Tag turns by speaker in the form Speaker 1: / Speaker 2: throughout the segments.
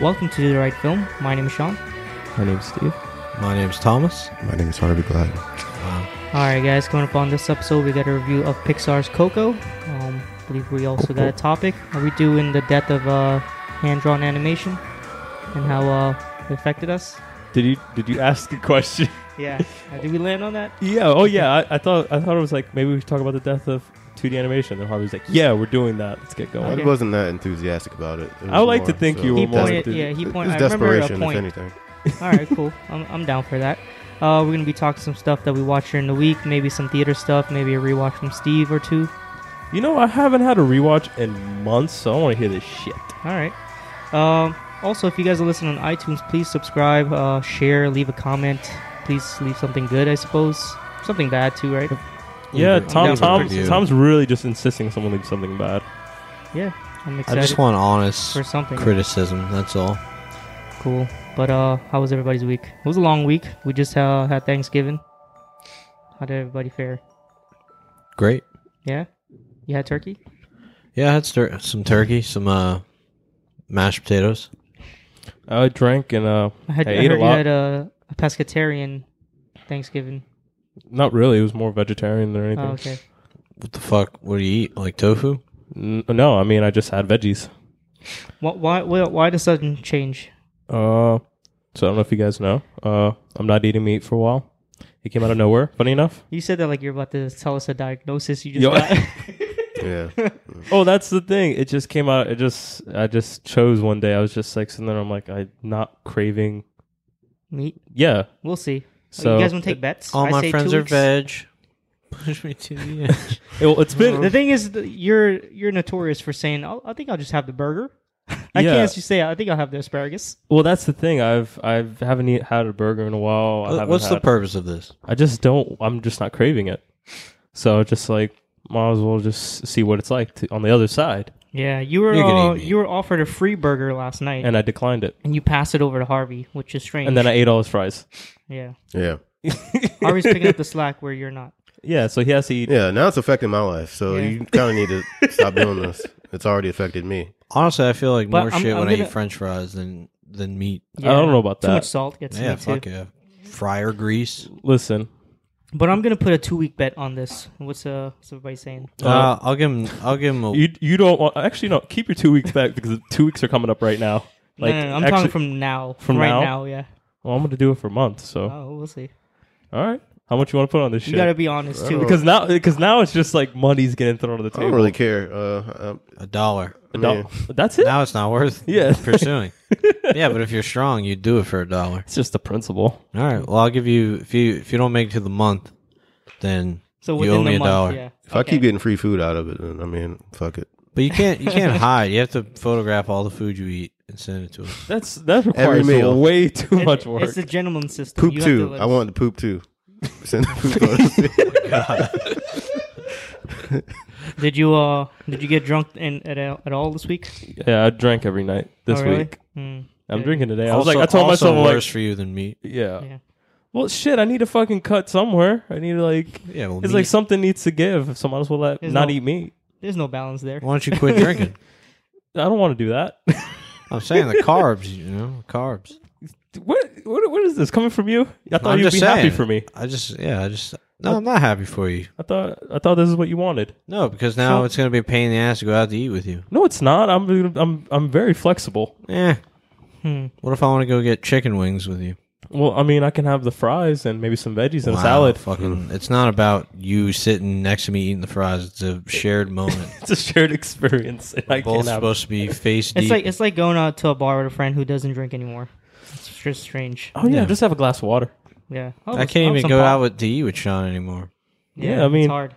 Speaker 1: Welcome to the right film. My name is Sean.
Speaker 2: My name's Steve.
Speaker 3: My name's Thomas.
Speaker 4: My name is Harvey Glad.
Speaker 1: All right, guys. Coming up on this episode, we got a review of Pixar's Coco. Um, I believe we also got a topic. Are we doing the death of uh, hand-drawn animation and how uh, it affected us?
Speaker 2: Did you did you ask a question?
Speaker 1: Yeah. Uh, Did we land on that?
Speaker 2: yeah. Oh yeah. I, I thought I thought it was like maybe we should talk about the death of 2D animation. And Harvey's like, yeah, we're doing that. Let's get going.
Speaker 1: Okay.
Speaker 4: I wasn't that enthusiastic about it. It
Speaker 2: I would
Speaker 4: was
Speaker 2: like to think you were
Speaker 1: He
Speaker 2: more
Speaker 1: pointed.
Speaker 2: did-
Speaker 1: Yeah, he
Speaker 4: it
Speaker 1: pointed.
Speaker 4: was
Speaker 1: I remember a
Speaker 4: desperation, if
Speaker 1: point.
Speaker 4: anything.
Speaker 1: All right, cool. I'm, I'm down for that. Uh, we're gonna be talking some stuff that we watched during the week. Maybe some theater stuff. Maybe a rewatch from Steve or two.
Speaker 2: You know, I haven't had a rewatch in months, so I want to hear this shit.
Speaker 1: All right. Um, also, if you guys are listening on iTunes, please subscribe, uh, share, leave a comment. Please leave something good, I suppose. Something bad too, right?
Speaker 2: Yeah,
Speaker 1: Tom-
Speaker 2: Tom,
Speaker 1: down for
Speaker 2: Tom,
Speaker 1: Tom-
Speaker 2: Tom's really just insisting someone leave something bad.
Speaker 1: Yeah, I'm
Speaker 3: I
Speaker 1: excited
Speaker 3: just want honest
Speaker 1: for something
Speaker 3: criticism. That's all.
Speaker 1: cool. But uh, how was everybody's week? It was a long week. We just uh, had Thanksgiving. How did everybody fare?
Speaker 3: Great.
Speaker 1: Yeah, you had turkey.
Speaker 3: Yeah, I had stir- some turkey, some uh, mashed potatoes.
Speaker 2: I drank and uh,
Speaker 1: I had.
Speaker 2: I
Speaker 1: I,
Speaker 2: ate a
Speaker 1: heard you
Speaker 2: lot.
Speaker 1: had a, a pescatarian Thanksgiving.
Speaker 2: not really. It was more vegetarian than anything.
Speaker 1: Oh, okay.
Speaker 3: What the fuck? What do you eat? Like tofu?
Speaker 2: N- no, I mean I just had veggies.
Speaker 1: Why? Why? Why, why the sudden change?
Speaker 2: Uh, so I don't know if you guys know. Uh, I'm not eating meat for a while. It came out of nowhere. Funny enough.
Speaker 1: You said that like you're about to tell us a diagnosis. You just
Speaker 2: Yo-
Speaker 1: got.
Speaker 4: Yeah.
Speaker 2: Oh, that's the thing. It just came out. It just I just chose one day. I was just like, and then I'm like, I'm not craving.
Speaker 1: Meat.
Speaker 2: Yeah.
Speaker 1: We'll see.
Speaker 2: So
Speaker 1: you guys want to take bets?
Speaker 3: All
Speaker 1: I
Speaker 3: my
Speaker 1: say
Speaker 3: friends
Speaker 1: two
Speaker 3: are
Speaker 1: weeks.
Speaker 3: veg. Push me to the edge.
Speaker 2: It, well, it's been
Speaker 1: The thing is, th- you're you're notorious for saying, I'll, "I think I'll just have the burger." I
Speaker 2: Yeah.
Speaker 1: can't actually say, "I think I'll have the asparagus."
Speaker 2: well. That's the thing. I've I've haven't eat, had a burger in a
Speaker 1: Uh,
Speaker 2: while. I haven't
Speaker 3: What's the
Speaker 2: had-
Speaker 3: purpose of this?
Speaker 2: I just don't. I'm just not craving it. So just like might as well just see what it's like to, on the other side.
Speaker 1: Yeah, you were
Speaker 3: You can
Speaker 1: uh,
Speaker 3: eat meat.
Speaker 1: you were offered a free burger last night, and,
Speaker 2: And I declined it.
Speaker 1: you passed it over to Harvey, which is strange.
Speaker 2: And then I ate all his fries.
Speaker 1: yeah,
Speaker 4: Yeah.
Speaker 1: Harvey's picking up the slack where you're not.
Speaker 2: Yeah. So he has to eat.
Speaker 4: Yeah. Now it's affecting my life. So
Speaker 1: Yeah.
Speaker 4: you kind of need to stop doing this. It's already affected me.
Speaker 3: Honestly, I feel like
Speaker 1: But
Speaker 3: more
Speaker 1: I'm-
Speaker 3: shit
Speaker 1: I'm
Speaker 3: when I
Speaker 1: gonna-
Speaker 3: eat French fries than than meat.
Speaker 2: I
Speaker 1: Yeah.
Speaker 2: don't know about
Speaker 1: Too much
Speaker 2: that.
Speaker 1: salt gets
Speaker 3: yeah,
Speaker 1: me too.
Speaker 3: fuck yeah. Fryer grease.
Speaker 2: Listen,
Speaker 1: But I'm gonna put a two week bet on this. What's uh, what's everybody saying?
Speaker 3: Uh, I'll give him. I'll give him a.
Speaker 2: you you don't want actually no. Keep your two weeks back because two weeks are coming up right now.
Speaker 1: No,
Speaker 2: Like
Speaker 1: no, no, I'm
Speaker 2: actually-
Speaker 1: talking from now,
Speaker 2: From
Speaker 1: right
Speaker 2: now?
Speaker 1: now. yeah.
Speaker 2: Well, I'm gonna do it for months. So
Speaker 1: Oh, we'll see.
Speaker 2: all right, how much you want to put on this
Speaker 1: You
Speaker 2: shit?
Speaker 1: gotta be honest too.
Speaker 2: because now, because now it's just like money's getting thrown on the
Speaker 4: I
Speaker 2: table.
Speaker 4: don't really care. Uh,
Speaker 3: a dollar.
Speaker 2: A dollar- That's it.
Speaker 3: Now it's not worth
Speaker 2: Yeah.
Speaker 3: pursuing. yeah, but if you're strong, you do it for a dollar.
Speaker 2: It's just the principle.
Speaker 3: All right. Well, I'll give you if you if you don't make it to the month, then
Speaker 1: so
Speaker 3: you
Speaker 1: within
Speaker 3: owe me
Speaker 1: the
Speaker 3: a
Speaker 1: month,
Speaker 3: dollar.
Speaker 1: yeah.
Speaker 4: if I keep getting free food out of it, then I mean, fuck it.
Speaker 3: but you can't you can't hide. You have to photograph all the food you eat and send it to us.
Speaker 2: That's that requires
Speaker 4: meal.
Speaker 2: way too
Speaker 1: It-
Speaker 2: much work.
Speaker 1: It's the gentleman system.
Speaker 4: Poop
Speaker 1: You have to
Speaker 4: too.
Speaker 1: let
Speaker 4: I
Speaker 1: us-
Speaker 4: wanted to poop too. Send the poop photos.
Speaker 1: Did you uh? Did you get drunk in, at all- at all this week?
Speaker 2: yeah, I drank every night this
Speaker 1: Oh, really?
Speaker 2: week.
Speaker 1: Mm.
Speaker 2: I'm
Speaker 1: Yeah.
Speaker 2: drinking today. I was
Speaker 3: also,
Speaker 2: like, I told
Speaker 3: also
Speaker 2: myself, I'm
Speaker 3: worse
Speaker 2: like,
Speaker 3: for you than meat.
Speaker 2: yeah.
Speaker 1: Yeah.
Speaker 2: Well, shit, I need to fucking cut somewhere. I need to like,
Speaker 3: Yeah. Well,
Speaker 2: it's
Speaker 3: meat-
Speaker 2: like something needs to give. So might as well let,
Speaker 1: There's
Speaker 2: not
Speaker 1: no-
Speaker 2: eat meat.
Speaker 1: There's no balance there.
Speaker 3: why don't you quit drinking?
Speaker 2: I don't want to do that.
Speaker 3: I'm saying the carbs. You know, carbs.
Speaker 2: what, what what is this coming from you? I thought
Speaker 3: I'm
Speaker 2: you'd
Speaker 3: just
Speaker 2: be happy
Speaker 3: saying.
Speaker 2: for me.
Speaker 3: I just yeah. I just no. I'm not happy for you.
Speaker 2: I thought I thought this is what you wanted.
Speaker 3: No, because now
Speaker 2: So-
Speaker 3: it's gonna be a pain in the ass to go out to eat with you.
Speaker 2: No, it's not. I'm I'm I'm very flexible.
Speaker 3: Eh.
Speaker 1: Hmm.
Speaker 3: What if I want to go get chicken wings with you?
Speaker 2: Well, I mean, I can have the fries and maybe some veggies and a
Speaker 3: Wow,
Speaker 2: salad.
Speaker 3: Fucking, it's not about you sitting next to me eating the fries. It's a shared moment.
Speaker 2: It's a shared experience. And I
Speaker 3: We're both
Speaker 2: can't have.
Speaker 3: supposed to be face
Speaker 1: It's
Speaker 3: deep.
Speaker 1: like it's like going out to a bar with a friend who doesn't drink anymore. It's just strange.
Speaker 2: Oh yeah,
Speaker 3: Yeah.
Speaker 2: just have a glass of water.
Speaker 1: Yeah.
Speaker 3: I can't even go out with to eat with Sean anymore.
Speaker 2: Yeah, I mean-
Speaker 1: it's hard.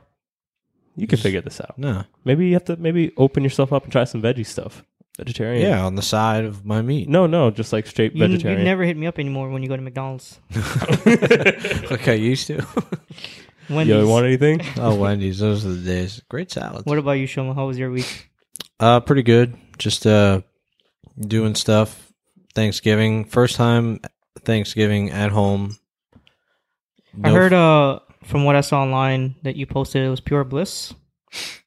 Speaker 2: You can figure this out.
Speaker 3: No.
Speaker 2: Maybe you have to maybe open yourself up and try some veggie stuff. Vegetarian.
Speaker 3: Yeah, on the side of my meat.
Speaker 2: No, no, just like straight
Speaker 1: You, you
Speaker 2: vegetarian.
Speaker 1: never hit me up anymore when you go to McDonald's.
Speaker 3: Like I used to.
Speaker 1: Wendy's.
Speaker 2: Yo, you want anything?
Speaker 3: oh, Wendy's. Those are the days. Great salads.
Speaker 1: what about you, Shoma? How was your week?
Speaker 3: Uh, pretty good. Just uh, doing stuff. Thanksgiving. First time Thanksgiving at home.
Speaker 1: I
Speaker 3: No-
Speaker 1: heard uh from what I saw online that you posted it was pure bliss.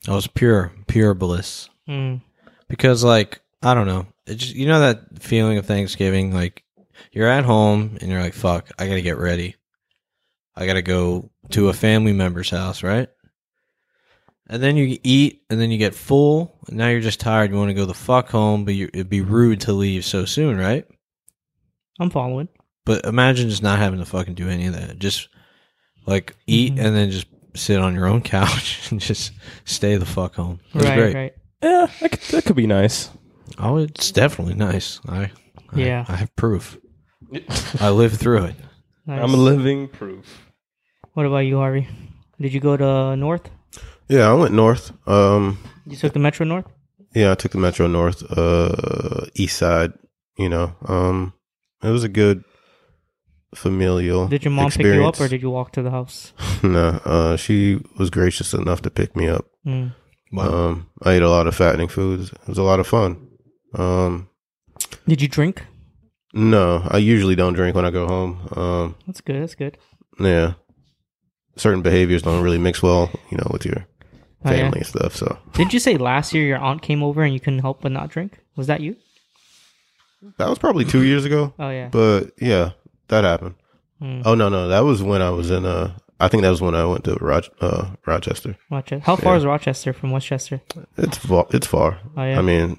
Speaker 3: I was pure, pure bliss.
Speaker 1: Mm.
Speaker 3: because like i don't know it just you know that feeling of Thanksgiving, like you're at home and you're like, "Fuck, I gotta get ready. I gotta go to a family member's house, right?" And then you eat, and then you get full. And now you're just tired. You want to go the fuck home, but you, it'd be rude to leave so soon, right?
Speaker 1: I'm following.
Speaker 3: But imagine just not having to fucking do any of that. Just like eat
Speaker 1: Mhm.
Speaker 3: and then just sit on your own couch and just stay the fuck home. That's
Speaker 1: right,
Speaker 3: great.
Speaker 1: right.
Speaker 2: Yeah, that could, that could be nice.
Speaker 3: Oh, it's definitely nice. I, I
Speaker 1: Yeah.
Speaker 3: I have proof. I lived through it.
Speaker 1: Nice.
Speaker 2: I'm living proof.
Speaker 1: what about you, Harvey? Did you go to uh, North?
Speaker 4: Yeah, I went north. Um,
Speaker 1: You took the Metro North?
Speaker 4: yeah, I took the Metro North, uh, East Side. You know, um, it was a good familial.
Speaker 1: Did your mom pick you up
Speaker 4: experience.
Speaker 1: or did you walk to the house?
Speaker 4: no? Uh, she was gracious enough to pick me up.
Speaker 1: Mm.
Speaker 3: Wow.
Speaker 4: Um, I ate a lot of fattening foods. It was a lot of fun. Um,
Speaker 1: Did you drink?
Speaker 4: no, I usually don't drink when I go home. Um,
Speaker 1: That's good. That's good.
Speaker 4: yeah, certain behaviors don't really mix well, you know, with your
Speaker 1: Oh,
Speaker 4: family
Speaker 1: yeah.
Speaker 4: and stuff. So
Speaker 1: Didn't you say last year your aunt came over and you couldn't help but not drink? Was that you?
Speaker 4: that was probably two years ago.
Speaker 1: Oh yeah.
Speaker 4: But yeah, that happened.
Speaker 1: Mm.
Speaker 4: Oh no, no, that was when I was in uh I think that was when I went to Roch uh, Rochester.
Speaker 1: Rochester. How far is Rochester from Westchester?
Speaker 4: It's far. It's far.
Speaker 1: Oh yeah.
Speaker 4: I mean,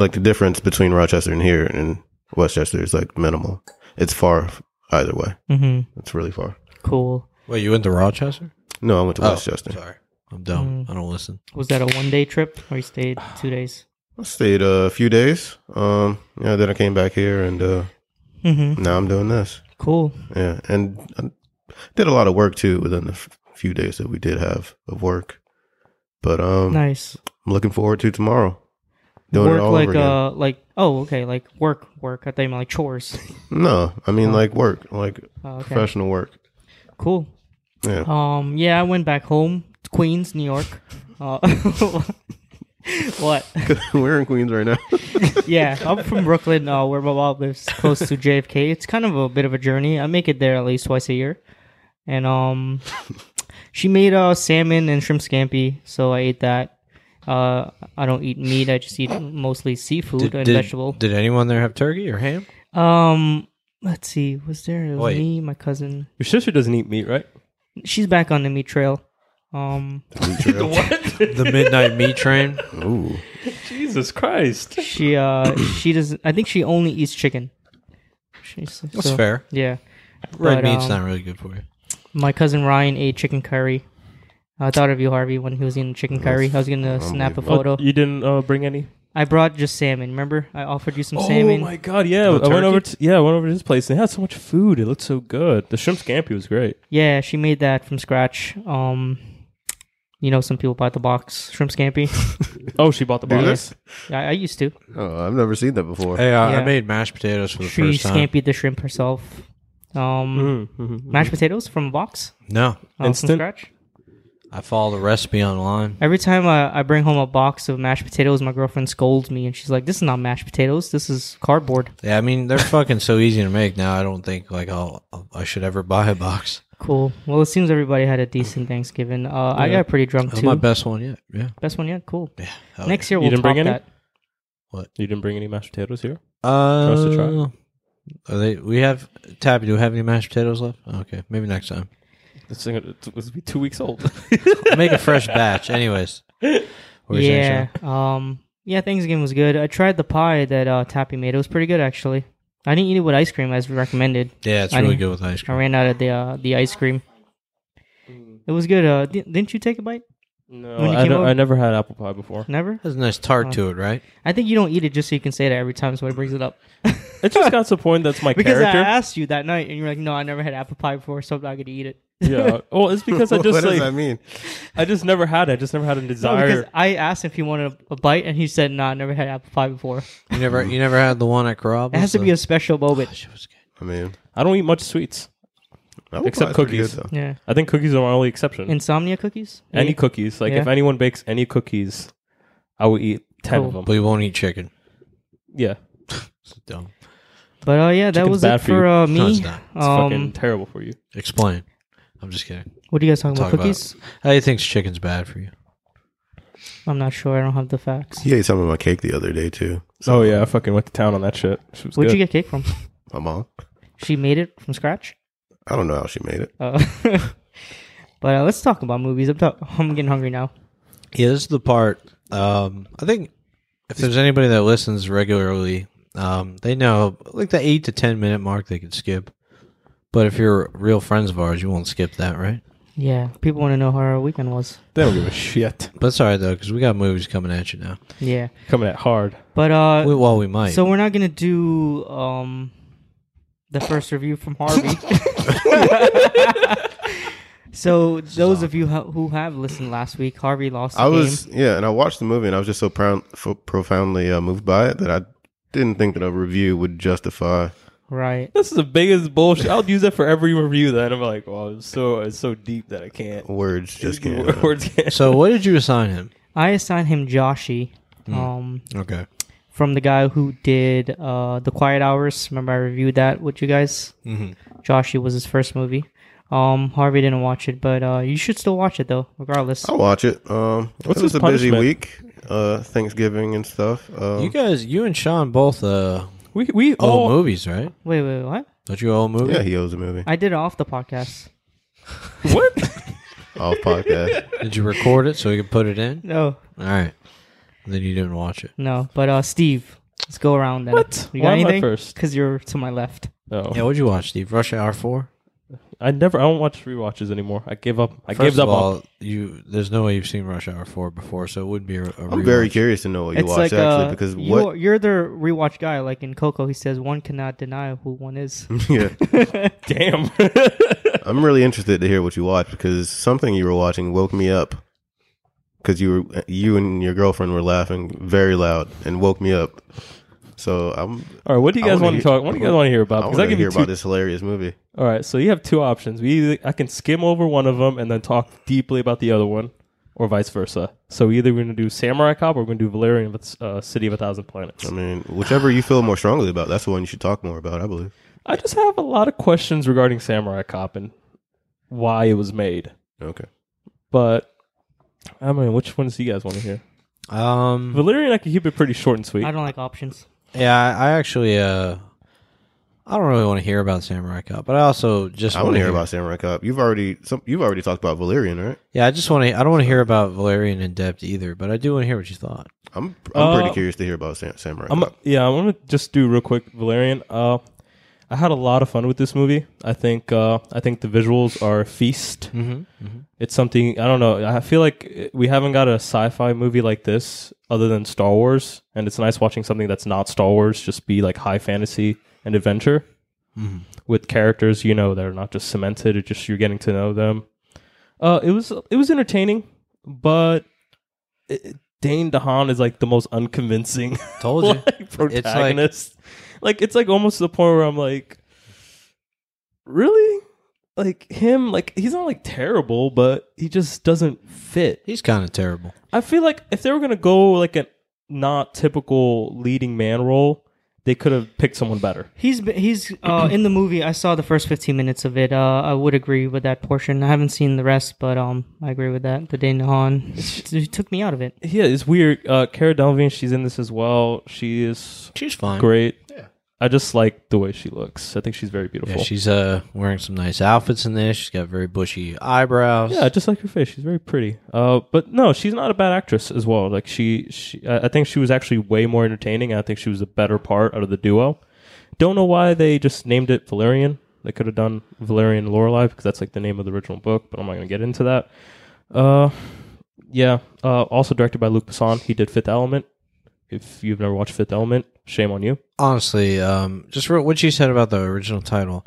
Speaker 4: like the difference between Rochester and here and Westchester is like minimal. It's far either way.
Speaker 1: hmm
Speaker 4: It's really far.
Speaker 1: Cool.
Speaker 3: Wait, you went to Rochester?
Speaker 4: No, I went to
Speaker 3: Oh,
Speaker 4: Westchester.
Speaker 3: Sorry, I'm dumb.
Speaker 1: Mm.
Speaker 3: I don't listen.
Speaker 1: Was that a one day trip or you stayed two days?
Speaker 4: I stayed a few days. Um, yeah, then I came back here, and uh,
Speaker 1: hmm
Speaker 4: now I'm doing this.
Speaker 1: Cool.
Speaker 4: Yeah, and I did a lot of work too within the f- few days that we did have of work. But um,
Speaker 1: Nice.
Speaker 4: I'm looking forward to tomorrow. Doing
Speaker 1: work
Speaker 4: it all
Speaker 1: like
Speaker 4: over again.
Speaker 1: uh like oh okay like work work. I thought you meant like chores.
Speaker 4: No, I mean like work, like
Speaker 1: Oh, okay.
Speaker 4: professional work.
Speaker 1: Cool.
Speaker 4: Yeah.
Speaker 1: Um. Yeah, I went back home, to Queens, New York. Uh, what?
Speaker 4: We're in Queens right now.
Speaker 1: yeah, I'm from Brooklyn, uh, where my mom lives, close to JFK. It's kind of a bit of a journey. I make it there at least twice a year, and um, she made uh salmon and shrimp scampi, so I ate that. Uh, I don't eat meat. I just eat mostly seafood and vegetable.
Speaker 3: did anyone there have turkey or ham?
Speaker 1: Um, let's see. Was there it was
Speaker 3: Wait.
Speaker 1: me, my cousin?
Speaker 2: Your sister doesn't eat meat, right?
Speaker 1: She's back on the meat trail. Um,
Speaker 3: The midnight meat train.
Speaker 4: Ooh.
Speaker 2: Jesus Christ.
Speaker 1: she uh she doesn't. I think she only eats chicken. She's,
Speaker 3: That's
Speaker 1: so-
Speaker 3: fair.
Speaker 1: Yeah.
Speaker 3: Red
Speaker 1: But,
Speaker 3: meat's
Speaker 1: um,
Speaker 3: not really good for you.
Speaker 1: My cousin Ryan ate chicken curry. I thought of you, Harvey, when he was eating chicken curry. I was gonna snap a
Speaker 4: unbelievable.
Speaker 1: photo.
Speaker 2: you didn't uh, bring any?
Speaker 1: I brought just salmon. Remember, I offered you some salmon.
Speaker 2: Oh my god, yeah.
Speaker 3: The
Speaker 2: I went
Speaker 3: turkey?
Speaker 2: over to yeah, I went over to his place and they had so much food. It looked so good. The shrimp scampi was great.
Speaker 1: Yeah, she made that from scratch. Um, you know, some people buy the box shrimp scampi.
Speaker 2: Oh, she bought the
Speaker 4: Do
Speaker 2: box.
Speaker 1: I, I used to.
Speaker 4: Oh, I've never seen that before.
Speaker 3: Hey, uh, I,
Speaker 1: Yeah.
Speaker 3: I made mashed potatoes for the
Speaker 1: She
Speaker 3: first time.
Speaker 1: scampied the shrimp herself. Um,
Speaker 2: Mm, mhm.
Speaker 1: mashed potatoes from a box.
Speaker 3: No,
Speaker 1: uh,
Speaker 2: Instant?
Speaker 1: From scratch.
Speaker 3: I follow the recipe online.
Speaker 1: Every time I, I bring home a box of mashed potatoes, my girlfriend scolds me and she's like, "This is not mashed potatoes. This is cardboard."
Speaker 3: Yeah, I mean they're fucking so easy to make now. I don't think like I'll I should ever buy a box.
Speaker 1: Cool. Well, it seems everybody had a decent Thanksgiving. Uh, I got pretty drunk
Speaker 3: That's
Speaker 1: too.
Speaker 3: Mm. Oh, my best one yet. Yeah.
Speaker 1: Best one yet. Cool.
Speaker 3: Yeah. Hell
Speaker 1: Next year
Speaker 2: You
Speaker 1: we'll
Speaker 2: didn't
Speaker 1: top
Speaker 2: bring any?
Speaker 1: that.
Speaker 2: You didn't bring any mashed potatoes here?
Speaker 3: yeah. Uh,
Speaker 2: us to try.
Speaker 3: Are they? We have Tabby. Do we have any mashed potatoes left? Okay, maybe next time.
Speaker 2: This thing it was be two weeks old.
Speaker 3: Make a fresh batch, anyways. What were you saying,
Speaker 1: Yeah.
Speaker 3: Sean?
Speaker 1: Um. Yeah. Thanksgiving was good. I tried the pie that uh, Tappy made. It was pretty good actually. I didn't eat it with ice cream as recommended.
Speaker 3: Yeah, it's
Speaker 1: I
Speaker 3: really
Speaker 1: didn't-
Speaker 3: good with ice
Speaker 1: I
Speaker 3: cream.
Speaker 1: ran out of the uh, the ice cream. It was good. Uh, di- didn't you take a bite?
Speaker 2: no,
Speaker 1: When you
Speaker 2: I,
Speaker 1: came
Speaker 2: don't-
Speaker 1: over-
Speaker 2: I never had apple pie before.
Speaker 1: Never.
Speaker 3: Has a nice
Speaker 1: Oh.
Speaker 3: tart to it, right?
Speaker 1: I think you don't eat it just so you can say that every time somebody brings it up.
Speaker 2: It just got to the point that's my
Speaker 1: Because
Speaker 2: character.
Speaker 1: I asked you that night, and you're like, "No, I never had apple pie before, so I'm not gonna eat it."
Speaker 2: yeah. Well, it's because I
Speaker 4: what
Speaker 2: just
Speaker 4: does that
Speaker 2: like
Speaker 4: mean?
Speaker 2: I just never had it. I just never had a
Speaker 1: No,
Speaker 2: desire.
Speaker 1: because I asked if he wanted a, a bite, and he said, "No, I never had apple pie before."
Speaker 3: You never, you never had the one at Carrabba's. Uh,
Speaker 1: It has to be a special moment.
Speaker 3: Shit was good.
Speaker 4: I mean,
Speaker 2: I don't eat much sweets.
Speaker 4: apple
Speaker 2: Except
Speaker 4: pie's pretty
Speaker 2: cookies.
Speaker 4: though.
Speaker 1: Yeah.
Speaker 2: I think cookies are my only exception.
Speaker 1: Insomnia cookies?
Speaker 2: any cookies. Like
Speaker 1: Yeah.
Speaker 2: if anyone bakes any cookies, I will eat ten
Speaker 1: Cool.
Speaker 2: of
Speaker 3: But
Speaker 2: them.
Speaker 3: you won't eat chicken.
Speaker 2: Yeah, it's
Speaker 3: It's dumb.
Speaker 1: But uh, yeah, that
Speaker 2: Chicken's
Speaker 1: was
Speaker 2: bad
Speaker 1: it
Speaker 2: for
Speaker 1: for
Speaker 2: you.
Speaker 1: uh,
Speaker 3: No, it's
Speaker 1: me.
Speaker 3: not.
Speaker 2: fucking
Speaker 1: Um,
Speaker 2: terrible for you.
Speaker 3: Explain. I'm just kidding.
Speaker 1: what are you guys talking about?
Speaker 3: Talk about
Speaker 1: Cookies?
Speaker 3: How do you think chicken's bad for you?
Speaker 1: I'm not sure. I don't have the facts.
Speaker 4: You ate some of my cake the other day too.
Speaker 2: Oh yeah, I fucking went to town on that shit. She was
Speaker 1: Where'd
Speaker 2: good.
Speaker 1: you get cake from?
Speaker 4: my mom.
Speaker 1: She made it from scratch.
Speaker 4: I don't know how she made it.
Speaker 1: Uh, but uh, let's talk about movies. I'm, talk- I'm getting hungry now.
Speaker 3: Yeah, this is the part. Um, I think if there's anybody that listens regularly, um, they know like the eight to ten minute mark they could skip. But if you're real friends of ours, you won't skip that, right?
Speaker 1: Yeah, people want to know how our weekend was.
Speaker 2: They don't give a shit.
Speaker 3: But it's all right though, because we got movies coming at you now.
Speaker 1: Yeah,
Speaker 2: Coming at hard.
Speaker 1: but uh,
Speaker 3: We, well, we might.
Speaker 1: so we're not gonna do um the first review from Harvey. so those of you ho- who have listened last week, Harvey lost. The
Speaker 4: I was
Speaker 1: game.
Speaker 4: yeah, and I watched the movie, and I was just so proud, f- profoundly uh, moved by it that I didn't think that a review would justify.
Speaker 1: right.
Speaker 2: This is the biggest bullshit. I'll use that for every review. Then I'm like, well, it's so it's so deep that I can't.
Speaker 4: Words just can't.
Speaker 2: Words can't.
Speaker 3: so what did you assign him?
Speaker 1: I assigned him Joshy.
Speaker 4: Hmm.
Speaker 1: Um,
Speaker 3: Okay.
Speaker 1: from the guy who did uh, the Quiet Hours. Remember, I reviewed that with you guys.
Speaker 4: Mm-hmm.
Speaker 3: Mhm.
Speaker 1: Joshy was his first movie. Um, Harvey didn't watch it, but uh, you should still watch it though, regardless.
Speaker 4: I'll watch it. Um,
Speaker 2: What's
Speaker 4: it was
Speaker 2: his
Speaker 4: a busy
Speaker 2: punishment?
Speaker 4: week, uh, Thanksgiving and stuff. Um,
Speaker 3: You guys, you and Sean both uh,
Speaker 2: We we
Speaker 4: Oh,
Speaker 3: owe
Speaker 2: all
Speaker 3: movies, right?
Speaker 1: Wait, wait, what?
Speaker 3: Don't you owe a movie?
Speaker 4: yeah, he owes a movie
Speaker 1: I did it off the podcast.
Speaker 2: what?
Speaker 4: off podcast.
Speaker 3: Did you record it so we could put it in?
Speaker 1: No,
Speaker 3: All right. Then you didn't watch it.
Speaker 1: no. But uh, Steve, let's go around then.
Speaker 2: What?
Speaker 1: You
Speaker 2: Why
Speaker 1: got
Speaker 2: am I
Speaker 1: anything?
Speaker 2: first?
Speaker 1: Because you're to my left.
Speaker 2: No,
Speaker 3: Yeah, what'd you watch, Steve? Rush Hour Four.
Speaker 2: I never. I don't watch rewatches anymore. I give up. I
Speaker 3: First
Speaker 2: give up
Speaker 3: of
Speaker 2: on
Speaker 3: all, you there's no way you've seen Rush Hour Four before, so it would be a, a
Speaker 4: I'm very
Speaker 3: rewatch.
Speaker 4: curious to know what you
Speaker 1: it's like
Speaker 4: watched actually
Speaker 1: uh,
Speaker 4: because
Speaker 1: you're,
Speaker 4: what?
Speaker 1: you're the rewatch guy. Like in Coco, he says one cannot deny who one is.
Speaker 4: yeah,
Speaker 2: damn.
Speaker 4: I'm really interested to hear what you watched because something you were watching woke me up because you were you and your girlfriend were laughing very loud and woke me up. So I'm
Speaker 2: all right, what do you
Speaker 4: I
Speaker 2: guys want
Speaker 4: wanna
Speaker 2: to
Speaker 4: hear-
Speaker 2: talk? What do you guys want to hear about?
Speaker 4: I
Speaker 2: Because Uh, I,
Speaker 4: want to
Speaker 2: give
Speaker 4: hear
Speaker 2: you
Speaker 4: about
Speaker 2: two.
Speaker 4: this hilarious movie.
Speaker 2: All right, so you have two options. We either, I can skim over one of them and then talk deeply about the other one, or vice versa. So either we're gonna do Samurai Cop or we're gonna do Valerian, with, uh, City of a Thousand Planets.
Speaker 4: I mean, whichever you feel more strongly about, that's the one you should talk more about. I believe.
Speaker 2: I just have a lot of questions regarding Samurai Cop and why it was made.
Speaker 4: Okay.
Speaker 2: But I mean, which ones do you guys want to hear?
Speaker 3: Um,
Speaker 2: Valerian, I can keep it pretty short and sweet.
Speaker 1: I don't like options.
Speaker 3: yeah, I, I actually uh, I don't really want to hear about Samurai Cop, but I also just
Speaker 4: I want to hear about Samurai Cop. You've already some, you've already talked about Valerian, right?
Speaker 3: Yeah, I just want to. I don't want to hear about Valerian in depth either, but I do want to hear what you thought.
Speaker 4: I'm I'm
Speaker 2: Uh,
Speaker 4: pretty curious to hear about Sam, Samurai
Speaker 2: I'm
Speaker 4: Cop.
Speaker 2: yeah, I'm gonna just do real quick Valerian. Uh, I had a lot of fun with this movie. I think uh, I think the visuals are a feast.
Speaker 3: Mm-hmm.
Speaker 2: It's something I don't know. I feel like we haven't got a sci-fi movie like this other than Star Wars, and it's nice watching something that's not Star Wars just be like high fantasy and adventure
Speaker 3: Mm-hmm.
Speaker 2: with characters you know that are not just cemented. It's just you're getting to know them. Uh, it was it was entertaining, but it, it- Dane DeHaan is like the most unconvincing
Speaker 3: Told you.
Speaker 2: like protagonist. like, it's like almost to the point where I'm like, really? Like him? Like he's not like terrible, but he just doesn't fit.
Speaker 3: He's kind of terrible.
Speaker 2: I feel like if they were gonna go like a not typical leading man role, they could have picked someone better.
Speaker 1: He's be- he's uh, in the movie. I saw the first fifteen minutes of it. Uh, I would agree with that portion. I haven't seen the rest, but um, I agree with that. The Dane DeHaan it it took me out of it.
Speaker 2: Yeah, it's weird. Uh, Cara Delevingne, she's in this as well. She is
Speaker 3: She's fine.
Speaker 2: great. I just like the way she looks. I think she's very
Speaker 3: Yeah,
Speaker 2: beautiful.
Speaker 3: she's uh wearing some nice outfits in this. She's got very bushy eyebrows.
Speaker 2: Yeah, just like her face, she's very pretty. Uh, but no, she's not a bad actress as well. Like she, she, I I think she was actually way more entertaining. I think she was the better part out of the duo. Don't know why they just named it Valerian. They could have done Valerian and Lorelai because that's like the name of the original book. But I'm not going to get into that. Uh, yeah. Uh, also directed by Luc Besson. He did Fifth Element. If you've never watched Fifth Element, shame on you.
Speaker 3: honestly, um, just re- what you said about the original title,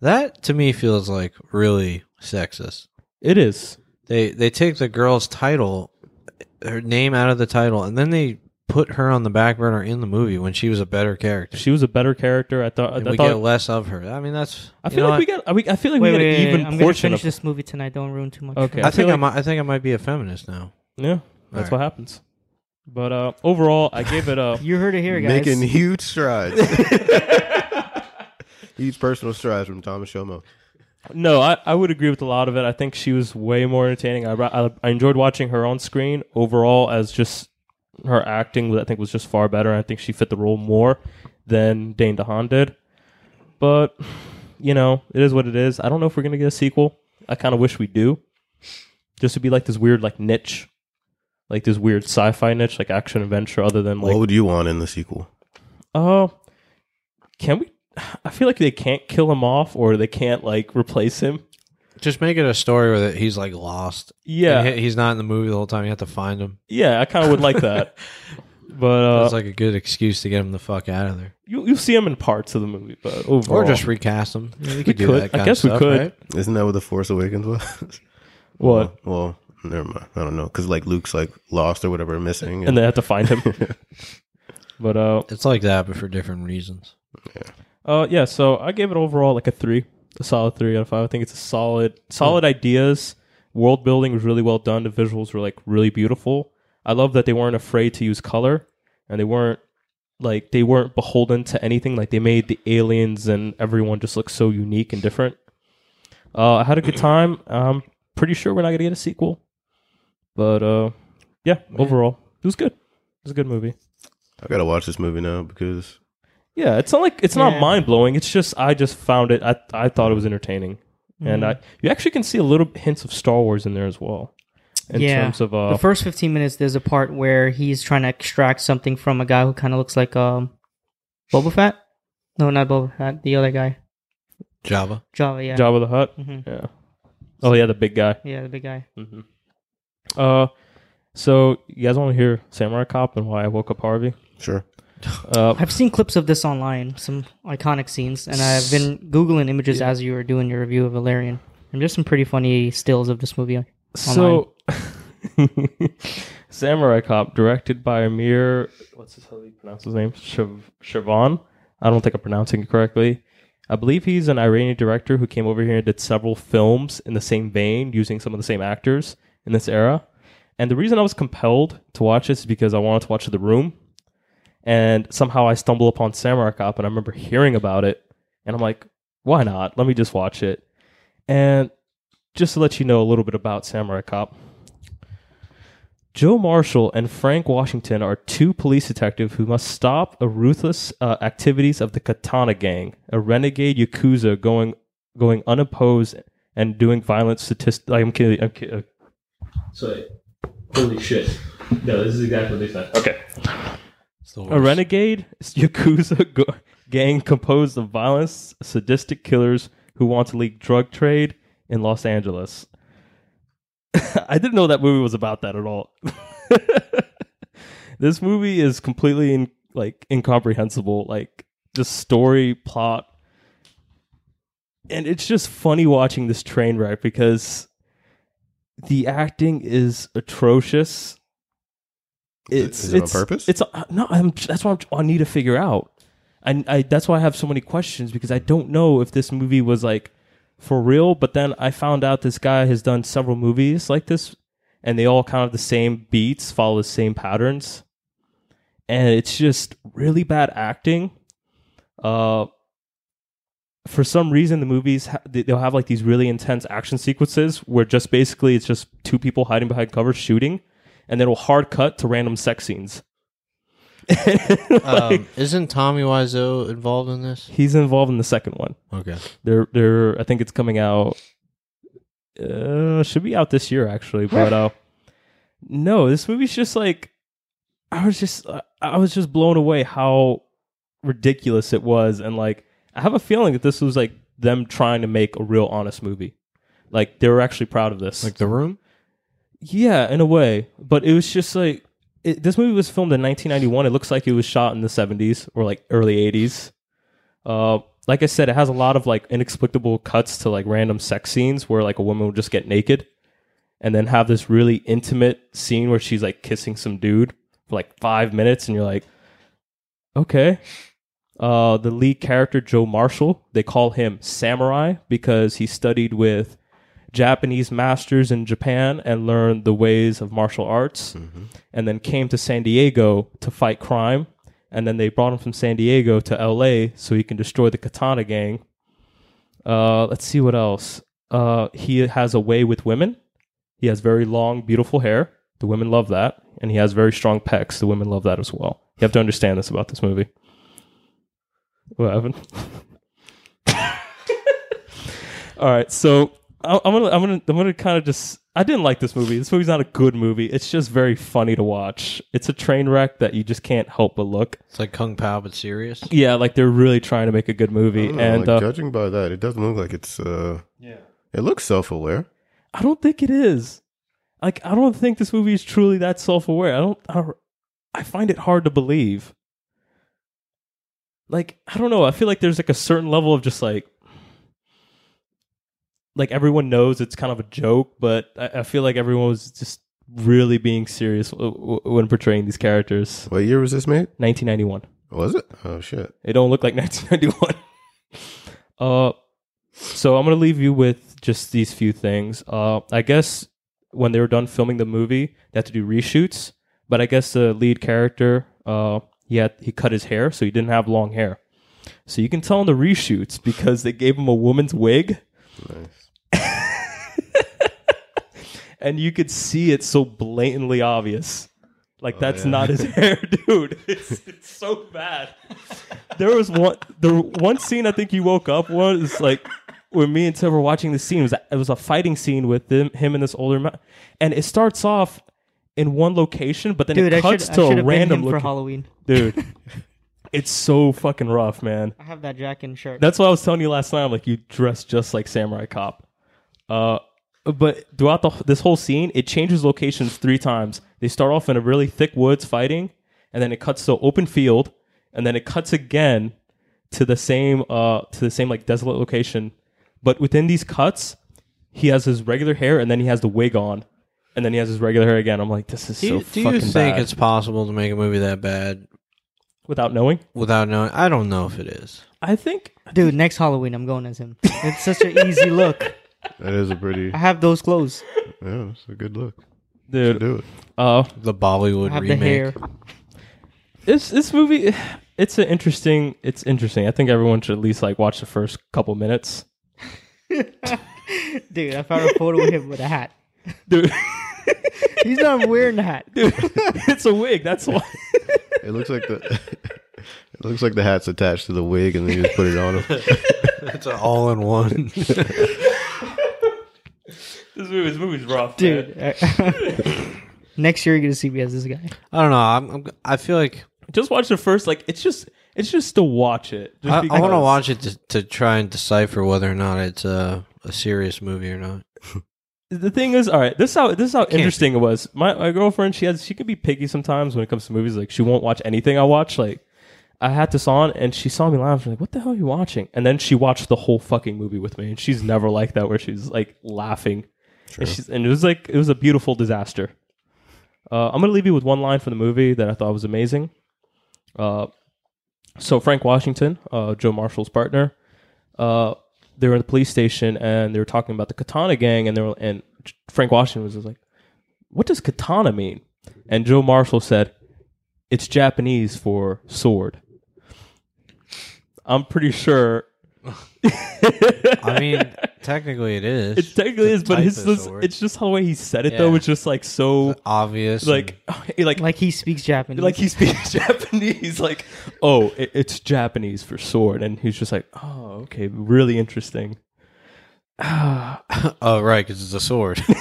Speaker 3: that to me feels like really sexist.
Speaker 2: It is.
Speaker 3: They they take the girl's title, her name out of the title, and then they put her on the back burner in the movie when she was a better character.
Speaker 2: She was a better character. I thought.
Speaker 3: And
Speaker 2: I,
Speaker 3: we
Speaker 2: thought.
Speaker 3: get less of her. I mean, that's.
Speaker 2: I
Speaker 3: you
Speaker 2: feel
Speaker 3: know
Speaker 2: like we
Speaker 3: what?
Speaker 2: got. I- We, I feel like
Speaker 1: Wait,
Speaker 2: we
Speaker 1: wait,
Speaker 2: got
Speaker 1: wait,
Speaker 2: an even
Speaker 1: I'm gonna
Speaker 2: portion
Speaker 1: finish
Speaker 2: of.
Speaker 1: this movie tonight. Don't ruin too much. for
Speaker 2: Okay.
Speaker 3: I
Speaker 1: me.
Speaker 2: I feel
Speaker 3: think I
Speaker 2: like-
Speaker 3: might. I think I might be a feminist now.
Speaker 2: Yeah. That's
Speaker 3: Alright.
Speaker 2: what happens. But uh, overall, I gave it a.
Speaker 1: you heard it here, guys.
Speaker 4: Making huge strides. huge personal strides from Thomas Shomo.
Speaker 2: No, I, I would agree with a lot of it. I think she was way more entertaining. I, I, I enjoyed watching her on screen overall as just her acting. I think was just far better. I think she fit the role more than Dane DeHaan did. But you know, it is what it is. I don't know if we're gonna get a sequel. I kind of wish we do. Just to be like this weird like niche, like this weird sci-fi niche, like action adventure, other than like
Speaker 4: what would you want in the sequel?
Speaker 2: Oh, can we? I feel like they can't kill him off, or they can't like replace him.
Speaker 3: Just make it a story where that he's like lost.
Speaker 2: Yeah,
Speaker 3: And he- he's not in the movie the whole time. You have to find him.
Speaker 2: yeah, I kind of would like that. But uh,
Speaker 3: That's like a good excuse to get him the fuck out of there,
Speaker 2: you you see him in parts of the movie, but overall,
Speaker 3: or just recast him. Yeah, we could do
Speaker 2: could.
Speaker 3: that.
Speaker 2: I
Speaker 3: Kind
Speaker 2: guess
Speaker 3: of
Speaker 2: we
Speaker 3: stuff,
Speaker 2: could.
Speaker 3: Right?
Speaker 4: Isn't that what the Force Awakens was?
Speaker 2: what?
Speaker 4: well, never mind. I don't know because like Luke's like lost or whatever, missing,
Speaker 2: And they have to find him. but uh,
Speaker 3: It's like that, but for different reasons.
Speaker 2: uh, yeah. So I gave it overall like a three, a solid three out of five. I think it's a solid, solid ideas. World building was really well done. The visuals were like really beautiful. I love that they weren't afraid to use color, and they weren't like they weren't beholden to anything. Like they made the aliens and everyone just look so unique and different. Uh, I had a good time. I'm pretty sure we're not gonna get a sequel, but uh, yeah, overall it was good. It was a good movie.
Speaker 4: I gotta watch this movie now because
Speaker 2: Yeah, it's not like it's
Speaker 1: Yeah.
Speaker 2: not mind blowing. It's just I just found it. I I thought it was entertaining, and
Speaker 1: Mm-hmm.
Speaker 2: I you actually can see a little hints of Star Wars in there as well. In
Speaker 1: Yeah.
Speaker 2: terms of uh,
Speaker 1: the first 15 minutes, there's a part where he's trying to extract something from a guy who kind of looks like um, Boba Fett. No, not Boba Fett. The other guy,
Speaker 3: Java.
Speaker 1: Java. Yeah.
Speaker 2: Jabba the Hutt.
Speaker 1: hmm
Speaker 2: Yeah. Oh yeah, the big guy.
Speaker 1: Yeah, the big guy.
Speaker 2: hmm Uh, so you guys want to hear Samurai Cop and why I woke up Harvey?
Speaker 4: sure.
Speaker 2: Uh,
Speaker 1: I've seen clips of this online, some iconic scenes, and I've been googling images as you were doing your review of Valerian. And there's some pretty funny stills of this movie.
Speaker 2: so Samurai Cop, directed by Amir. What's his how do you pronounce his name? Shav- Shavon. I don't think I'm pronouncing it correctly. I believe he's an Iranian director who came over here and did several films in the same vein, using some of the same actors in this era. And the reason I was compelled to watch this is because I wanted to watch The Room, and somehow I stumble upon Samurai Cop, and I remember hearing about it, and I'm like, why not? Let me just watch it. And just to let you know a little bit about Samurai Cop. Joe Marshall and Frank Washington are two police detectives who must stop the ruthless uh, activities of the Katana Gang, a renegade yakuza going going unopposed and doing violent statist. I'm kidding. I'm kidding. Sorry. Holy shit! No, this is exactly what they said. Okay.
Speaker 3: It's the
Speaker 2: A
Speaker 3: worst.
Speaker 2: renegade yakuza go- gang composed of violent, sadistic killers who want to leak drug trade in Los Angeles. I didn't know that movie was about that at all. this movie is completely in, like incomprehensible, like the story plot, and it's just funny watching this train wreck because the acting is atrocious.
Speaker 4: Is it-
Speaker 2: It's
Speaker 4: is it on
Speaker 2: it's-
Speaker 4: purpose?
Speaker 2: It's uh, no. I'm, that's what I'm, I need to figure out. I, I that's why I have so many questions because I don't know if this movie was like for real. But then I found out this guy has done several movies like this, and they all kind of the same beats, follow the same patterns, and it's just really bad acting. Uh, for some reason, the movies ha- they- they'll have like these really intense action sequences where just basically it's just two people hiding behind cover shooting, and then it'll hard cut to random sex scenes. Like,
Speaker 3: um, isn't Tommy Wiseau involved in this?
Speaker 2: he's involved in the second one.
Speaker 3: Okay.
Speaker 2: They're they're I think it's coming out uh should be out this year actually, but uh no, this movie's just like I was just I- I was just blown away how ridiculous it was and like I have a feeling that this was like them trying to make a real honest movie. Like they were actually proud of this.
Speaker 3: Like the room?
Speaker 2: yeah, in a way, but it was just like it, this movie was filmed in 1991. It looks like it was shot in the 70s or like early 80s. Uh, like I said, it has a lot of like inexplicable cuts to like random sex scenes where like a woman will just get naked and then have this really intimate scene where she's like kissing some dude for like five minutes and you're like, okay. Uh, the lead character, Joe Marshall, they call him Samurai because he studied with Japanese masters in Japan and learned the ways of martial arts and then came to San Diego to fight crime. And then they brought him from San Diego to LA so he can destroy the Katana Gang. Uh, let's see what else. Uh, he has a way with women. He has very long, beautiful hair. The women love that, and he has very strong pecs. The women love that as well. You have to understand this about this movie. What happened? All right, so I, I'm gonna, I'm gonna, I'm gonna kind of just. I didn't like this movie. This movie's not a good movie. It's just very funny to watch. It's a train wreck that you just can't help but look.
Speaker 3: It's like Kung Pao, but serious.
Speaker 2: Yeah, like they're really trying to make a good movie,
Speaker 4: don't know,
Speaker 2: and
Speaker 4: Oh, like,
Speaker 2: uh,
Speaker 4: judging by that, it doesn't look like it's. Uh, yeah. It looks self-aware.
Speaker 2: I don't think it is. Like, I don't think this movie is truly that self-aware. I don't. I, I find it hard to believe. Like, I don't know. I feel like there's like a certain level of just like, like everyone knows it's kind of a joke, but I, I feel like everyone was just really being serious w- w- when portraying these characters.
Speaker 4: What year was this made?
Speaker 2: 1991.
Speaker 4: Was it? Oh shit!
Speaker 2: It don't look like 1991. uh, so I'm gonna leave you with just these few things. Uh, I guess when they were done filming the movie, they had to do reshoots. But I guess the lead character, uh, he had he cut his hair, so he didn't have long hair. So you can tell in the reshoots because they gave him a woman's wig,
Speaker 4: Nice.
Speaker 2: and you could see it so blatantly obvious. Like that's
Speaker 4: Oh, yeah.
Speaker 2: not his hair, dude. It's, it's so bad. there was one the one scene I think you woke up was like when me and Tim were watching the scene it was it was a fighting scene with him, him and this older man, and it starts off in one location, but then
Speaker 1: Dude, I
Speaker 2: it cuts
Speaker 1: should, I
Speaker 2: to
Speaker 1: should
Speaker 2: a
Speaker 1: have
Speaker 2: random
Speaker 1: been him for
Speaker 2: looking
Speaker 1: Halloween.
Speaker 2: dude. It's so fucking rough, man.
Speaker 1: I have that jacket and shirt.
Speaker 2: That's what I was telling you last night. I'm like, you dress just like Samurai Cop. Uh, but throughout the, this whole scene, it changes locations three times. They start off in a really thick woods fighting, and then it cuts to open field, and then it cuts again to the same uh to the same like desolate location. But within these cuts, he has his regular hair, and then he has the wig on, and then he has his regular hair again. I'm like, this is
Speaker 3: Do
Speaker 2: so
Speaker 3: you, do you
Speaker 2: fucking
Speaker 3: think
Speaker 2: bad.
Speaker 3: it's possible to make a movie that bad
Speaker 2: without knowing.
Speaker 3: without knowing? I don't know if it is.
Speaker 2: I think
Speaker 1: Dude, next Halloween I'm going as him. It's such an easy look.
Speaker 4: That is a pretty.
Speaker 1: I have those clothes.
Speaker 4: Yeah, that's a good look.
Speaker 2: dude.
Speaker 4: Should do it.
Speaker 2: Uh,
Speaker 3: The
Speaker 1: I
Speaker 3: Bollywood
Speaker 1: have
Speaker 3: remake.
Speaker 1: the hair.
Speaker 2: this this movie it's an interesting it's interesting i think everyone should at least like watch the first couple minutes
Speaker 1: Dude, I found a photo of him with a hat.
Speaker 2: dude
Speaker 1: He's not even wearing a hat.
Speaker 2: it's a wig that's why
Speaker 4: It looks like the. it looks like the hat's attached to the wig, and then you just put it on him.
Speaker 3: It's an all in one.
Speaker 2: this, movie, this movie's rough
Speaker 1: Dude. Next year you're gonna see me as this guy.
Speaker 3: I don't know. I'm, I'm, I feel like
Speaker 2: just watch the first like it's just it's just to watch it just
Speaker 3: I, I want to
Speaker 2: because.
Speaker 3: watch it to, to try and decipher whether or not it's a, a serious movie or not.
Speaker 2: the thing is all right this is how this is how interesting it was my, my girlfriend she has she can be picky sometimes when it comes to movies like she won't watch anything i watch like i had this on and she saw me laughing like what the hell are you watching and then she watched the whole fucking movie with me and she's never like that where she's like laughing and, she's, and it was like it was a beautiful disaster uh, i'm gonna leave you with one line from the movie that i thought was amazing uh, so frank washington uh, joe marshall's partner uh, they were in the police station and they were talking about the Katana gang, and they were, and Frank Washington was just like, "What does Katana mean?" And Joe Marshall said, "It's Japanese for sword." I'm pretty sure
Speaker 3: I mean, technically it is.
Speaker 2: it technically
Speaker 3: The
Speaker 2: is, but
Speaker 3: type
Speaker 2: his,
Speaker 3: of
Speaker 2: this-
Speaker 3: sword.
Speaker 2: it's just how the way he said it
Speaker 3: Yeah.
Speaker 2: though was just like so
Speaker 3: obvious.
Speaker 2: like like
Speaker 1: Like he speaks Japanese.
Speaker 2: like he speaks Japanese. Like, oh, it, it's Japanese for sword, and he's just like, oh, okay, really interesting.
Speaker 3: and- oh right, because it's a sword. it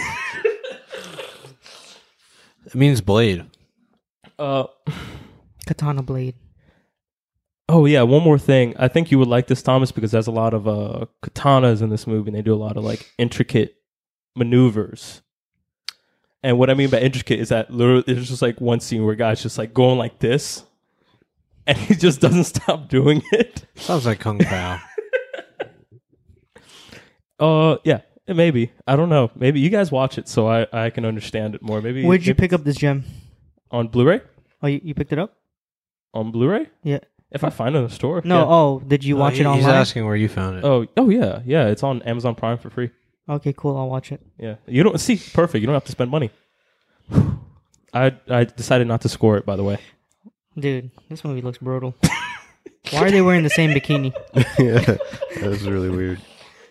Speaker 3: means blade.
Speaker 2: Uh,
Speaker 1: katana blade.
Speaker 2: Oh yeah, one more thing. I think you would like this, Thomas, because there's a lot of uh, katanas in this movie, and they do a lot of like intricate maneuvers. And what I mean by intricate is that literally there's just like one scene where a guy's just like going like this, and he just doesn't stop doing it.
Speaker 3: Sounds like kung pao.
Speaker 2: Uh, yeah, maybe I don't know. Maybe you guys watch it so I, I can understand it more. Maybe
Speaker 1: Where'd you
Speaker 2: maybe
Speaker 1: pick up this gem?
Speaker 2: on Blu-ray?
Speaker 1: Oh you, you picked it up?
Speaker 2: On Blu-ray?
Speaker 1: Yeah.
Speaker 2: If I find it in the store.
Speaker 1: No, oh, did you
Speaker 3: No,
Speaker 1: watch
Speaker 3: he-
Speaker 1: it online?
Speaker 3: He's asking where you found it.
Speaker 2: Yeah. Oh oh yeah yeah. It's on Amazon Prime for free.
Speaker 1: Okay, cool, I'll watch it.
Speaker 2: Yeah, you don't see perfect. You don't have to spend money. I I decided not to score it. By the way,
Speaker 1: Dude, this movie looks brutal. Why are they wearing the same bikini?
Speaker 4: yeah, that's really weird.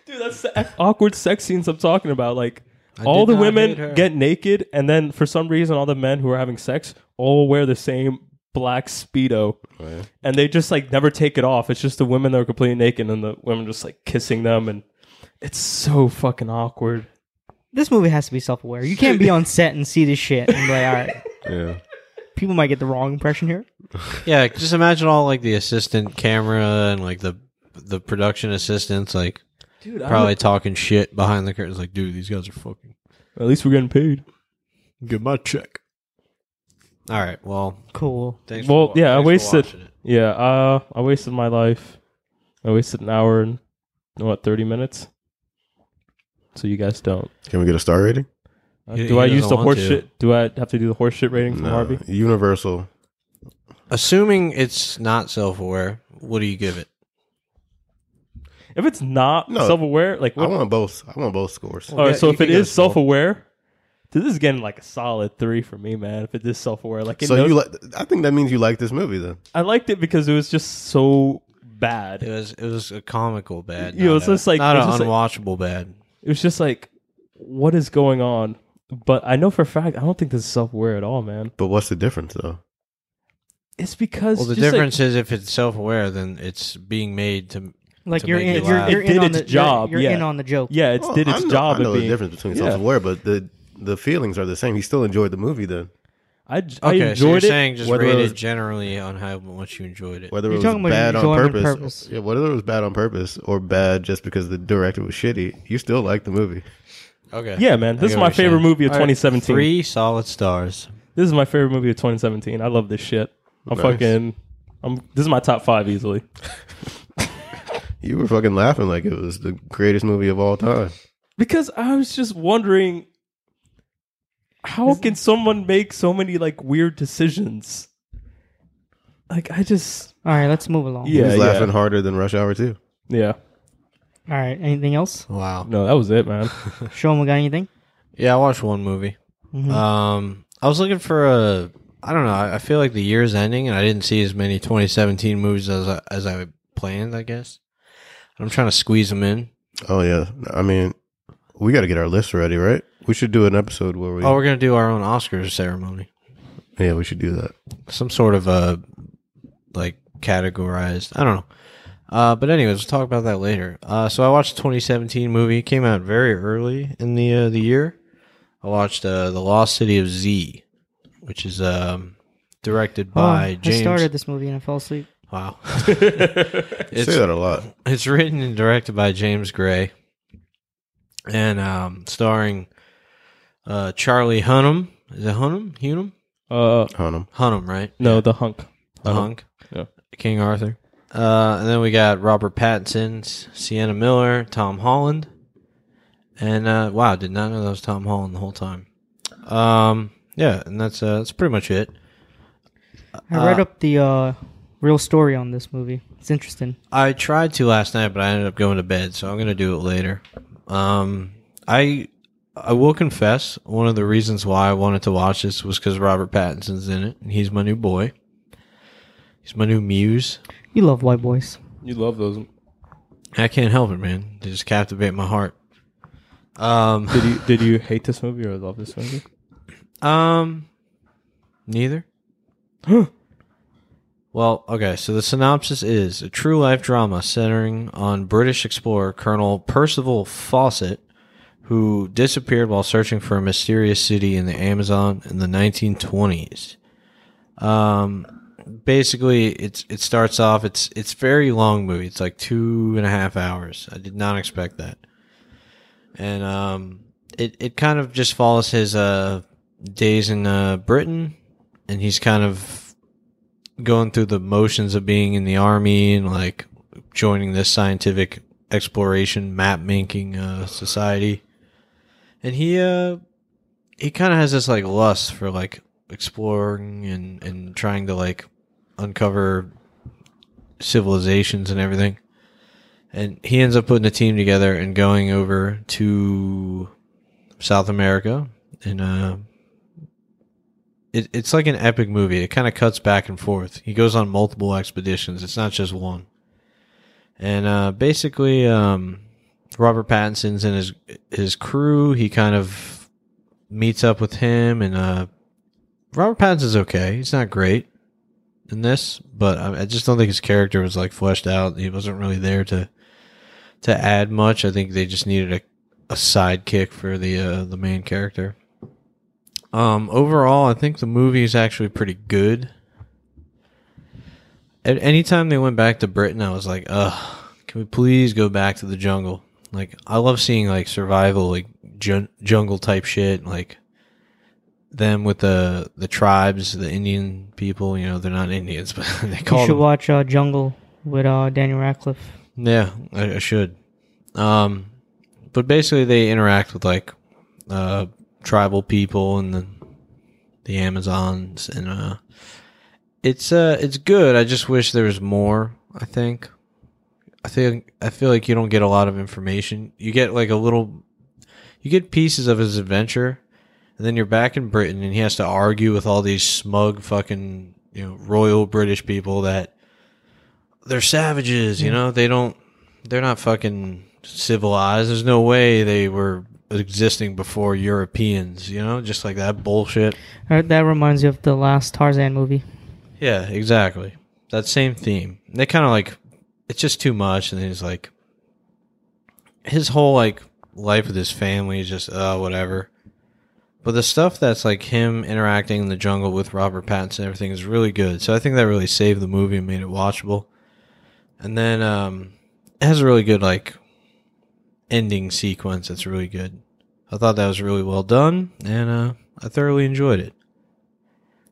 Speaker 2: Dude, that's the f- awkward sex scenes I'm talking about. Like
Speaker 3: I
Speaker 2: all the
Speaker 3: did not hate her.
Speaker 2: women get naked, and then for some reason, all the men who are having sex all wear the same black
Speaker 3: Oh,
Speaker 2: speedo, and they just like never take it off. It's just the women that are completely naked, and the women just like kissing them, and it's so fucking awkward.
Speaker 1: This movie has to be self-aware. You can't be on set and see this shit and be like, all right,
Speaker 4: Yeah.
Speaker 1: people might get the wrong impression here.
Speaker 3: Yeah, just imagine all like the assistant camera and like the the production assistants like
Speaker 2: Dude,
Speaker 3: probably talking shit behind the curtains like dude, these guys are fucking
Speaker 2: at least we're getting paid.
Speaker 3: Get my check. All right. Well,
Speaker 1: Cool.
Speaker 3: thanks.
Speaker 2: Well,
Speaker 3: for, wa-
Speaker 2: yeah, I
Speaker 3: thanks for
Speaker 2: wasted-
Speaker 3: watching it.
Speaker 2: Yeah, uh, I wasted my life. I wasted an hour and what thirty minutes. So you guys don't.
Speaker 4: Can we get a star rating?
Speaker 2: Uh,
Speaker 3: He-
Speaker 2: do
Speaker 3: he
Speaker 2: I
Speaker 3: doesn't
Speaker 2: use the
Speaker 3: want
Speaker 2: horse
Speaker 3: to.
Speaker 2: shit? Do I have to do the horse shit rating from Harvey?
Speaker 4: Universal.
Speaker 3: Assuming it's not self-aware, what do you give it?
Speaker 2: If it's not
Speaker 4: No.
Speaker 2: self-aware, like
Speaker 4: I
Speaker 2: what?
Speaker 4: want both. I want both scores.
Speaker 2: all right,
Speaker 3: Yeah,
Speaker 2: so
Speaker 3: you
Speaker 2: if
Speaker 3: can
Speaker 2: it
Speaker 3: get a
Speaker 2: is
Speaker 3: score.
Speaker 2: self-aware, dude, this is getting like a solid three for me, man. If it is self-aware, like it
Speaker 4: so
Speaker 2: knows-
Speaker 4: you like? I think that means you like this movie, then.
Speaker 2: I liked it because it was just so bad.
Speaker 3: It was it was a comical bad.
Speaker 2: You know,
Speaker 3: not
Speaker 2: it's
Speaker 3: a-
Speaker 2: just like-
Speaker 3: not
Speaker 2: it's
Speaker 3: an
Speaker 2: just like-
Speaker 3: unwatchable bad.
Speaker 2: It was just like, what is going on? But I know for a fact, I don't think this is self-aware at all, man.
Speaker 4: But what's the difference, though?
Speaker 2: It's because
Speaker 3: Well, the
Speaker 2: just, like,
Speaker 3: difference is if it's self-aware, then it's being made to.
Speaker 1: Like
Speaker 3: To
Speaker 1: you're
Speaker 3: make
Speaker 1: in,
Speaker 3: you
Speaker 1: you're,
Speaker 3: laugh.
Speaker 2: It
Speaker 1: you're
Speaker 2: did
Speaker 1: in on
Speaker 2: its
Speaker 1: the
Speaker 2: job,
Speaker 1: You're,
Speaker 2: yeah.
Speaker 1: in on the joke.
Speaker 2: yeah, it's
Speaker 4: Well,
Speaker 2: did
Speaker 4: I
Speaker 2: its
Speaker 4: know-
Speaker 2: job.
Speaker 4: I know
Speaker 2: at
Speaker 4: the
Speaker 2: being-
Speaker 4: difference between
Speaker 2: Yeah.
Speaker 4: self-aware, but the the feelings are the same. He still enjoyed the movie, then.
Speaker 2: I, j- I
Speaker 3: Okay,
Speaker 2: enjoyed
Speaker 3: so you're
Speaker 2: it.
Speaker 3: saying just
Speaker 4: whether
Speaker 3: rate
Speaker 4: it
Speaker 3: it
Speaker 4: was-
Speaker 3: generally on how much you enjoyed it.
Speaker 4: Whether
Speaker 1: You're
Speaker 4: it
Speaker 1: talking
Speaker 4: was
Speaker 1: about
Speaker 4: bad on
Speaker 1: enjoyment
Speaker 4: purpose,
Speaker 1: purpose.
Speaker 4: yeah. Whether it was bad on purpose or bad just because the director was shitty, you still like the movie.
Speaker 3: Okay.
Speaker 2: Yeah, man,
Speaker 3: I
Speaker 2: this is
Speaker 3: get
Speaker 2: my
Speaker 3: what you're
Speaker 2: favorite
Speaker 3: saying.
Speaker 2: movie of
Speaker 3: All right,
Speaker 2: 2017.
Speaker 3: Three solid stars.
Speaker 2: This is my favorite movie of 2017. I love this shit. I'm
Speaker 4: Nice.
Speaker 2: fucking. I'm. This is my top five easily.
Speaker 4: You were fucking laughing like it was the greatest movie of all time.
Speaker 2: Because I was just wondering, how can someone make so many like weird decisions? Like I just.
Speaker 1: All right, let's move along.
Speaker 2: Yeah.
Speaker 4: he was laughing harder than Rush Hour Two.
Speaker 2: Yeah.
Speaker 1: All right, anything else?
Speaker 3: Wow.
Speaker 2: No, that was it, man.
Speaker 1: Show them got anything?
Speaker 3: Yeah, I watched one movie.
Speaker 2: Mm-hmm.
Speaker 3: Um, I was looking for a. I don't know. I I feel like the year's ending, and I didn't see as many 2017 movies as I, as I planned. I guess I'm trying to squeeze them in.
Speaker 4: Oh yeah, I mean, we got to get our list ready, right? We should do an episode where we.
Speaker 3: Oh, we're gonna do our own Oscars ceremony.
Speaker 4: yeah, we should do that.
Speaker 3: some sort of uh like categorized. I don't know. Uh, but anyways, we'll talk about that later. Uh, so I watched the 2017 movie. It came out very early in the uh, the year. I watched uh, the Lost City of Z, which is um, directed
Speaker 1: Oh,
Speaker 3: by James.
Speaker 1: I started this movie and I fell asleep.
Speaker 3: Wow,
Speaker 4: You
Speaker 3: it's
Speaker 4: say that a lot.
Speaker 3: it's written and directed by James Gray, and um, starring uh, Charlie Hunnam. Is it Hunnam? Hunnam?
Speaker 2: Uh,
Speaker 4: On him.
Speaker 3: Hunnam, right?
Speaker 2: no, the hunk.
Speaker 3: The Hunk.
Speaker 2: Yeah.
Speaker 3: King Arthur. Uh, and then we got Robert Pattinson, S- Sienna Miller, Tom Holland. And uh, wow, did not know that was Tom Holland the whole time. Um, yeah, and that's uh, that's pretty much it.
Speaker 1: I read up the uh, real story on this movie. It's interesting.
Speaker 3: I tried to last night, but I ended up going to bed, so I'm gonna do it later. Um, I I will confess one of the reasons why I wanted to watch this was because Robert Pattinson's in it, and he's my new boy. He's my new muse.
Speaker 1: You love white boys.
Speaker 2: You love those.
Speaker 3: I can't help it, man. They just captivate my heart. Um,
Speaker 2: Did you did you hate this movie or love this movie?
Speaker 3: um, neither. well, okay. So the synopsis is a true life drama centering on British explorer Colonel Percival Fawcett, who disappeared while searching for a mysterious city in the Amazon in the 1920s. Um, basically, it's it starts off. It's it's very long movie. It's like two and a half hours. I did not expect that. and um, it it kind of just follows his uh, days in uh, Britain, and he's kind of going through the motions of being in the army and like joining this scientific exploration map making uh, society, and he uh he kind of has this like lust for like exploring and and trying to like uncover civilizations and everything and he ends up putting a team together and going over to South America and uh it, it's like an epic movie. It kind of cuts back and forth. He goes on multiple expeditions. It's not just one. And uh, basically, um, Robert Pattinson's and his his crew. He kind of meets up with him, and uh, Robert Pattinson's okay. He's not great in this, but I, I just don't think his character was like fleshed out. He wasn't really there to to add much. I think they just needed a, a sidekick for the uh, the main character. Um, overall, I think the movie is actually pretty good. At any time they went back to Britain, I was like, ugh, can we please go back to the jungle? Like, I love seeing like survival, like jun- jungle type shit, like them with the the tribes, the Indian people. You know, they're not Indians, but they
Speaker 1: you
Speaker 3: call
Speaker 1: should
Speaker 3: them.
Speaker 1: watch uh, Jungle with uh, Daniel Radcliffe.
Speaker 3: Yeah, I, I should. Um, but basically, they interact with like uh, tribal people and the the Amazons, and uh, it's uh, it's good. I just wish there was more. I think. I think I feel like you don't get a lot of information. You get like a little, you get pieces of his adventure, and then you're back in Britain, and he has to argue with all these smug fucking you know royal British people that they're savages. You know they don't, they're not fucking civilized. There's no way they were existing before Europeans. You know just like that bullshit.
Speaker 1: Uh, That reminds you of the last Tarzan movie.
Speaker 3: Yeah, exactly. That same theme. They kind of like it's just too much, and then he's like, his whole like life with his family is just uh whatever. But the stuff that's like him interacting in the jungle with Robert Pattinson and everything is really good. So I think that really saved the movie and made it watchable. And then um, it has a really good like ending sequence. That's really good. I thought that was really well done, and uh, I thoroughly enjoyed it.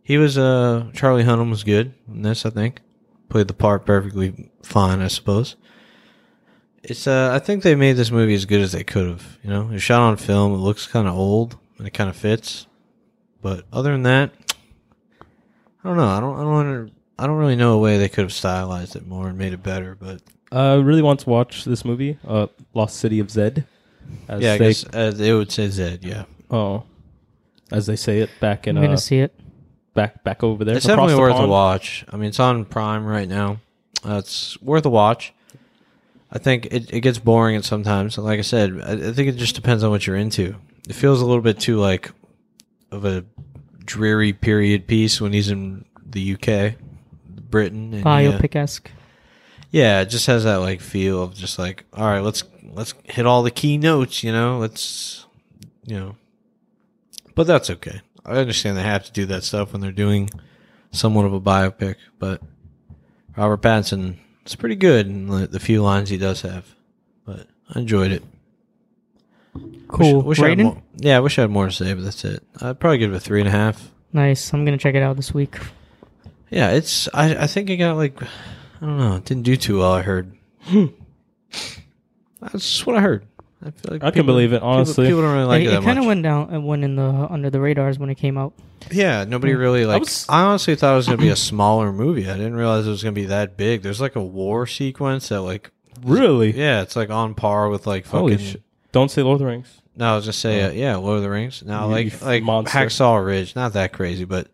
Speaker 3: He was uh Charlie Hunnam was good in this, I think. Played the part perfectly fine, I suppose. It's uh I think they made this movie as good as they could have, you know. It's shot on film, it looks kinda old and it kinda fits. But other than that, I don't know. I don't I don't under, I don't really know a way they could have stylized it more and made it better, but
Speaker 2: I really want to watch this movie, uh, Lost City of Zed. As
Speaker 3: yeah, I
Speaker 2: they,
Speaker 3: guess uh, they would say Zed, yeah.
Speaker 2: Oh, as they say it back in
Speaker 1: I'm
Speaker 2: uh,
Speaker 1: gonna see it.
Speaker 2: back back over there.
Speaker 3: It's definitely
Speaker 2: across the
Speaker 3: worth
Speaker 2: pond.
Speaker 3: a watch. I mean, it's on Prime right now. Uh, it's worth a watch. I think it, it gets boring at sometimes. Like I said, I, I think it just depends on what you're into. It feels a little bit too like of a dreary period piece when he's in the UK, Britain, and he, uh,
Speaker 1: Biopic esque.
Speaker 3: yeah, it just has that like feel of just like, all right, let's let's hit all the key notes, you know. Let's you know. But that's okay. I understand they have to do that stuff when they're doing somewhat of a biopic, but Robert Pattinson is pretty good in the, the few lines he does have. But I enjoyed it.
Speaker 1: Cool.
Speaker 3: Wish, wish I had
Speaker 1: Raiden?
Speaker 3: more, yeah, I wish I had more to say, but that's it. I'd probably give it a three and a half.
Speaker 1: Nice. I'm gonna check it out this week.
Speaker 3: Yeah, it's. I I think it got like, I don't know. It didn't do too well. I heard.
Speaker 1: Hmm.
Speaker 3: That's just what I heard. I feel like
Speaker 2: I can believe it, honestly.
Speaker 3: people, don't really like
Speaker 1: it
Speaker 3: it,
Speaker 1: it,
Speaker 3: that
Speaker 1: kind of
Speaker 3: much.
Speaker 1: went down. It went in the under the radars when it came out.
Speaker 3: yeah, nobody really like. I,
Speaker 2: was-
Speaker 3: honestly thought it was gonna be a smaller movie. I didn't realize it was gonna be that big. There's like a war sequence that like,
Speaker 2: Really?
Speaker 3: yeah, it's like on par with like fucking.
Speaker 2: Holy shit! Don't say Lord of the Rings.
Speaker 3: No, I was gonna say, uh, yeah, Lord of the Rings. Now,
Speaker 2: Oh. You
Speaker 3: like,
Speaker 2: f-
Speaker 3: like
Speaker 2: monster.
Speaker 3: Hacksaw Ridge, not that crazy, but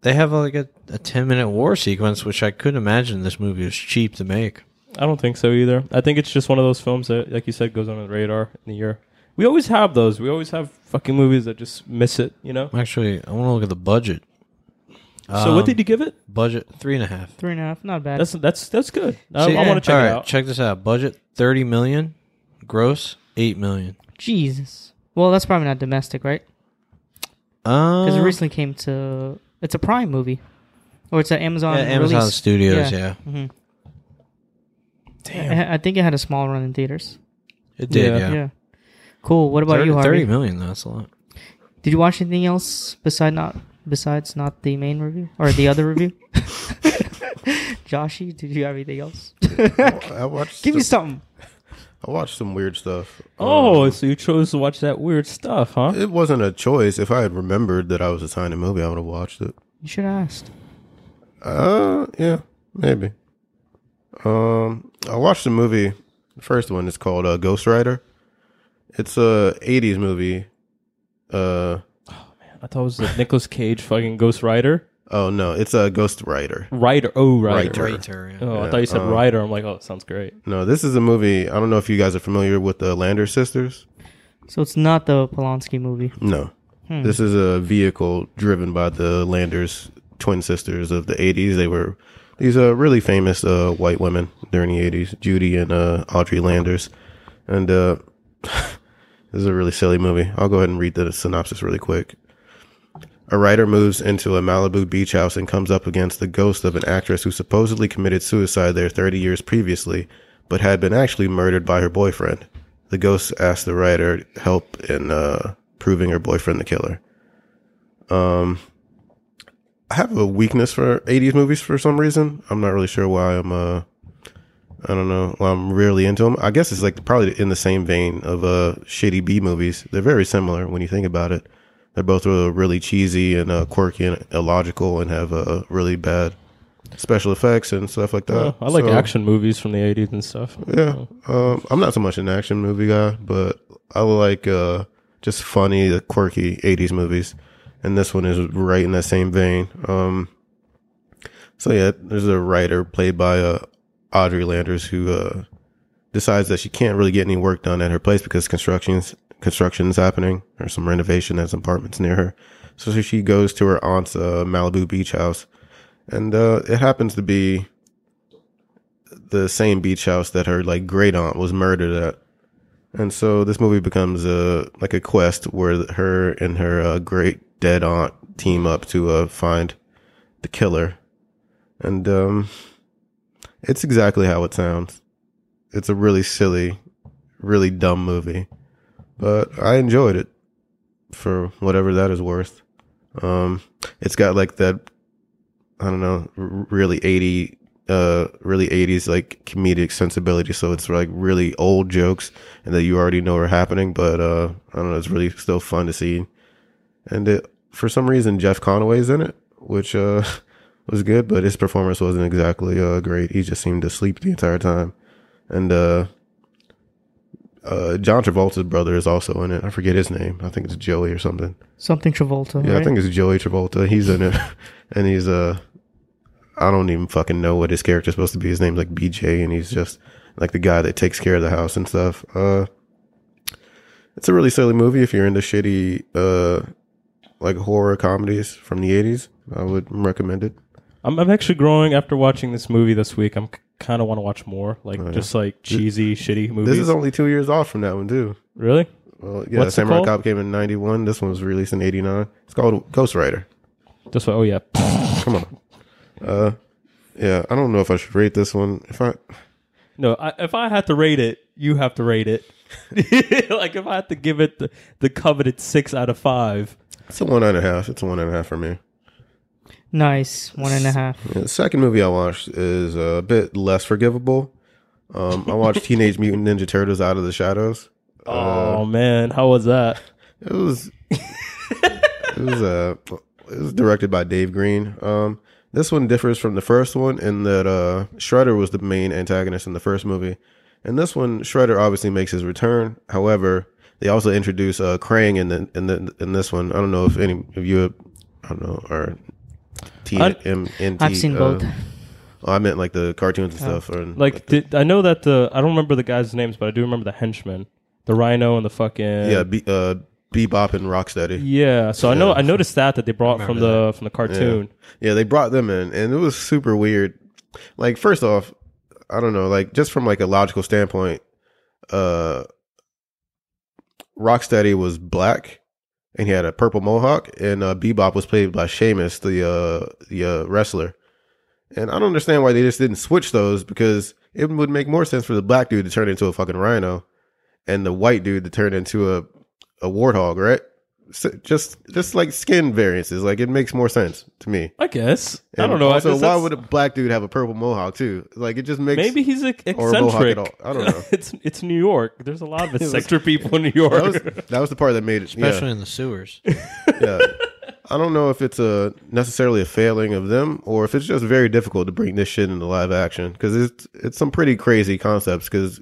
Speaker 3: they have like a, a ten minute war sequence, which I couldn't imagine this movie was cheap to make.
Speaker 2: I don't think so either. I think it's just one of those films that, like you said, goes under the radar in the year. We always have those. We always have fucking movies that just miss it, you know.
Speaker 3: Actually, I want to look at the budget.
Speaker 2: so
Speaker 3: Um,
Speaker 2: what did you give it?
Speaker 3: budget? Three and a half.
Speaker 1: Three and a half. Not bad.
Speaker 2: That's that's that's good. I,
Speaker 3: See,
Speaker 2: Um, I want to check
Speaker 3: all
Speaker 2: it
Speaker 3: right,
Speaker 2: out.
Speaker 3: Check this out. Budget thirty million, gross eight million.
Speaker 1: Jesus. Well, that's probably not domestic, right?
Speaker 3: Um,
Speaker 1: Because it recently came to. It's a Prime movie, or it's an Amazon.
Speaker 3: yeah, Amazon
Speaker 1: release.
Speaker 3: Studios. Yeah,
Speaker 1: Mhm.
Speaker 2: Damn.
Speaker 1: I, I think it had a small run in theaters.
Speaker 3: it did.
Speaker 2: Yeah.
Speaker 3: Yeah.
Speaker 1: Yeah. Cool. What about
Speaker 3: 30,
Speaker 1: you, Harvey?
Speaker 3: Thirty million. though, That's a lot.
Speaker 1: Did you watch anything else beside not besides not the main review or the other review? Joshy, did you have anything else?
Speaker 4: I watched.
Speaker 1: Give me
Speaker 4: some,
Speaker 1: something.
Speaker 4: I watched some weird stuff.
Speaker 2: Oh,
Speaker 4: Um,
Speaker 2: so you chose to watch that weird stuff, huh?
Speaker 4: it wasn't a choice. If I had remembered that I was assigned a movie, I would have watched it.
Speaker 1: You should have asked.
Speaker 4: Uh, yeah, maybe. Um, I watched a movie. The first one is called uh, Ghost Rider. It's a '80s movie. Uh,
Speaker 2: I thought it was the Nicolas Cage fucking Ghost Rider.
Speaker 4: Oh no, it's a Ghost Rider.
Speaker 2: Writer. Oh, writer.
Speaker 4: Writer.
Speaker 3: Writer. yeah.
Speaker 2: Oh, I
Speaker 4: Yeah,
Speaker 2: thought you said
Speaker 4: um,
Speaker 2: writer. I'm like, oh, it sounds great.
Speaker 4: No, this is a movie. I don't know if you guys are familiar with the Lander sisters.
Speaker 1: So it's not the Polanski movie.
Speaker 4: No, this is a vehicle driven by the Landers twin sisters of the '80s. They were these uh, really famous uh, white women during the '80s, Judy and uh, Audrey Landers. And uh, this is a really silly movie. I'll go ahead and read the synopsis really quick. A writer moves into a Malibu beach house and comes up against the ghost of an actress who supposedly committed suicide there 30 years previously, but had been actually murdered by her boyfriend. The ghost asks the writer help in uh, proving her boyfriend the killer. Um, I have a weakness for 80s movies for some reason. I'm not really sure why I'm. Uh, I don't know. Well, I'm rarely into them. I guess it's like probably in the same vein of uh, shitty B movies. They're very similar when you think about it. They're both uh, really cheesy and uh, quirky and illogical and have uh, really bad special effects and stuff like that.
Speaker 2: Yeah, I like
Speaker 4: uh, So-
Speaker 2: action movies from the 80s and stuff.
Speaker 4: yeah. Um, I'm not so much an action movie guy, but I like uh, just funny, the quirky 80s movies. And this one is right in that same vein. Um, so, yeah, there's a writer played by uh, Audrey Landers who uh, decides that she can't really get any work done at her place because construction's, construction's happening or some renovation at some apartments near her. So she goes to her aunt's uh, Malibu beach house. And uh, it happens to be the same beach house that her like great aunt was murdered at. And so this movie becomes a like a quest where her and her uh, great dead aunt team up to uh, find the killer. And um it's exactly how it sounds. It's a really silly, really dumb movie. But I enjoyed it for whatever that is worth. Um it's got like that I don't know, r- really 80 uh really 80s like comedic sensibility so it's like really old jokes and that you already know are happening but uh i don't know it's really still fun to see and it, for some reason jeff conaway's in it which uh was good but his performance wasn't exactly uh great he just seemed to sleep the entire time and uh uh john travolta's brother is also in it i forget his name i think it's joey or something
Speaker 1: Something Travolta.
Speaker 4: yeah,
Speaker 1: right?
Speaker 4: I think it's Joey Travolta. He's in it, and he's uh, I don't even fucking know what his character's supposed to be. His name's like BJ, and he's just like the guy that takes care of the house and stuff. Uh, it's a really silly movie if you're into shitty uh, like horror comedies from the '80s. I would recommend it.
Speaker 2: I'm, I'm actually growing after watching this movie this week. I'm kind of want to watch more, like
Speaker 4: Oh, yeah.
Speaker 2: just like cheesy, shitty movies.
Speaker 4: This is only two years off from that one too.
Speaker 2: really?
Speaker 4: Well, yeah,
Speaker 2: What's it
Speaker 4: Samurai
Speaker 2: called?
Speaker 4: Cop came in '91. This one was released in '89. It's called Ghost Rider.
Speaker 2: Just oh yeah.
Speaker 4: Come on. Uh, yeah, I don't know if I should rate this one. If I
Speaker 2: No, I, if I had to rate it, you have to rate it. like if I had to give it the, the coveted six out of five.
Speaker 4: It's a one and a half. It's a one and a half for me.
Speaker 1: nice. One and a half.
Speaker 4: Yeah, the second movie I watched is a bit less forgivable. Um, I watched Teenage Mutant Ninja Turtles: Out of the Shadows. Uh,
Speaker 2: oh man, how was that?
Speaker 4: It was. it was uh, it was directed by Dave Green. Um, this one differs from the first one in that uh, Shredder was the main antagonist in the first movie, and this one Shredder obviously makes his return. However, they also introduce uh, Krang in the in the in this one. I don't know if any of you, I don't know, are T
Speaker 2: I-
Speaker 4: M N T.
Speaker 1: I've seen both. Oh.
Speaker 4: uh, Oh, I meant like the cartoons and stuff. Or
Speaker 2: Like did, I know that the I don't remember the guys' names, but I do remember the henchmen, the Rhino and the fucking
Speaker 4: yeah, be, uh, Bebop and Rocksteady.
Speaker 2: Yeah, so I know I noticed that that they brought from the from the cartoon.
Speaker 4: Yeah, they brought them in, and it was super weird. Like, first off, I don't know, like just from like a logical standpoint, uh, Rocksteady was black, and he had a purple mohawk, and uh, Bebop was played by Sheamus, the uh, the uh, wrestler. And I don't understand why they just didn't switch those because it would make more sense for the black dude to turn into a fucking rhino, and the white dude to turn into a a warthog, right? So just just like skin variances, like it makes more sense to me.
Speaker 2: I guess I
Speaker 4: And
Speaker 2: don't know. I
Speaker 4: Also,
Speaker 2: just-
Speaker 4: why
Speaker 2: that's-
Speaker 4: would a black dude have a purple mohawk too? Like it just makes
Speaker 2: maybe he's like,
Speaker 4: or mohawk at
Speaker 2: eccentric?
Speaker 4: all. I don't know.
Speaker 2: it's it's New York. There's a lot of eccentric people in New York.
Speaker 4: that was that was the part that made it. yeah.
Speaker 3: Especially in the sewers.
Speaker 4: yeah. I don't know if it's a necessarily a failing of them or if it's just very difficult to bring this shit into live action because it's it's some pretty crazy concepts because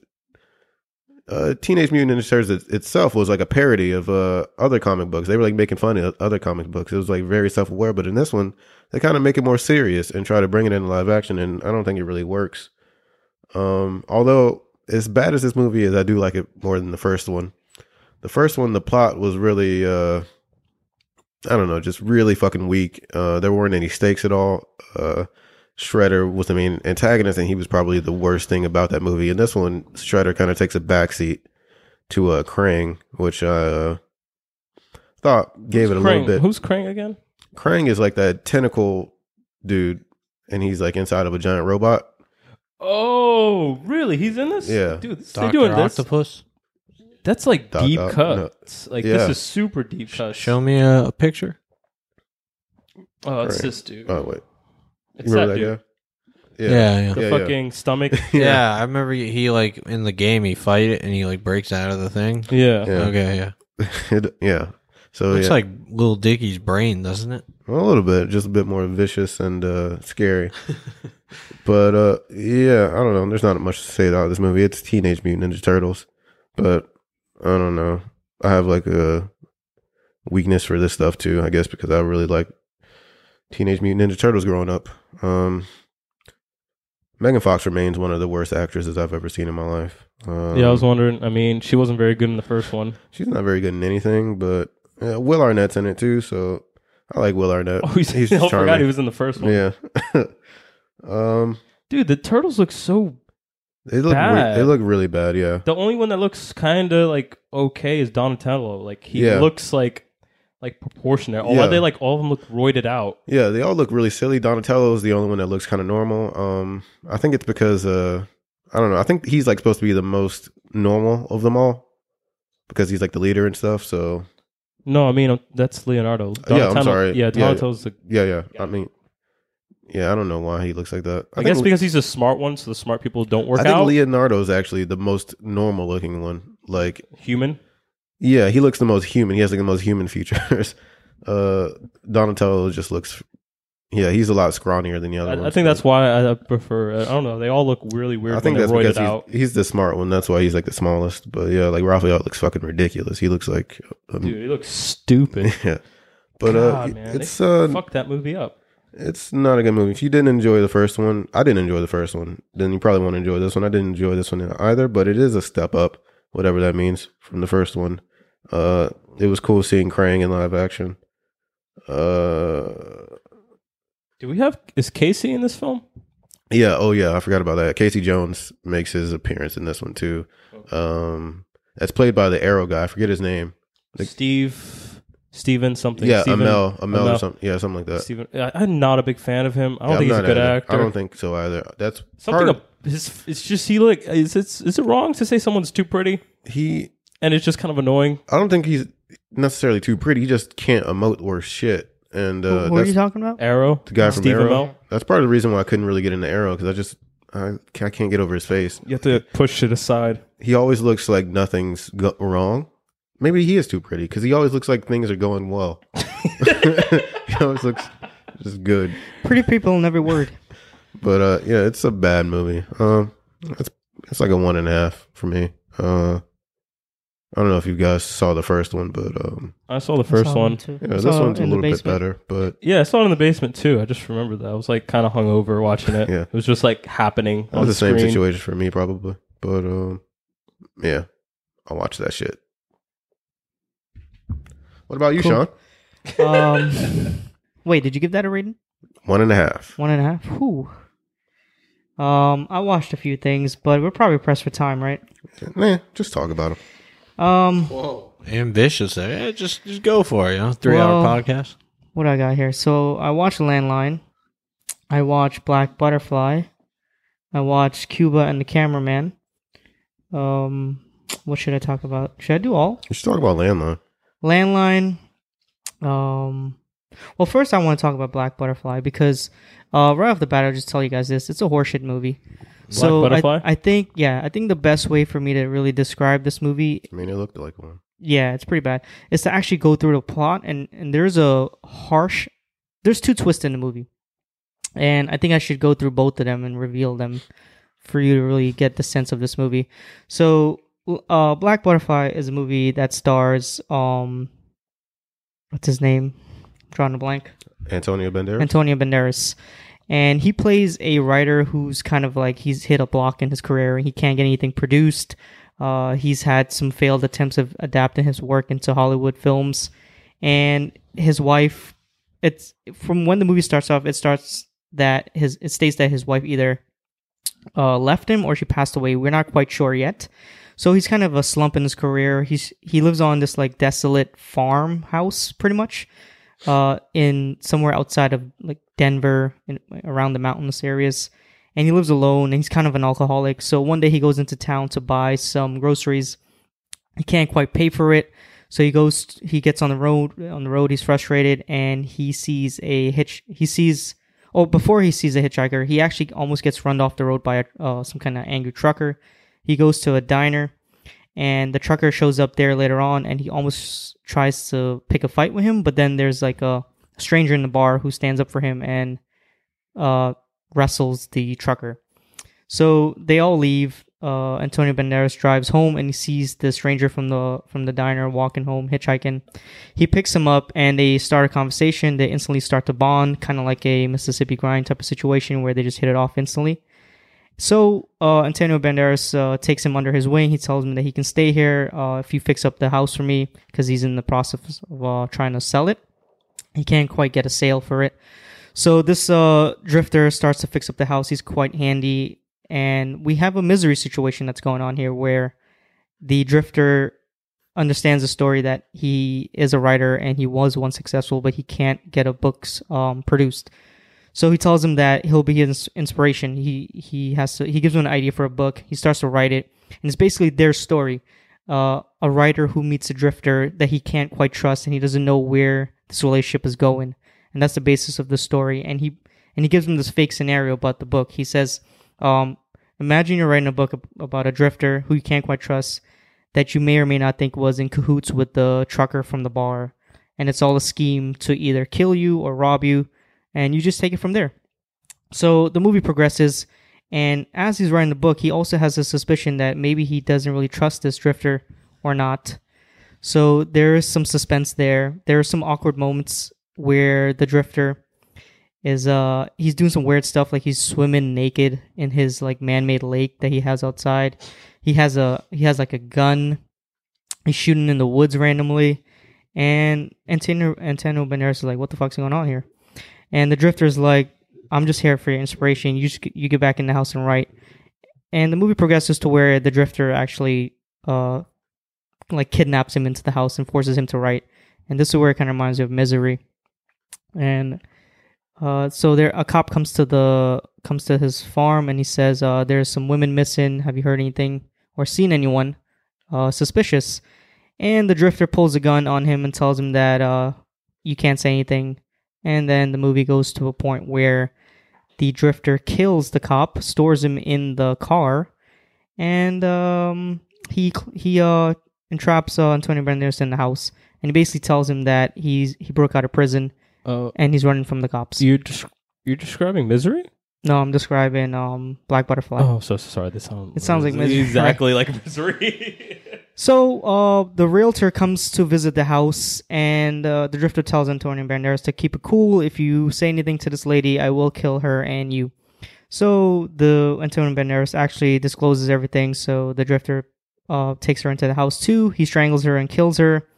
Speaker 4: uh, Teenage Mutant Ninja Turtles it- itself was like a parody of uh, other comic books. They were like making fun of other comic books. It was like very self aware, but in this one, they kind of make it more serious and try to bring it into live action, and I don't think it really works. Um, although as bad as this movie is, I do like it more than the first one. The first one, the plot was really, uh, I don't know, just really fucking weak. Uh, there weren't any stakes at all. Uh, Shredder was the main antagonist, and he was probably the worst thing about that movie. And this one, Shredder kind of takes a backseat to uh, Krang, which I uh, thought gave it a little
Speaker 2: Krang.
Speaker 4: bit.
Speaker 2: Who's Krang again?
Speaker 4: Krang is like that tentacle dude, and he's like inside of a giant robot.
Speaker 2: Oh, really? He's in this?
Speaker 4: Yeah.
Speaker 2: dude, this, they
Speaker 3: Doctor
Speaker 2: doing this.
Speaker 3: Octopus.
Speaker 2: That's like
Speaker 4: Doc
Speaker 2: deep
Speaker 4: Ock- no.
Speaker 2: cuts. Like
Speaker 4: Yeah.
Speaker 2: this is super deep cuts.
Speaker 3: Show me a, a picture.
Speaker 2: Oh, it's
Speaker 4: Right.
Speaker 2: this dude.
Speaker 4: Oh wait,
Speaker 2: it's that, dude.
Speaker 4: guy? Yeah,
Speaker 3: yeah. yeah.
Speaker 2: The
Speaker 4: Yeah, yeah.
Speaker 2: fucking stomach.
Speaker 3: Yeah, I remember he- he like in the game he fight it and he like breaks out of the thing.
Speaker 2: Yeah.
Speaker 4: Yeah.
Speaker 3: Okay, yeah.
Speaker 4: It- yeah. So
Speaker 3: Looks
Speaker 4: yeah,
Speaker 3: like little Dickie's brain, doesn't it?
Speaker 4: a little bit, just a bit more vicious and uh, scary. but uh, yeah, I don't know. There's not much to say about this movie. It's Teenage Mutant Ninja Turtles, but I don't know. I have like a weakness for this stuff too, I guess, because I really like Teenage Mutant Ninja Turtles growing up. Um, Megan Fox remains one of the worst actresses I've ever seen in my life. Um,
Speaker 2: Yeah, I was wondering. I mean, she wasn't very good in the first one.
Speaker 4: She's not very good in anything, but uh, Will Arnett's in it too, so I like Will Arnett.
Speaker 2: Oh, he's, I forgot he was in the first one.
Speaker 4: yeah. um,
Speaker 2: Dude, the turtles look so.
Speaker 4: they look re-
Speaker 2: Bad.
Speaker 4: they look really bad. Yeah,
Speaker 2: The only one that looks kind of like okay is Donatello. Like he
Speaker 4: Yeah.
Speaker 2: looks like like proportionate. All
Speaker 4: Yeah.
Speaker 2: they like all of them look roided out.
Speaker 4: yeah. They all look really silly. Donatello is the only one that looks kind of normal. Um, I think it's because uh, I don't know. I think he's like supposed to be the most normal of them all because he's like the leader and stuff. So
Speaker 2: No, I mean um, that's Leonardo.
Speaker 4: Yeah, I'm
Speaker 2: Donatello,
Speaker 4: sorry. Yeah,
Speaker 2: Yeah, Donatello's the.
Speaker 4: yeah, yeah. I mean, yeah. I don't know why he looks like that.
Speaker 2: I,
Speaker 4: think
Speaker 2: guess because he's a smart one, so the smart people don't work
Speaker 4: I think
Speaker 2: out.
Speaker 4: Leonardo's actually the most normal looking one. Like
Speaker 2: Human.
Speaker 4: Yeah, he looks the most human. He has like the most human features. Uh Donatello just looks yeah, he's a lot scrawnier than the other
Speaker 2: I,
Speaker 4: ones.
Speaker 2: I think that's why I prefer. I don't know. They all look really weird.
Speaker 4: I think
Speaker 2: when
Speaker 4: that's
Speaker 2: they're roided
Speaker 4: because
Speaker 2: out.
Speaker 4: he's, he's the smart one. That's why he's like the smallest. But yeah, like Raphael looks fucking ridiculous. He looks like um,
Speaker 2: Dude, he looks stupid.
Speaker 4: yeah. But
Speaker 2: God,
Speaker 4: uh
Speaker 2: man,
Speaker 4: it's uh
Speaker 2: Fuck that movie up.
Speaker 4: it's not a good movie. If you didn't enjoy the first one, I didn't enjoy the first one. Then you probably won't enjoy this one. I didn't enjoy this one either, but it is a step up, whatever that means, from the first one. Uh, it was cool seeing Krang in live action. Uh,
Speaker 2: Do we have is Casey in this film?
Speaker 4: yeah. Oh, yeah. I forgot about that. Casey Jones makes his appearance in this one too. Um, that's played by the Arrow guy. I forget his name. Like-
Speaker 2: Steve, Steven something.
Speaker 4: yeah,
Speaker 2: Steven,
Speaker 4: Amel, Amel, or
Speaker 2: Amell.
Speaker 4: something. Yeah, something like that.
Speaker 2: Steven, I, uh, I'm not a big fan of him. I don't
Speaker 4: Yeah,
Speaker 2: think
Speaker 4: I'm
Speaker 2: he's a
Speaker 4: not
Speaker 2: good
Speaker 4: either.
Speaker 2: actor.
Speaker 4: I don't think so either. That's
Speaker 2: something.
Speaker 4: part-
Speaker 2: ab- his, it's just he like is it's is it wrong to say someone's too pretty?
Speaker 4: he
Speaker 2: And it's just kind of annoying.
Speaker 4: I don't think he's necessarily too pretty. He just can't emote worth shit. And uh,
Speaker 1: what are you
Speaker 4: that's
Speaker 1: talking about?
Speaker 2: Arrow,
Speaker 4: the guy from
Speaker 2: Steve
Speaker 4: Arrow.
Speaker 2: Amell.
Speaker 4: That's part of the reason why I couldn't really get into Arrow because I just I, ca- I can't get over his face.
Speaker 2: You have to push it aside.
Speaker 4: He always looks like nothing's go- wrong. Maybe he is too pretty because he always looks like things are going well. he always looks just good.
Speaker 1: Pretty people in every word.
Speaker 4: But uh, yeah, it's a bad movie. Um, it's it's like a one and a half for me. Uh, I don't know if you guys saw the first one, but um,
Speaker 2: I saw the first one.
Speaker 1: too.
Speaker 4: yeah,
Speaker 1: I
Speaker 4: this
Speaker 1: saw it
Speaker 4: one's a
Speaker 1: in the
Speaker 4: little bit
Speaker 1: basement.
Speaker 4: better. But
Speaker 2: Yeah, I saw it in the basement too. I just remembered that. I was like kind of hungover watching it.
Speaker 4: Yeah.
Speaker 2: It was just like happening.
Speaker 4: That
Speaker 2: on
Speaker 4: was the same
Speaker 2: screen.
Speaker 4: situation for me, probably. But um, yeah, I watched that shit. What about you,
Speaker 1: Cool.
Speaker 4: Sean?
Speaker 1: Um, wait, did you give that a rating?
Speaker 4: One and a half.
Speaker 1: One and a half. Whew. Um, I watched a few things, but we're probably pressed for time, right?
Speaker 4: Nah, just talk about him.
Speaker 1: Um,
Speaker 3: Whoa. Ambitious. eh? Yeah, just just go for it, you know. Three
Speaker 1: Well-
Speaker 3: hour podcast.
Speaker 1: what I got here. So I watched Landline. I watched Black Butterfly. I watched Cuba and the Cameraman. Um, what should I talk about? Should I do all?
Speaker 4: You should talk about Landline.
Speaker 1: Landline. Um, well, first I want to talk about Black Butterfly because uh, right off the bat, I'll just tell you guys this: it's a horseshit movie. so I-
Speaker 2: Butterfly?
Speaker 1: I think, yeah, I think the best way for me to really describe this movie
Speaker 4: I mean, it looked like one.
Speaker 1: yeah, it's pretty bad. Is to actually go through the plot and and there's a harsh there's two twists in the movie. And I think I should go through both of them and reveal them for you to really get the sense of this movie. So uh, Black Butterfly is a movie that stars um, what's his name? drawing a blank.
Speaker 4: Antonio Banderas.
Speaker 1: Antonio Banderas. And he plays a writer who's kind of like he's hit a block in his career and he can't get anything produced. Uh, he's had some failed attempts of adapting his work into Hollywood films. And his wife, it's from when the movie starts off, it starts that his it states that his wife either uh, left him or she passed away. We're not quite sure yet. So he's kind of a slump in his career. He's he lives on this like desolate farmhouse pretty much uh, in somewhere outside of like Denver in, around the mountainous areas. And he lives alone and he's kind of an alcoholic. So one day he goes into town to buy some groceries. He can't quite pay for it. So he goes he gets on the road on the road he's frustrated and he sees a hitch he sees oh before he sees a hitchhiker he actually almost gets run off the road by a, uh, some kind of angry trucker. He goes to a diner and the trucker shows up there later on and he almost tries to pick a fight with him but then there's like a stranger in the bar who stands up for him and uh, wrestles the trucker so they all leave uh, antonio banderas drives home and he sees the stranger from the from the diner walking home hitchhiking he picks him up and they start a conversation they instantly start to bond kind of like a mississippi grind type of situation where they just hit it off instantly so uh, Antonio Banderas uh, takes him under his wing. He tells him that he can stay here uh, if you fix up the house for me because he's in the process of uh, trying to sell it. He can't quite get a sale for it. So this uh, drifter starts to fix up the house. He's quite handy, and we have a misery situation that's going on here where the drifter understands the story that he is a writer and he was once successful, but he can't get a books um, produced. So he tells him that he'll be his inspiration. He he has to he gives him an idea for a book. He starts to write it, and it's basically their story. Uh, a writer who meets a drifter that he can't quite trust, and he doesn't know where this relationship is going, and that's the basis of the story. And he and he gives him this fake scenario about the book. He says, um, "Imagine you're writing a book ab- about a drifter who you can't quite trust, that you may or may not think was in cahoots with the trucker from the bar, and it's all a scheme to either kill you or rob you." and you just take it from there. So the movie progresses, and as he's writing the book, he also has a suspicion that maybe he doesn't really trust this drifter or not. So there is some suspense there. There are some awkward moments where the drifter is uh he's doing some weird stuff like he's swimming naked in his like man-made lake that he has outside. He has a he has like a gun. He's shooting in the woods randomly. And Antonio Antonio Banderas is like, what the fuck's going on here? And the drifter's like, I'm just here for your inspiration. You just, you get back in the house and write. And the movie progresses to where the drifter actually uh like kidnaps him into the house and forces him to write. And this is where it kind of reminds me of Misery. And uh, so there, a cop comes to the comes to his farm and he says, uh, "There's some women missing. Have you heard anything or seen anyone uh, suspicious?" And the drifter pulls a gun on him and tells him that uh, you can't say anything and then the movie goes to a point where the drifter kills the cop, stores him in the car, and um, he he uh, entraps uh, Antonio Banderas in the house, and he basically tells him that he's he broke out of prison
Speaker 2: Uh,
Speaker 1: and he's running from the cops.
Speaker 2: you're desc- you're describing misery.
Speaker 1: No, I'm describing um, Black Butterfly.
Speaker 2: Oh, so sorry. This sounds.
Speaker 1: It sounds like misery.
Speaker 2: Exactly like misery.
Speaker 1: So uh, the realtor comes to visit the house, and uh, the drifter tells Antonio Banderas to keep it cool. If you say anything to this lady, I will kill her and you. So the Antonio Banderas actually discloses everything. So the drifter uh, takes her into the house too. He strangles her and kills her,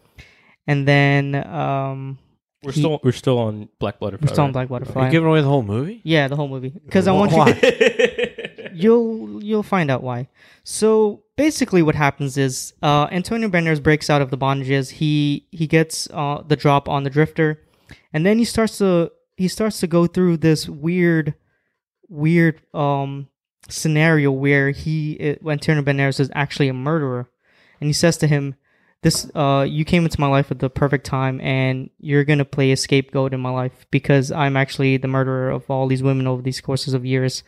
Speaker 1: and then um,
Speaker 2: we're
Speaker 1: He-
Speaker 2: still we're still on Black Butterfly.
Speaker 1: we're still on
Speaker 2: right?
Speaker 1: Black
Speaker 3: Are
Speaker 1: Butterfly.
Speaker 3: you giving away the whole movie?
Speaker 1: yeah, the whole movie. Because I want you.
Speaker 3: Why?
Speaker 1: you'll you'll find out why. So basically, what happens is uh, Antonio Banderas breaks out of the bondages. He he gets uh, the drop on the drifter, and then he starts to he starts to go through this weird weird um scenario where he it, Antonio Banderas is actually a murderer, and he says to him. This uh, you came into my life at the perfect time, and you're gonna play a scapegoat in my life because I'm actually the murderer of all these women over these courses of years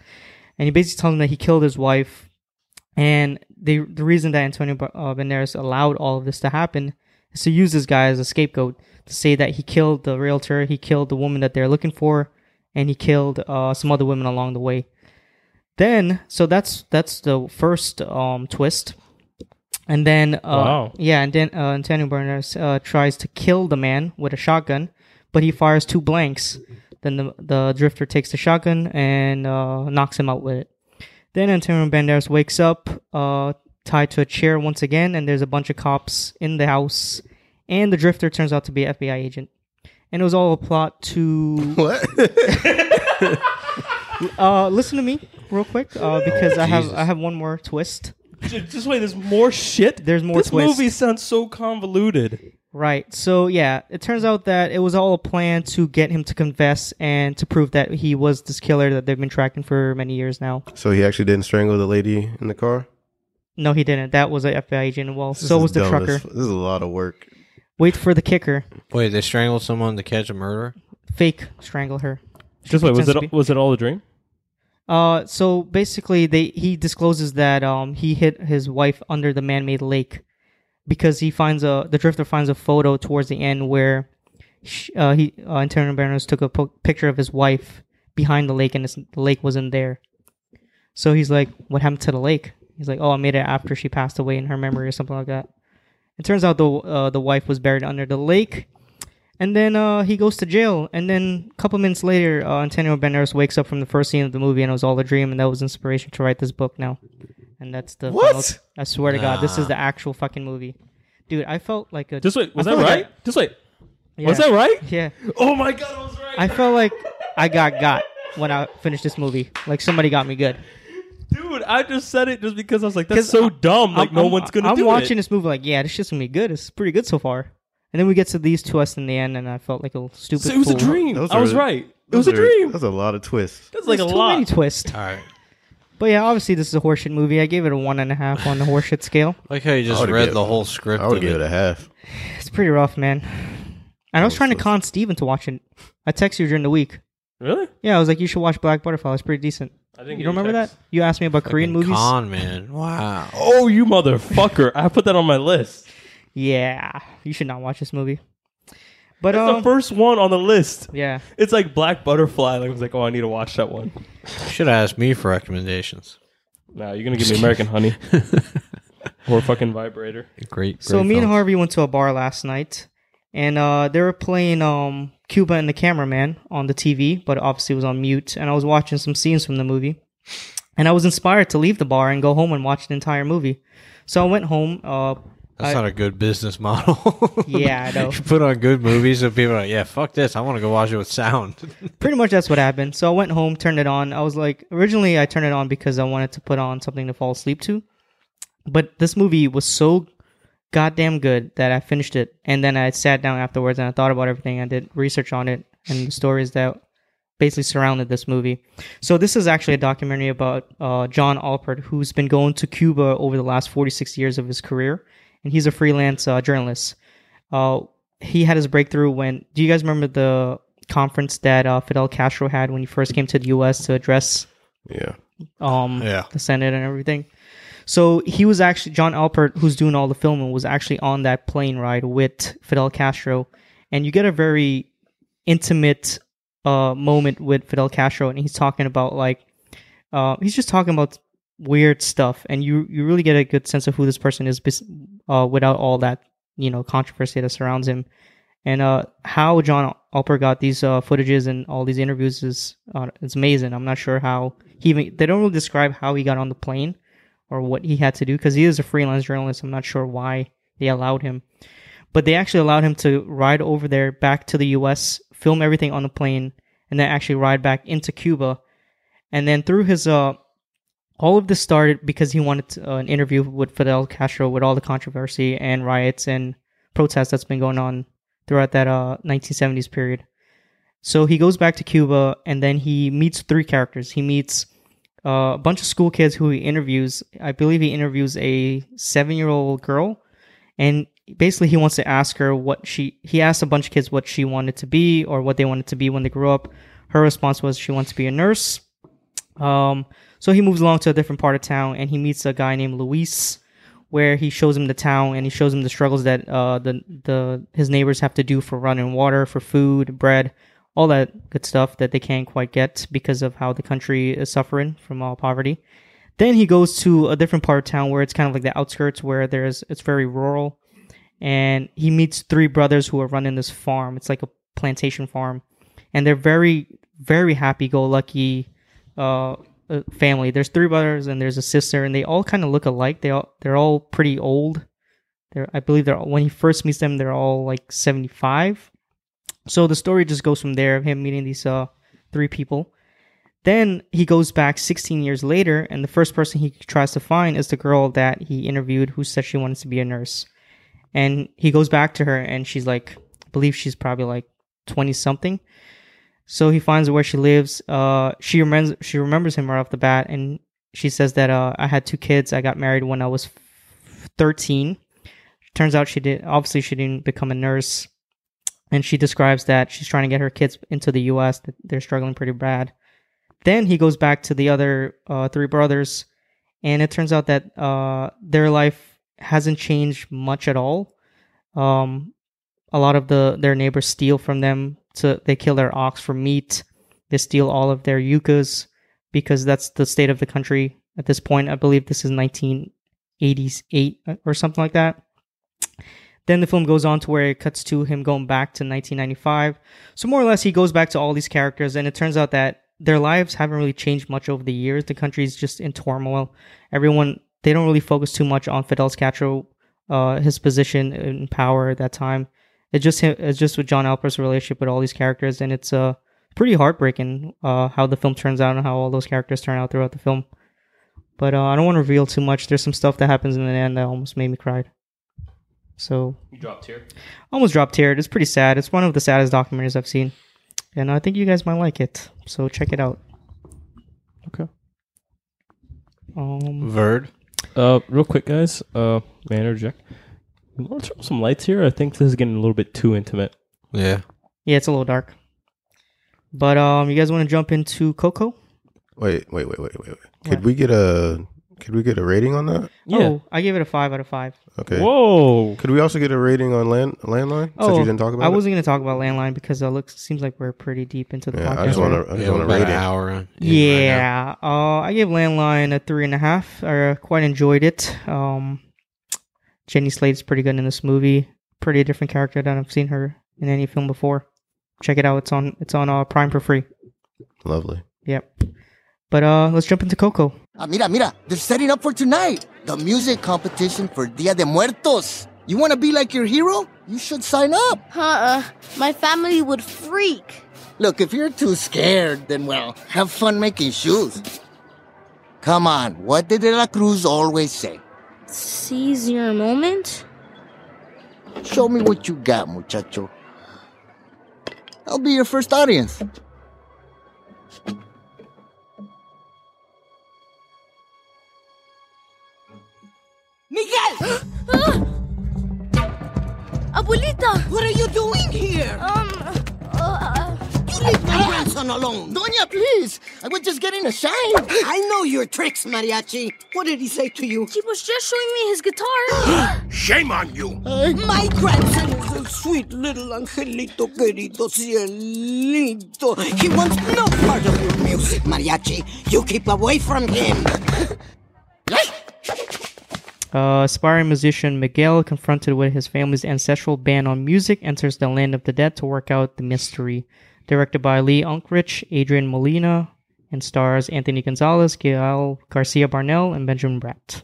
Speaker 1: and he basically tells him that he killed his wife. And the the reason that Antonio Ba- uh, Banderas allowed all of this to happen is to use this guy as a scapegoat to say that he killed the realtor, he killed the woman that they're looking for, and he killed uh, some other women along the way. Then, so that's that's the first um, twist. And then, uh,
Speaker 2: Wow.
Speaker 1: yeah, and then uh, Antonio Banderas uh, tries to kill the man with a shotgun, but he fires two blanks. Then the the drifter takes the shotgun and uh, knocks him out with it. Then Antonio Banderas wakes up, uh, tied to a chair once again, and there's a bunch of cops in the house. And the drifter turns out to be an FBI agent, and it was all a plot to
Speaker 4: What?
Speaker 1: uh, listen to me real quick uh,
Speaker 4: Oh,
Speaker 1: because I have I have one more twist.
Speaker 2: Just wait, there's more shit.
Speaker 1: There's more
Speaker 2: This
Speaker 1: twist.
Speaker 2: movie sounds so convoluted.
Speaker 1: Right. So yeah, it turns out that it was all a plan to get him to confess and to prove that he was this killer that they've been tracking for many years now.
Speaker 4: so he actually didn't strangle the lady in the car.
Speaker 1: No, he didn't. That was an FBI agent. Well,
Speaker 4: This
Speaker 1: so
Speaker 4: is
Speaker 1: was the
Speaker 4: dumb as-
Speaker 1: trucker.
Speaker 4: This is a lot of work.
Speaker 1: Wait for the kicker.
Speaker 3: Wait, they strangled someone to catch a murderer?
Speaker 1: Fake strangle her.
Speaker 2: Just wait, was
Speaker 1: pretends to
Speaker 2: it
Speaker 1: be-
Speaker 2: was it all a dream?
Speaker 1: Uh, so basically, they he discloses that um he hit his wife under the man-made lake because he finds a the drifter finds a photo towards the end where sh uh, he uh, Antonio Banderas took a po- picture of his wife behind the lake and it's, the lake wasn't there. So he's like, "What happened to the lake?" He's like, "Oh, I made it after she passed away in her memory or something like that." It turns out the uh, the wife was buried under the lake, and then uh, he goes to jail. And then a couple minutes later, uh, Antonio Banderas wakes up from the first scene of the movie, and it was all a dream, and that was inspiration to write this book now. And that's the
Speaker 2: What?
Speaker 1: final- I swear to God, this is the actual fucking movie, dude. I felt like a
Speaker 2: Just wait, was
Speaker 1: I
Speaker 2: that
Speaker 1: felt like
Speaker 2: right? Just wait.
Speaker 1: I-
Speaker 2: Was
Speaker 1: yeah.
Speaker 2: that right?
Speaker 1: Yeah,
Speaker 2: Oh my god, I was right.
Speaker 1: I felt like I got got when I finished this movie. Like somebody got me good.
Speaker 2: Dude, I just said it just because I was like,
Speaker 1: 'Cause
Speaker 2: that's so
Speaker 1: I'm-
Speaker 2: dumb. Like,
Speaker 1: I'm-
Speaker 2: no
Speaker 1: I'm-
Speaker 2: one's gonna
Speaker 1: I'm
Speaker 2: do
Speaker 1: watching
Speaker 2: it.
Speaker 1: this movie like, yeah, this shit's gonna be good. It's pretty good so far. And then we get to these twists in the end, and I felt like a little stupid.
Speaker 2: So it was a
Speaker 1: fool.
Speaker 2: dream.
Speaker 4: Those
Speaker 2: I was
Speaker 4: are-
Speaker 2: right. It was a
Speaker 4: Those are-
Speaker 2: dream.
Speaker 4: That's a lot of twists.
Speaker 2: That's
Speaker 1: There's
Speaker 2: like a
Speaker 1: too many
Speaker 2: lot.
Speaker 1: twists.
Speaker 3: All right.
Speaker 1: But yeah, obviously this is a horseshit movie. I gave it a one and a half on the horseshit scale.
Speaker 3: Like how you
Speaker 4: I
Speaker 3: just
Speaker 4: would've
Speaker 3: read
Speaker 4: gave-
Speaker 3: the whole script.
Speaker 4: I would
Speaker 3: of
Speaker 4: give
Speaker 3: it.
Speaker 4: it a half.
Speaker 1: It's pretty rough, man. And I was trying to con Steven to watch it. I texted you during the week.
Speaker 2: Really?
Speaker 1: Yeah, I was like, you should watch Black Butterfly. It's pretty decent.
Speaker 2: I didn't
Speaker 1: You don't remember that? You asked me about Korean movies.
Speaker 3: Con man. Wow.
Speaker 2: Oh, you motherfucker! I put that on my list.
Speaker 1: Yeah, you should not watch this movie. But
Speaker 2: That's
Speaker 1: um,
Speaker 2: the first one on the list.
Speaker 1: yeah,
Speaker 2: It's like Black Butterfly. Like, I was like, oh, I need to watch that one.
Speaker 3: Should have asked me for recommendations.
Speaker 2: Nah, you're gonna give me American Honey or fucking Vibrator.
Speaker 3: Great. great
Speaker 1: so me and
Speaker 3: films.
Speaker 1: Harvey went to a bar last night, and uh, they were playing um, Cuba and the Cameraman on the TV, but obviously it was on mute. And I was watching some scenes from the movie, and I was inspired to leave the bar and go home and watch the entire movie. So I went home. Uh,
Speaker 3: That's
Speaker 1: I-
Speaker 3: not a good business model.
Speaker 1: Yeah, I know.
Speaker 3: you put on good movies and people are like, yeah, fuck this. I want to go watch it with sound.
Speaker 1: pretty much that's what happened. So I went home, turned it on. I was like, originally I turned it on because I wanted to put on something to fall asleep to, but this movie was so goddamn good that I finished it, and then I sat down afterwards and I thought about everything. I did research on it and the stories that basically surrounded this movie. So this is actually a documentary about uh, John Alpert, who's been going to Cuba over the last 46 years of his career, and he's a freelance uh, journalist. Uh, he had his breakthrough when. Do you guys remember the conference that uh, Fidel Castro had when he first came to the U.S. to address
Speaker 4: Yeah.
Speaker 1: um,
Speaker 3: Yeah.
Speaker 1: the Senate and everything? So he was actually John Alpert, who's doing all the filming, was actually on that plane ride with Fidel Castro, and you get a very intimate uh, moment with Fidel Castro, and he's talking about like uh, he's just talking about weird stuff, and you you really get a good sense of who this person is bes- uh, without all that you know controversy that surrounds him, and uh, how John Alper got these uh, footages and all these interviews is uh, it's amazing. I'm not sure how he even, they don't really describe how he got on the plane or what he had to do because he is a freelance journalist. I'm not sure why they allowed him but they actually allowed him to ride over there back to the US, film everything on the plane, and then actually ride back into Cuba. And then through his uh all of this started because he wanted to, uh, an interview with Fidel Castro with all the controversy and riots and protests that's been going on throughout that uh 1970s period. So he goes back to Cuba and then he meets three characters. He meets uh, a bunch of school kids who he interviews. I believe he interviews a 7-year-old girl and basically he wants to ask her what she he asked a bunch of kids what she wanted to be or what they wanted to be when they grew up her response was she wants to be a nurse um so he moves along to a different part of town and he meets a guy named luis where he shows him the town and he shows him the struggles that uh the the his neighbors have to do for running water for food bread all that good stuff that they can't quite get because of how the country is suffering from all poverty Then he goes to a different part of town where it's kind of like the outskirts where there's it's very rural, and he meets three brothers who are running this farm. It's like a plantation farm, and they're very very happy go lucky uh, uh, family. There's three brothers and there's a sister, and they all kind of look alike. They all they're all pretty old. They're I believe they're all, when he first meets them they're all like 75. So the story just goes from there of him meeting these uh three people. Then he goes back 16 years later, and the first person he tries to find is the girl that he interviewed who said she wanted to be a nurse. And he goes back to her, and she's like, I believe she's probably like 20 something. So he finds where she lives. Uh, she remembers she remembers him right off the bat, and she says that uh, I had two kids. I got married when I was f- 13. Turns out she did. Obviously, she didn't become a nurse, and she describes that she's trying to get her kids into the U.S. That they're struggling pretty bad. Then he goes back to the other uh, three brothers, and it turns out that uh, their life hasn't changed much at all. Um, a lot of the their neighbors steal from them to they kill their ox for meat they steal all of their yuccas because that's the state of the country at this point i believe this is 1988 or something like that then the film goes on to where it cuts to him going back to 1995 so more or less he goes back to all these characters and it turns out that their lives haven't really changed much over the years the country's just in turmoil everyone they don't really focus too much on fidel's castro uh, his position in power at that time it's just him, it's just with John Alper's relationship with all these characters, and it's uh pretty heartbreaking uh, how the film turns out and how all those characters turn out throughout the film. But uh, I don't want to reveal too much. There's some stuff that happens in the end that almost made me cry. So
Speaker 2: You dropped here.
Speaker 1: almost dropped here. It's pretty sad. It's one of the saddest documentaries I've seen, and I think you guys might like it. So check it out.
Speaker 2: Okay.
Speaker 1: Um,
Speaker 3: Verd.
Speaker 2: Uh, real quick, guys. Uh, manager Jack, you want to turn off some lights here? I think this is getting a little bit too intimate.
Speaker 3: Yeah.
Speaker 1: yeah, it's a little dark. But um, you guys want to jump into Coco?
Speaker 4: Wait, wait, wait, wait, wait, wait.
Speaker 1: What?
Speaker 4: Could we get a could we get a rating on that?
Speaker 1: Oh, I gave it a five out of five.
Speaker 4: Okay.
Speaker 2: Whoa.
Speaker 4: Could we also get a rating on land landline? since you didn't talk about
Speaker 1: Oh, I
Speaker 4: it?
Speaker 1: wasn't going to talk about landline because it looks seems like we're pretty deep into the
Speaker 4: Yeah,
Speaker 1: podcast.
Speaker 4: I just want
Speaker 1: already.
Speaker 4: to. I just
Speaker 3: yeah, we're
Speaker 4: want to
Speaker 3: about
Speaker 4: rate
Speaker 3: an
Speaker 4: it.
Speaker 3: hour. in right now.
Speaker 1: Yeah, uh, I gave landline a three and a half. I uh, quite enjoyed it. Um, Jenny Slade's pretty good in this movie. Pretty different character than I've seen her in any film before. Check it out. It's on. It's on uh, Prime for free.
Speaker 4: Lovely.
Speaker 1: Yep. But uh, let's jump into Coco.
Speaker 5: Ah, mira, mira, they're setting up for tonight the music competition for Dia de Muertos. You want to be like your hero? You should sign up.
Speaker 6: Uh-uh. My family would freak.
Speaker 5: Look, if you're too scared, then well, have fun making shoes. Come on, what did De La Cruz always say?
Speaker 6: Seize your moment?
Speaker 5: Show me what you got, muchacho. I'll be your first audience.
Speaker 7: Miguel!
Speaker 6: Ah! Abuelita!
Speaker 7: What are you doing here?
Speaker 6: Um, uh,
Speaker 7: You leave my grandson alone.
Speaker 5: Doña, please! I was just getting a shine!
Speaker 7: I know your tricks, Mariachi. What did he say to you?
Speaker 6: he was just showing me his guitar.
Speaker 7: My grandson is a sweet little angelito, querido cielito. He wants no part of your music, Mariachi. You keep away from him.
Speaker 1: Uh, aspiring musician Miguel, confronted with his family's ancestral ban on music, enters the land of the dead to work out the mystery. Directed by Lee Unkrich, Adrian Molina, and stars Anthony Gonzalez, Gael Garcia Barnell, and Benjamin Bratt.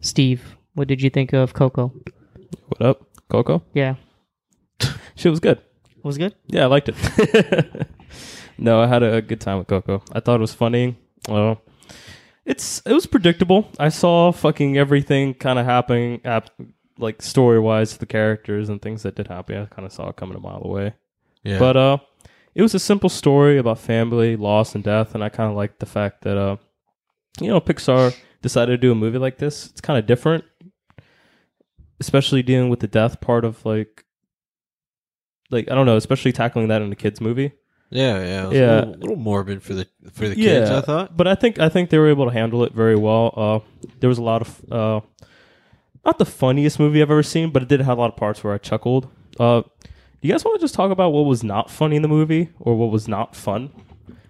Speaker 1: Steve, what did you think of Coco?
Speaker 2: What up, Coco?
Speaker 1: Yeah,
Speaker 2: Shit was good.
Speaker 1: it was good.
Speaker 2: Yeah, I liked it. no, I had a good time with Coco. I thought it was funny. Uh, it's it was predictable. I saw fucking everything kind of happening, hap- like story wise, the characters and things that did happen. I kind of saw it coming a mile away.
Speaker 3: Yeah.
Speaker 2: But uh, it was a simple story about family, loss, and death, and I kind of liked the fact that uh, you know, Pixar decided to do a movie like this. It's kind of different, especially dealing with the death part of like, like I don't know, especially tackling that in a kids movie.
Speaker 3: Yeah, yeah. It was
Speaker 2: Yeah.
Speaker 3: A little, little morbid for the for the kids, I thought.
Speaker 2: But I think I think they were able to handle it very well. Uh, there was a lot of uh, not the funniest movie I've ever seen, but it did have a lot of parts where I chuckled. Uh, you guys want to just talk about what was not funny in the movie or what was not fun?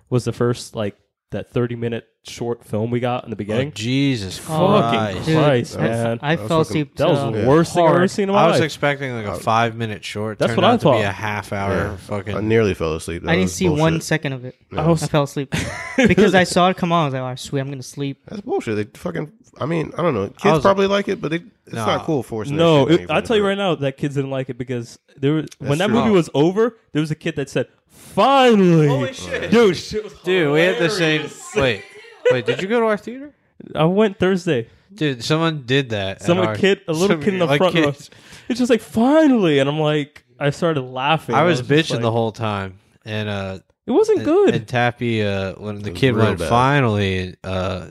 Speaker 2: Was the first like that 30 minute short film we got in the
Speaker 3: Oh,
Speaker 2: beginning.
Speaker 3: Jesus
Speaker 1: Oh,
Speaker 3: Christ.
Speaker 1: Dude,
Speaker 2: Christ,
Speaker 1: I,
Speaker 2: man.
Speaker 1: I
Speaker 4: That was
Speaker 1: fell
Speaker 4: fucking-
Speaker 1: asleep.
Speaker 2: that was
Speaker 1: uh,
Speaker 2: the worst thing I've ever
Speaker 1: hard.
Speaker 2: seen in my
Speaker 3: I was
Speaker 2: life.
Speaker 3: expecting like a five minute short.
Speaker 2: That's
Speaker 3: Turned
Speaker 2: what I
Speaker 3: out To be
Speaker 2: thought.
Speaker 3: a half hour fucking.
Speaker 4: I nearly fell asleep. That
Speaker 1: I didn't
Speaker 4: was
Speaker 1: see one
Speaker 4: bullshit.
Speaker 1: second of it.
Speaker 2: I was-
Speaker 1: I fell asleep because I saw it come on. I was like, "Oh, sweet, I'm gonna sleep."
Speaker 4: That's bullshit. They fucking. I mean, I don't know. Kids
Speaker 3: was-
Speaker 4: probably like it, but they, it's
Speaker 3: Nah.
Speaker 4: not cool forcing.
Speaker 2: no,
Speaker 4: that shit on
Speaker 2: it, I
Speaker 4: anybody,
Speaker 2: tell you
Speaker 4: bro.
Speaker 2: right now, that kids didn't like it because there was, when that
Speaker 4: true.
Speaker 2: movie was over, there was a kid that said, "Finally, holy shit, dude, shit was
Speaker 3: Dude, we had the same. Wait, wait, did you go to our theater?
Speaker 2: I went Thursday.
Speaker 3: Dude, someone did that. at
Speaker 2: Some
Speaker 3: our-
Speaker 2: kid, a little
Speaker 3: some-
Speaker 2: kid in the
Speaker 3: like
Speaker 2: front row.
Speaker 3: kids.
Speaker 2: It's just like finally, and I'm like, I started laughing.
Speaker 3: I was
Speaker 2: just
Speaker 3: bitching
Speaker 2: like-
Speaker 3: the whole time, and uh,
Speaker 2: It wasn't
Speaker 3: and,
Speaker 2: good.
Speaker 3: And Tappy, uh, when the kid
Speaker 4: real
Speaker 3: went
Speaker 4: bad.
Speaker 3: finally, uh,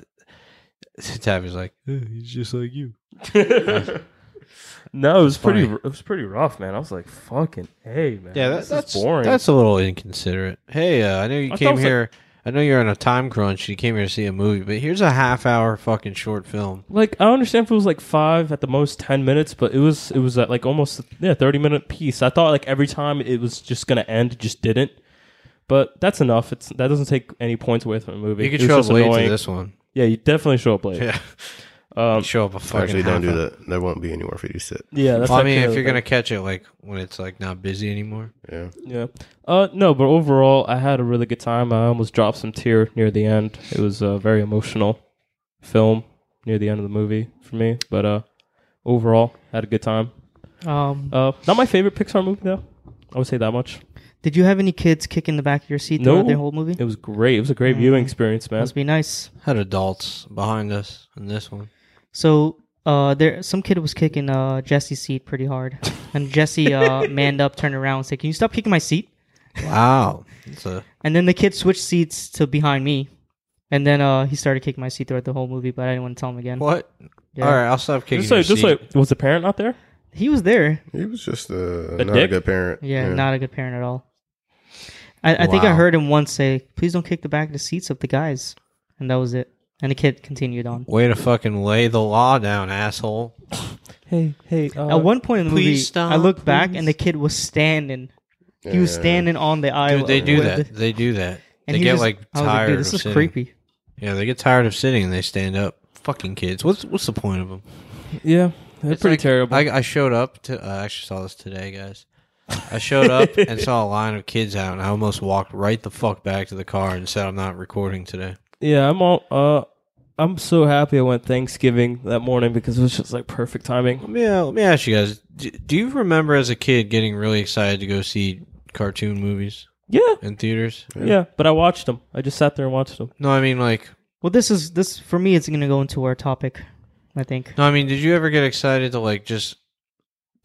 Speaker 3: Tappy's like, "Eh, he's just like you.
Speaker 2: no, it was pretty.
Speaker 3: funny.
Speaker 2: It was pretty rough, man. I was like, fucking hey, man.
Speaker 3: Yeah,
Speaker 2: this
Speaker 3: that,
Speaker 2: is
Speaker 3: that's
Speaker 2: boring.
Speaker 3: That's a little inconsiderate. Hey, uh, I know you
Speaker 2: I thought it
Speaker 3: came
Speaker 2: was like-
Speaker 3: here. I know you're on a time crunch. You came here to see a movie, but here's a half hour fucking short film.
Speaker 2: like I understand if it was like five at the most ten minutes, but it was it was uh, like almost yeah thirty minute piece. I thought like every time it was just gonna end, it just didn't. But that's enough. It's that doesn't take any points away from the movie.
Speaker 3: You could
Speaker 2: It was
Speaker 3: show up
Speaker 2: just
Speaker 3: late
Speaker 2: annoying.
Speaker 3: to this one.
Speaker 2: Yeah, you definitely show up late.
Speaker 3: Yeah, show up a fucking.
Speaker 4: Actually, don't
Speaker 3: half
Speaker 4: do
Speaker 3: hour.
Speaker 4: that. There won't be anywhere for you to sit.
Speaker 2: yeah that's
Speaker 3: Well, I
Speaker 2: like,
Speaker 3: mean,
Speaker 2: uh,
Speaker 3: if you're gonna catch it, like when it's like not busy anymore.
Speaker 4: Yeah.
Speaker 2: Yeah. Uh, no, but overall, I had a really good time. I almost dropped some tear near the end. It was a very emotional film near the end of the movie for me. But uh, overall, had a good time.
Speaker 1: Um,
Speaker 2: Uh, not my favorite Pixar movie though. I would say that much.
Speaker 1: did you have any kids kicking the back of your seat throughout
Speaker 2: No.
Speaker 1: the whole movie?
Speaker 2: It was great. It was a great viewing experience, man.
Speaker 1: Must be nice.
Speaker 3: Had adults behind us in this one.
Speaker 1: So uh, there, some kid was kicking uh, Jesse's seat pretty hard, and Jesse uh, manned up, turned around, and said, "Can you stop kicking my seat?"
Speaker 3: Wow, it's a
Speaker 1: And then the kid switched seats to behind me, and then uh, he started kicking my seat throughout the whole movie. But I didn't want to tell him again.
Speaker 3: what? All right, I'll stop kicking.
Speaker 2: Just like,
Speaker 3: your
Speaker 2: just
Speaker 3: seat.
Speaker 2: like, was the parent not there?
Speaker 1: He was there.
Speaker 4: He was just uh,
Speaker 2: A
Speaker 4: not
Speaker 2: dick?
Speaker 4: a good parent.
Speaker 1: Yeah, not a good parent at all. I, I think I
Speaker 3: Wow.
Speaker 1: heard him once say, "Please don't kick the back of the seats of the guys," and that was it. And the kid continued on.
Speaker 3: way to fucking lay the law down, asshole.
Speaker 2: Hey, hey. Uh,
Speaker 1: At one point in the
Speaker 3: Please
Speaker 1: movie,
Speaker 3: stop,
Speaker 1: I looked back
Speaker 3: please.
Speaker 1: and the kid was standing. He was
Speaker 4: Yeah, yeah, yeah.
Speaker 1: standing on the aisle.
Speaker 3: Dude, they do
Speaker 1: with
Speaker 3: that.
Speaker 1: the-
Speaker 3: They do that.
Speaker 1: and
Speaker 3: They
Speaker 1: he
Speaker 3: get
Speaker 1: just-
Speaker 3: like
Speaker 1: I was like,
Speaker 3: tired.
Speaker 1: Dude, this
Speaker 3: of
Speaker 1: is
Speaker 3: sitting.
Speaker 1: creepy.
Speaker 3: Yeah, they get tired of sitting and they stand up. Fucking kids. What's what's the point of them?
Speaker 2: yeah, they're pretty terrible.
Speaker 3: I, I showed up to. I actually saw this today, guys. I showed up and saw a line of kids out, and I almost walked right the fuck back to the car and said, "I'm not recording today."
Speaker 2: Yeah, I'm all. Uh, I'm so happy I went Thanksgiving that morning because it was just like perfect timing.
Speaker 3: Let me uh, let me ask you guys: do, do you remember as a kid getting really excited to go see cartoon movies
Speaker 2: Yeah,
Speaker 3: in theaters?
Speaker 2: yeah. But I watched them. I just sat there and watched them.
Speaker 3: No, I mean like,
Speaker 1: Well, this is this for me. It's going to go into our topic. I think.
Speaker 3: no, I mean, did you ever get excited to like just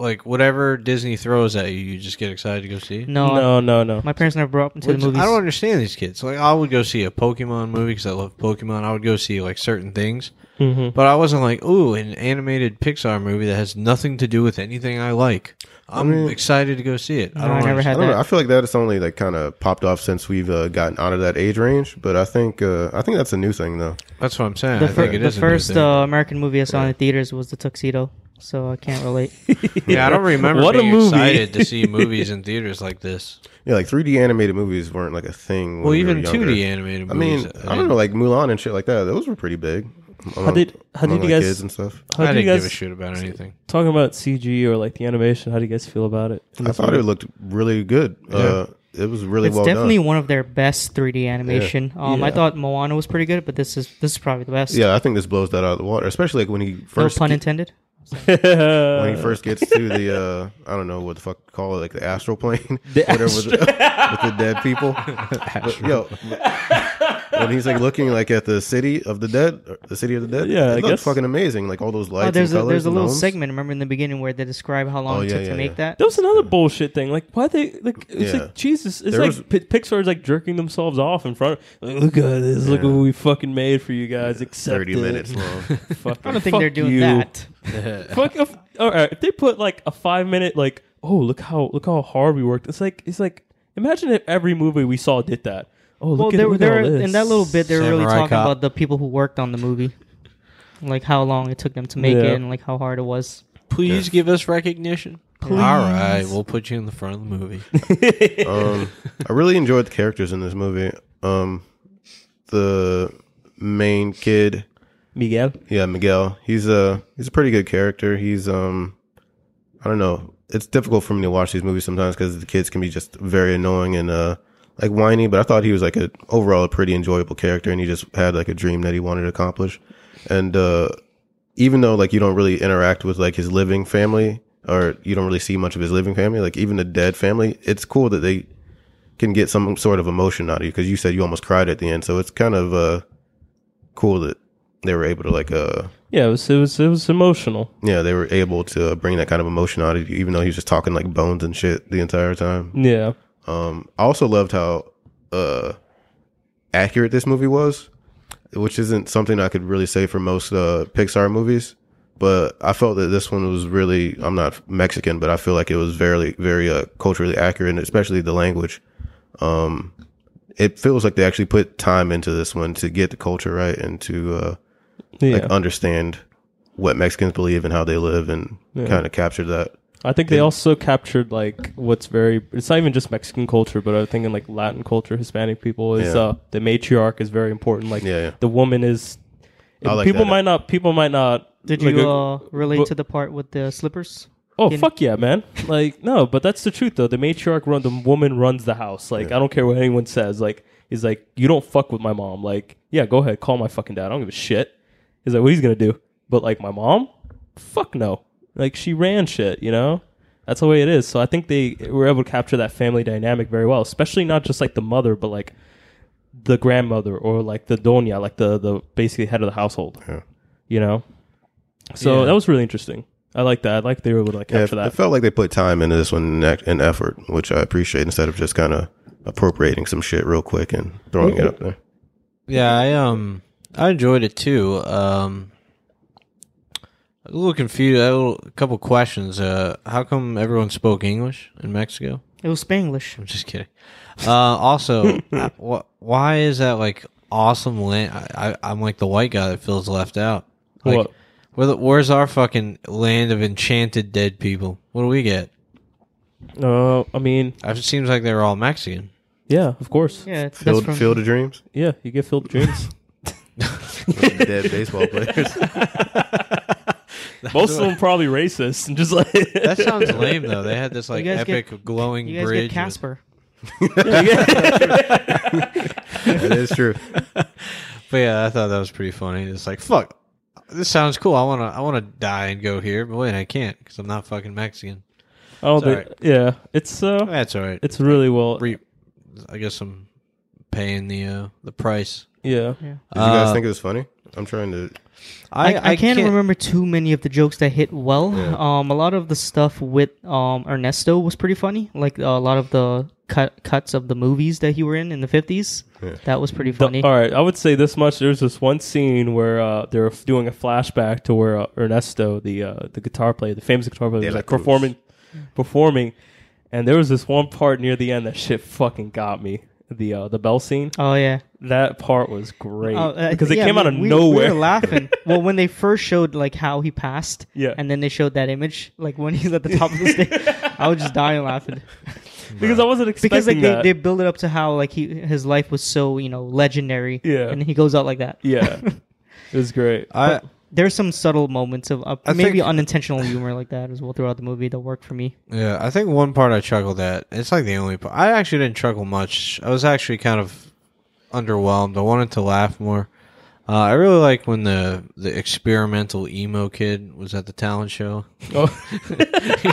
Speaker 3: like whatever Disney throws at you, you just get excited to go see?
Speaker 1: No,
Speaker 2: no, no, no.
Speaker 1: Oh, my parents never brought me to
Speaker 3: Which-
Speaker 1: the movies.
Speaker 3: I don't understand these kids. Like, I would go see a Pokemon movie because I love Pokemon. I would go see like certain things,
Speaker 2: Mhm.
Speaker 3: but I wasn't like, ooh, an animated Pixar movie that has nothing to do with anything I like. I'm
Speaker 4: mean-
Speaker 3: excited to go see it.
Speaker 1: No, I never
Speaker 4: I
Speaker 1: had
Speaker 4: don't know. I
Speaker 1: that.
Speaker 4: feel like that it's only like kind of popped off since we've uh, gotten out of that age range. But I think uh, I think that's a new thing though.
Speaker 3: That's what I'm saying.
Speaker 1: The,
Speaker 3: I
Speaker 1: fir-
Speaker 3: think it
Speaker 1: the
Speaker 3: is a new
Speaker 1: first
Speaker 3: thing.
Speaker 1: uh, American movie I saw in the theaters was The Tuxedo, so I can't relate.
Speaker 3: yeah, I don't remember
Speaker 2: What a
Speaker 3: being
Speaker 2: movie.
Speaker 3: excited to see movies in theaters like this.
Speaker 4: Yeah, like 3D animated movies weren't like a thing. When
Speaker 3: Well,
Speaker 4: we
Speaker 3: even
Speaker 4: were
Speaker 3: 2D
Speaker 4: younger.
Speaker 3: animated
Speaker 4: I mean,
Speaker 3: movies.
Speaker 4: I don't know, like Mulan and shit like that. Those were pretty big. Among,
Speaker 2: did- how
Speaker 4: among,
Speaker 2: did you
Speaker 4: like,
Speaker 2: guys-
Speaker 4: kids and stuff?
Speaker 2: How
Speaker 3: I
Speaker 2: do you
Speaker 3: didn't
Speaker 2: guys
Speaker 3: give a shit about anything.
Speaker 2: talking about CG or like the animation? How do you guys feel about it?
Speaker 4: I thought it looked really good. Uh, it was really
Speaker 1: it's
Speaker 4: well
Speaker 1: definitely
Speaker 4: done.
Speaker 1: one of their best 3D animation. Um, I
Speaker 2: Yeah.
Speaker 1: thought Moana was pretty good, but this is this is probably the best.
Speaker 4: Yeah, I think this blows that out of the water, especially like when he
Speaker 1: no
Speaker 4: first
Speaker 1: pun
Speaker 4: get-
Speaker 1: intended.
Speaker 4: when he first gets to the uh, I don't know what the fuck to call it, like the astral plane, whatever with the, with the dead people. But, yo, but- when he's like looking like at the city of the dead, or the city of the dead.
Speaker 2: Yeah, I
Speaker 4: it looked
Speaker 2: guess.
Speaker 4: fucking amazing. Like all those lights.
Speaker 1: Oh, there's
Speaker 4: and
Speaker 1: a,
Speaker 4: colors
Speaker 1: there's a
Speaker 4: and
Speaker 1: little
Speaker 4: homes.
Speaker 1: segment. Remember in the beginning where they describe how long
Speaker 4: Oh,
Speaker 1: it
Speaker 4: yeah,
Speaker 1: took to
Speaker 4: yeah,
Speaker 1: make
Speaker 4: yeah.
Speaker 1: that.
Speaker 2: That was another bullshit thing. Like, why they like? It's
Speaker 4: Yeah.
Speaker 2: like Jesus. It's
Speaker 4: There
Speaker 2: like
Speaker 4: was-
Speaker 2: P- Pixar's like jerking themselves off in front. Of, like, look at this. Look at what we fucking made for you guys. Accept
Speaker 4: Thirty
Speaker 2: it.
Speaker 4: minutes long.
Speaker 2: Fuck,
Speaker 1: I don't think they're doing that.
Speaker 2: Fuck. If, all right. If they put like a five minute like, oh look how look how hard we worked. It's like it's like imagine if every movie we saw did that. Oh look
Speaker 1: Well,
Speaker 2: at
Speaker 1: they were,
Speaker 2: look
Speaker 1: they
Speaker 2: at
Speaker 1: were
Speaker 2: all this.
Speaker 1: in that little bit. They were really
Speaker 3: Samurai
Speaker 1: talking
Speaker 3: Cop.
Speaker 1: about the people who worked on the movie, like how long it took them to make
Speaker 2: Yeah.
Speaker 1: it and like how hard it was.
Speaker 3: Please give us recognition. All right, we'll put you in the front of the movie.
Speaker 4: Um, I really enjoyed the characters in this movie. Um, the main kid.
Speaker 2: Miguel.
Speaker 4: Yeah, Miguel. He's a he's a pretty good character. He's um, I don't know. It's difficult for me to watch these movies sometimes because the kids can be just very annoying and uh like whiny. But I thought he was like a overall a pretty enjoyable character, and he just had like a dream that he wanted to accomplish. And uh, even though like you don't really interact with like his living family or you don't really see much of his living family, like even the dead family, it's cool that they can get some sort of emotion out of you because you said you almost cried at the end. So it's kind of uh cool that they were able to like uh
Speaker 2: Yeah, it was it was it was emotional.
Speaker 4: yeah they were able to uh, bring that kind of emotion out of you even though he was just talking like bones and shit the entire time.
Speaker 2: Yeah.
Speaker 4: Um, I also loved how uh accurate this movie was, which isn't something I could really say for most uh Pixar movies. But I felt that this one was really I'm not Mexican, but I feel like it was very very uh, culturally accurate, and especially the language. Um, it feels like they actually put time into this one to get the culture right and to uh,
Speaker 2: Yeah.
Speaker 4: like understand what Mexicans believe and how they live, and
Speaker 2: Yeah.
Speaker 4: kind of capture that.
Speaker 2: I think they also captured like what's very it's not even just Mexican culture, but I think in like Latin culture, Hispanic people is
Speaker 4: Yeah.
Speaker 2: uh the matriarch is very important. Like
Speaker 4: Yeah, yeah.
Speaker 2: the woman is
Speaker 4: I like
Speaker 2: people
Speaker 4: that.
Speaker 2: might not people might not
Speaker 1: Did
Speaker 2: like,
Speaker 1: you
Speaker 2: uh,
Speaker 1: uh, relate
Speaker 2: but-
Speaker 1: to the part with the slippers?
Speaker 2: Oh
Speaker 1: in-
Speaker 2: fuck yeah, man! Like no, but that's the truth though. The matriarch run, the woman runs the house. Like I don't care what anyone says. Like he's like, you don't fuck with my mom. Like yeah, go ahead, call my fucking dad. I don't give a shit. He's like, what he's gonna do? But like my mom, fuck no. Like she ran shit, you know. That's the way it is. So I think they were able to capture that family dynamic very well, especially not just like the mother, but like the grandmother or like the doña, like the the basically head of the household.
Speaker 4: Yeah.
Speaker 2: You know. So that was really interesting. I like that. I like they were able to like,
Speaker 4: Yeah,
Speaker 2: capture
Speaker 4: it
Speaker 2: that.
Speaker 4: felt like they put time into this one and, act, and effort, which I appreciate instead of just kind of appropriating some shit real quick and throwing it up there.
Speaker 3: Yeah, I um I enjoyed it too. Um a little confused. I had A, little, a couple questions. Uh, how come everyone spoke English in Mexico?
Speaker 1: It was Spanglish.
Speaker 3: I'm just kidding. Uh, also, uh, wh- why is that like awesome land? I, I, I'm like the white guy that feels left out. Like,
Speaker 2: What?
Speaker 3: Where the, where's our fucking land of enchanted dead people? What do we get?
Speaker 2: Uh, I mean,
Speaker 3: It seems like they're all Mexican.
Speaker 2: yeah, of course. Yeah,
Speaker 1: Yeah, it's- that's
Speaker 4: Field,
Speaker 1: from
Speaker 4: Field of Dreams,
Speaker 2: you get filled dreams.
Speaker 4: dead baseball players.
Speaker 2: Most of them probably racist and just like
Speaker 3: That sounds lame though. They had this like
Speaker 1: guys get-
Speaker 3: epic glowing
Speaker 1: You guys
Speaker 3: bridge.
Speaker 1: get
Speaker 3: with-
Speaker 1: Casper.
Speaker 4: that is true.
Speaker 3: But yeah, I thought that was pretty funny. It's like, fuck, this sounds cool. I wanna, I wanna die and go here, but wait, I can't because I'm not fucking Mexican.
Speaker 2: I don't
Speaker 3: It's
Speaker 2: think.
Speaker 3: alright.
Speaker 2: Yeah, it's uh,
Speaker 3: That's all right.
Speaker 2: it's really well.
Speaker 3: Re- I guess I'm paying the uh, the price.
Speaker 2: Yeah,
Speaker 4: Did you guys
Speaker 3: Uh,
Speaker 4: think it was funny? I'm trying to.
Speaker 1: I, I, can't, remember too many of the jokes that hit well. Um, a lot of the stuff with um, Ernesto was pretty funny. Like uh, a lot of the cut cuts of the movies that he were in in the fifties. That was pretty
Speaker 2: The-
Speaker 1: funny.
Speaker 2: all right, I would say this much. There's this one scene where uh, they're f- doing a flashback to where uh, Ernesto, the uh, the guitar player, the famous guitar player,
Speaker 4: De
Speaker 2: was
Speaker 4: La
Speaker 2: like
Speaker 4: Cruz.
Speaker 2: performing,
Speaker 1: Mm.
Speaker 2: performing, and there was this one part near the end that shit fucking got me. The uh, the bell scene.
Speaker 1: oh yeah,
Speaker 2: That part was great
Speaker 1: Oh, uh,
Speaker 2: because it
Speaker 1: yeah,
Speaker 2: came
Speaker 1: we-
Speaker 2: out of
Speaker 1: we- we
Speaker 2: nowhere.
Speaker 1: were laughing. well, when they first showed like how he passed,
Speaker 2: Yeah.
Speaker 1: and then they showed that image, like when he's at the top of the stage, I was just dying laughing
Speaker 2: because I wasn't expecting
Speaker 1: because like they,
Speaker 2: that.
Speaker 1: they build it up to how like he his life was so you know legendary,
Speaker 2: Yeah.
Speaker 1: and he goes out like that.
Speaker 2: yeah, it was great.
Speaker 3: I
Speaker 1: There's some subtle moments of uh,
Speaker 3: I
Speaker 1: maybe
Speaker 3: think-
Speaker 1: unintentional humor like that as well throughout the movie that worked for me.
Speaker 3: yeah, I think one part I chuckled at. It's like the only part. I actually didn't chuckle much. I was actually kind of underwhelmed. I wanted to laugh more. Uh, I really like when the the experimental emo kid was at the talent show.
Speaker 2: Oh.
Speaker 3: He's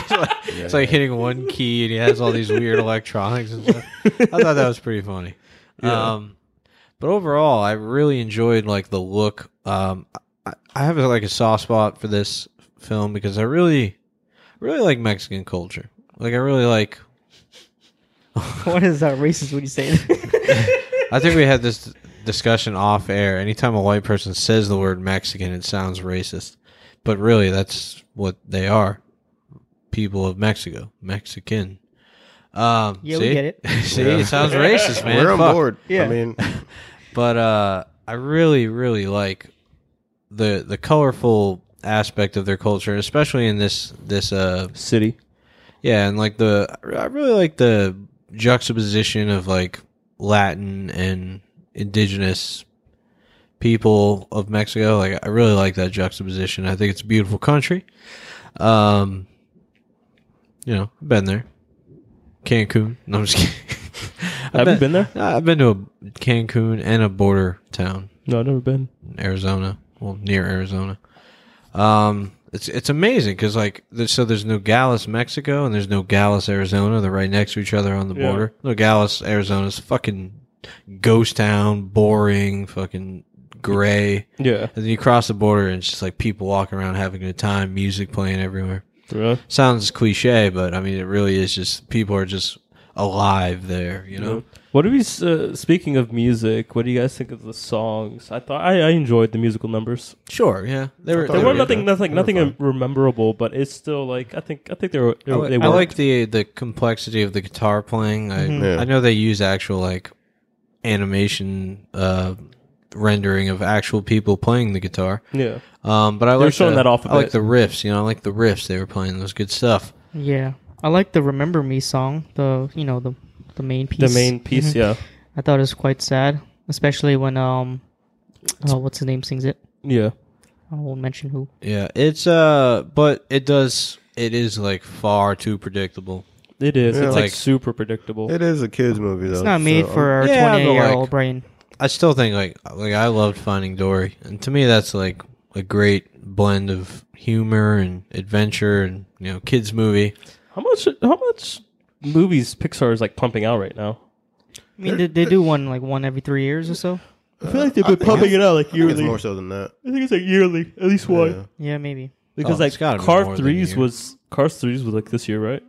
Speaker 3: like, it's like hitting one key and he has all these weird electronics and stuff. I thought that was pretty funny. Um, but overall, I really enjoyed like the look. Um, I, I have like a soft spot for this film because I really, really like Mexican culture. Like I really like.
Speaker 1: what is that racist when you say it?
Speaker 3: I think we had this discussion off air. Anytime a white person says the word Mexican, it sounds racist, but really that's what they are. People of Mexico, Mexican. Um,
Speaker 1: Yeah,
Speaker 3: see?
Speaker 1: we get it.
Speaker 3: see, it sounds racist, man.
Speaker 4: We're on
Speaker 3: Fuck.
Speaker 4: board.
Speaker 1: Yeah.
Speaker 4: I mean,
Speaker 3: but uh, I really, really like the the colorful aspect of their culture, especially in this this uh
Speaker 2: City.
Speaker 3: yeah, and like the I really like the juxtaposition of like Latin and indigenous people of Mexico. Like I really like that juxtaposition. I think it's a beautiful country. Um, you know, I've been there. Cancun. No, I'm just kidding. I've
Speaker 2: Have you been there?
Speaker 3: Nah, I've been to a Cancun and a border town
Speaker 2: No, I've never been.
Speaker 3: in Arizona. Well, near Arizona. Um, it's it's amazing because like there's, so there's Nogales, Mexico, and there's Nogales, Arizona. They're right next to each other on the
Speaker 2: Yeah.
Speaker 3: border. Nogales, Arizona's fucking ghost town, boring, fucking gray.
Speaker 2: Yeah.
Speaker 3: And then you cross the border and it's just like people walking around having a good time, music playing everywhere.
Speaker 2: Really?
Speaker 3: Sounds cliche, but I mean it really is just people are just alive there, you know.
Speaker 2: What are we uh, speaking of music? What do you guys think of the songs? I thought I, I enjoyed the musical numbers.
Speaker 3: Sure, yeah. They
Speaker 2: There
Speaker 4: thought
Speaker 3: were, they
Speaker 4: they
Speaker 3: were
Speaker 2: were
Speaker 4: were
Speaker 2: nothing,
Speaker 4: good.
Speaker 2: nothing,
Speaker 4: They were
Speaker 2: nothing
Speaker 4: fun.
Speaker 2: rememberable, but it's still like I think I think they were. They,
Speaker 3: I
Speaker 2: were-
Speaker 3: like,
Speaker 2: they
Speaker 3: I
Speaker 2: worked.
Speaker 3: like the the complexity of the guitar playing. I
Speaker 2: Mm-hmm.
Speaker 4: Yeah.
Speaker 3: I know they use actual like animation uh, rendering of actual people playing the guitar.
Speaker 2: yeah.
Speaker 3: Um, but I like
Speaker 2: showing
Speaker 3: the,
Speaker 2: that off a
Speaker 3: I like
Speaker 2: bit.
Speaker 3: the riffs. You know, I like the riffs they were playing. Those good stuff.
Speaker 1: Yeah, I like the "Remember Me" song. The you know the the main piece.
Speaker 2: The main piece, yeah,
Speaker 4: Mm-hmm.
Speaker 1: I thought it was quite sad, especially when um, oh, what's his name sings it?
Speaker 2: yeah.
Speaker 1: I won't mention who.
Speaker 3: Yeah, it's uh, but it does. It is like far too predictable.
Speaker 2: It is.
Speaker 4: Yeah.
Speaker 2: It's like,
Speaker 3: Like-
Speaker 2: super predictable.
Speaker 4: It is a kids movie though.
Speaker 1: It's not made
Speaker 4: so
Speaker 1: for our
Speaker 3: uh, Yeah, but,
Speaker 1: 28 year
Speaker 3: like-
Speaker 1: old brain.
Speaker 3: I still think like like I loved Finding Dory, and to me that's like a great blend of humor and adventure and you know kids movie.
Speaker 2: how much? How much movies Pixar is like pumping out right now?
Speaker 1: I mean, they, they do one like one every three years or so.
Speaker 2: I feel like they've
Speaker 4: I been think pumping it's- it
Speaker 2: out like
Speaker 4: I think it's more so than that.
Speaker 2: I think it's like yearly, at least one.
Speaker 4: Yeah.
Speaker 1: Yeah, maybe.
Speaker 2: Because
Speaker 3: Oh, it's
Speaker 2: like
Speaker 3: gotta be more
Speaker 2: Car
Speaker 3: than a
Speaker 2: Threes
Speaker 3: year.
Speaker 2: was Cars Threes was like this year, right?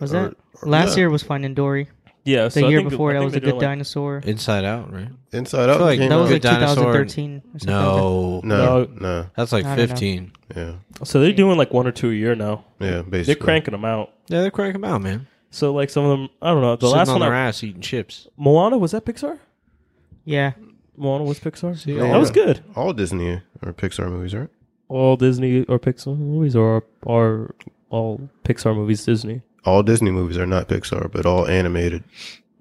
Speaker 1: Was
Speaker 4: Or-
Speaker 1: that last
Speaker 4: yeah.
Speaker 1: year? Was Finding Dory.
Speaker 2: Yeah.
Speaker 1: The
Speaker 2: so I
Speaker 1: year
Speaker 2: think-
Speaker 1: before
Speaker 2: I
Speaker 1: that
Speaker 2: think
Speaker 1: was
Speaker 2: they
Speaker 1: a
Speaker 2: did,
Speaker 1: good
Speaker 2: like-
Speaker 1: dinosaur.
Speaker 3: Inside Out, right?
Speaker 4: Inside Out
Speaker 3: feel like
Speaker 4: came
Speaker 1: That
Speaker 4: out.
Speaker 1: was
Speaker 3: Good
Speaker 1: like
Speaker 3: Dinosaur.
Speaker 1: 2013 or something. like that.
Speaker 3: No,
Speaker 4: no,
Speaker 2: No.
Speaker 4: no,
Speaker 3: that's like
Speaker 1: I don't know.
Speaker 3: fifteen.
Speaker 4: yeah,
Speaker 2: So they're doing like one or two a year now.
Speaker 4: yeah. Basically,
Speaker 2: They're cranking them out.
Speaker 3: Yeah, they're cranking them out, man.
Speaker 2: So like some of them, I don't know. The
Speaker 3: Sitting
Speaker 2: last one,
Speaker 3: on their
Speaker 2: I,
Speaker 3: ass eating chips.
Speaker 2: Moana was that Pixar?
Speaker 1: Yeah,
Speaker 2: Moana was Pixar.
Speaker 3: See,
Speaker 2: that
Speaker 4: all
Speaker 2: was
Speaker 4: the-
Speaker 2: good.
Speaker 4: all Disney or Pixar movies, right?
Speaker 2: All Disney or Pixar movies or are all Pixar movies Disney.
Speaker 4: All Disney movies are not Pixar, but all animated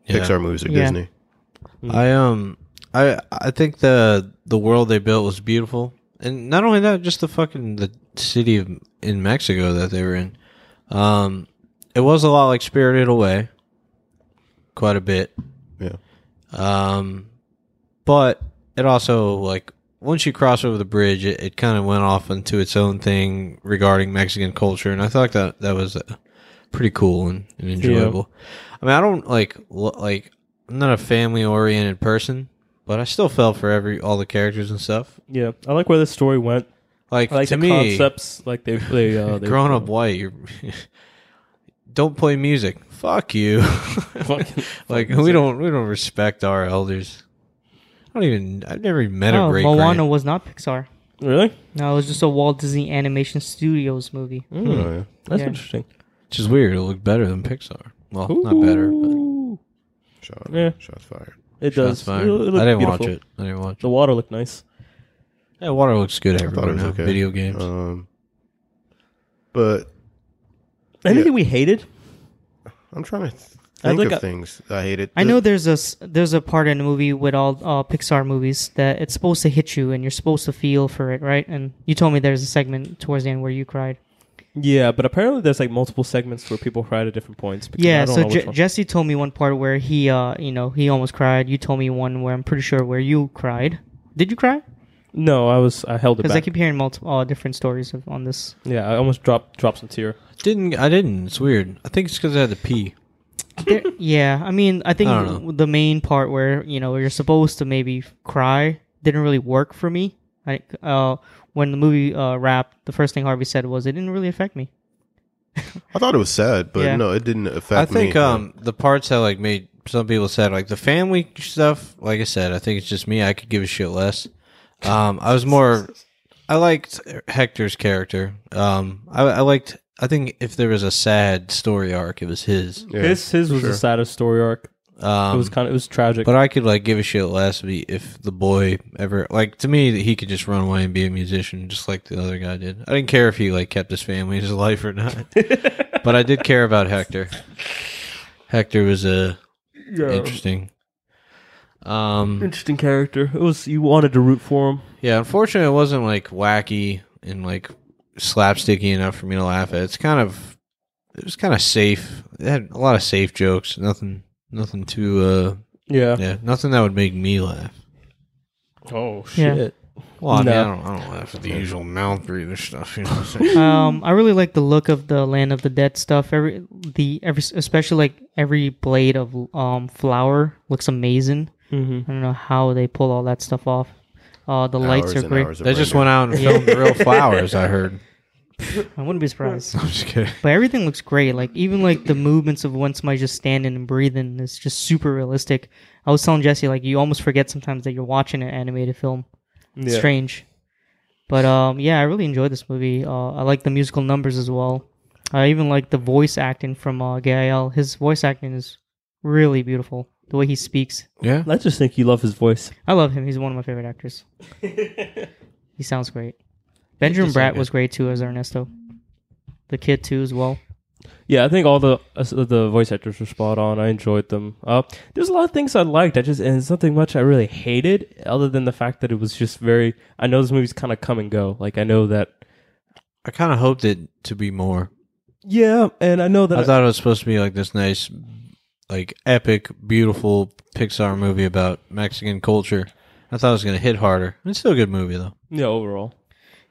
Speaker 3: Yeah.
Speaker 4: Pixar movies are
Speaker 1: Yeah.
Speaker 4: Disney.
Speaker 2: Mm.
Speaker 3: I um, I I think the the world they built was beautiful, and not only that, just the fucking the city of, in Mexico that they were in. Um, it was a lot like Spirited Away, quite a bit.
Speaker 4: Yeah.
Speaker 3: Um, but it also like once you cross over the bridge, it, it kind of went off into its own thing regarding Mexican culture, and I thought that that was uh, pretty cool and, and enjoyable. I mean, I don't like lo- like I'm not a family oriented person, but I still fell for every all the characters and stuff.
Speaker 2: Yeah, I like where this story went.
Speaker 3: Like,
Speaker 2: I like
Speaker 3: to
Speaker 2: the
Speaker 3: me,
Speaker 2: concepts. Like they, they, uh, they
Speaker 3: grown up white, you don't play music. Fuck you.
Speaker 2: Fucking-
Speaker 3: like
Speaker 2: fucking
Speaker 3: we don't we don't respect our elders. I don't even. I've never even met a
Speaker 2: Oh,
Speaker 1: no,
Speaker 3: great.
Speaker 1: Moana
Speaker 3: grand-
Speaker 1: was not Pixar.
Speaker 2: really.
Speaker 1: No, it was just a Walt Disney Animation Studios movie.
Speaker 4: Oh, yeah.
Speaker 2: That's
Speaker 1: Yeah.
Speaker 2: interesting.
Speaker 3: Which is weird. It looked better than Pixar. Well, not better, but
Speaker 2: Ooh.
Speaker 4: Shot,
Speaker 2: Yeah.
Speaker 4: Shots fired.
Speaker 2: It
Speaker 3: that's
Speaker 2: does.
Speaker 3: fine. I
Speaker 2: It lo- it
Speaker 3: didn't
Speaker 2: looked
Speaker 3: watch
Speaker 2: beautiful.
Speaker 3: it. I didn't watch
Speaker 2: The
Speaker 3: it.
Speaker 2: water looked nice.
Speaker 3: Yeah, water looks good
Speaker 4: I thought
Speaker 3: everywhere
Speaker 4: it was
Speaker 3: now.
Speaker 4: okay.
Speaker 3: Video games.
Speaker 4: Um, but
Speaker 2: Anything we hated?
Speaker 4: I'm trying to th-
Speaker 2: I
Speaker 4: think
Speaker 2: look
Speaker 4: of
Speaker 2: at-
Speaker 4: things I hated.
Speaker 1: I know there's a s- there's a part in the movie with all uh, Pixar movies that it's supposed to hit you and you're supposed to feel for it, right? And you told me there's a segment towards the end where you cried.
Speaker 2: Yeah, but apparently there's like multiple segments where people cried at different points. because
Speaker 1: Yeah,
Speaker 2: I don't
Speaker 1: so
Speaker 2: know which
Speaker 1: Je-
Speaker 2: one.
Speaker 1: Jesse told me one part where he, uh, you know, he almost cried. You told me one where I'm pretty sure where you cried. Did you cry?
Speaker 2: no, I was I held it
Speaker 1: Because
Speaker 2: back.
Speaker 1: I keep hearing multiple uh, different stories of, on this.
Speaker 2: yeah, I almost dropped dropped some tear.
Speaker 3: Didn't I? Didn't. It's weird. I think it's because I had to pee.
Speaker 1: There- yeah, I mean, I think
Speaker 3: I don't know.
Speaker 1: the main part where you know you're supposed to maybe cry didn't really work for me. I, uh, when the movie uh, wrapped, the first thing Harvey said was it didn't really affect me.
Speaker 4: I thought it was sad, but
Speaker 1: Yeah.
Speaker 4: no, it didn't affect
Speaker 3: I think
Speaker 4: me.
Speaker 3: um the parts that like made some people sad, like the family stuff. Like I said, I think it's just me. I could give a shit less. Um, I was more. I liked Hector's character. Um, I, I liked. I think if there was a sad story arc, it was his.
Speaker 4: Yeah.
Speaker 2: his his was the saddest story arc.
Speaker 3: Um,
Speaker 2: it was kind of it was tragic.
Speaker 3: but I could like give a shit less if, he- if the boy ever like to me that he could just run away and be a musician just like the other guy did. I didn't care if he like kept his family in his life or not, but I did care about Hector. Hector was a
Speaker 2: yeah.
Speaker 3: Interesting. Um,
Speaker 2: Interesting character. It was you wanted to root for him.
Speaker 3: Yeah, unfortunately, it wasn't like wacky and like slapsticky enough for me to laugh at. It's kind of, it was kind of safe. It had a lot of safe jokes. Nothing, nothing too, uh,
Speaker 2: Yeah.
Speaker 3: yeah, nothing that would make me laugh.
Speaker 2: Oh
Speaker 1: Yeah.
Speaker 2: shit.
Speaker 3: Well, I, mean,
Speaker 2: No.
Speaker 3: I, don't, I don't laugh at the usual mouth breather stuff. You know what I'm saying?
Speaker 1: Um, I really like the look of the Land of the Dead stuff. Every the every especially like every blade of um flower looks amazing.
Speaker 2: Mm-hmm.
Speaker 1: I don't know how they pull all that stuff off. Uh, the lights
Speaker 4: Hours
Speaker 1: are
Speaker 4: and
Speaker 1: great.
Speaker 4: hours of
Speaker 3: they just
Speaker 4: render.
Speaker 3: went out and filmed the real flowers. I heard.
Speaker 1: I wouldn't be surprised.
Speaker 3: I'm just kidding.
Speaker 1: But everything looks great. Like even like the movements of when somebody's just standing and breathing is just super realistic. I was telling Jesse like you almost forget sometimes that you're watching an animated film. It's Strange. But um, yeah, I really enjoyed this movie. Uh, I like the musical numbers as well. I even like the voice acting from uh, Gael. His voice acting is really beautiful. The way he speaks,
Speaker 3: Yeah,
Speaker 2: I just think you love his voice.
Speaker 1: I love him. He's one of my favorite actors. he sounds great. Benjamin Bratt was great too as Ernesto. The kid too as well.
Speaker 2: Yeah, I think all the uh, the voice actors were spot on. I enjoyed them. Uh, there's a lot of things I liked. I just and it's nothing much I really hated, other than the fact that it was just very. I know this movie's kind of come and go. Like I know that.
Speaker 3: I kind of hoped it to be more.
Speaker 2: Yeah, and I know that.
Speaker 3: I thought it was supposed to be like this nice, like epic, beautiful Pixar movie about Mexican culture. I thought it was going to hit harder. It's still a good movie though.
Speaker 2: yeah, overall.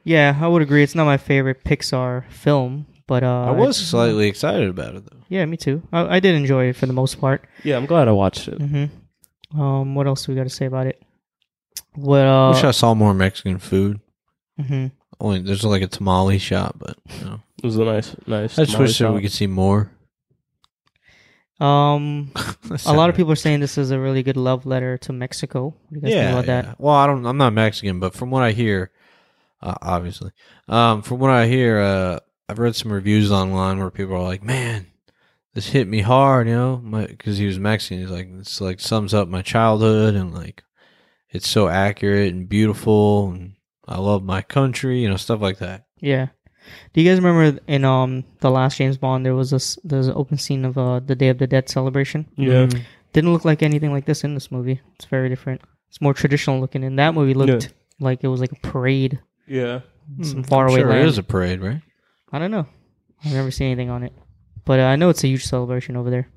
Speaker 1: Yeah, I would agree. It's not my favorite Pixar film, but uh,
Speaker 3: I
Speaker 2: Mm-hmm.
Speaker 3: was slightly excited about it though.
Speaker 1: Yeah, me too. I, I did enjoy it for the most part.
Speaker 2: Yeah, I'm glad I watched it.
Speaker 1: hmm Um, what else do we got to say about it? What?
Speaker 3: I
Speaker 1: Uh,
Speaker 3: wish I saw more Mexican food.
Speaker 2: Mm-hmm.
Speaker 1: mhm.
Speaker 3: Only there's like a tamale shop, but you know.
Speaker 2: It was a nice, nice.
Speaker 3: I just
Speaker 2: tamale
Speaker 3: wish that we
Speaker 2: shop.
Speaker 3: could see more.
Speaker 1: Um, a lot of people are saying this is a really good love letter to Mexico. What do you guys
Speaker 3: yeah,
Speaker 1: think about
Speaker 3: yeah.
Speaker 1: that?
Speaker 3: Well, I don't. I'm not Mexican, but from what I hear, uh, obviously, um, from what I hear, uh, I've read some reviews online where people are like, "Man, this hit me hard," you know, because he was Mexican. He's like, "This like sums up my childhood," and like, it's so accurate and beautiful, and I love my country, you know, stuff like that.
Speaker 1: Yeah. Do you guys remember in um the last James Bond there was this there's an open scene of uh the Day of the Dead celebration?
Speaker 2: Yeah. Mm-hmm.
Speaker 1: Didn't look like anything like this in this movie. It's very different. It's more traditional looking. In that movie, looked like it was like a parade,
Speaker 2: Yeah.
Speaker 1: in some faraway
Speaker 3: Hmm, sure,
Speaker 1: land.
Speaker 3: it is a parade, right?
Speaker 1: I don't know. I've never seen anything on it, but uh, I know it's a huge celebration over there.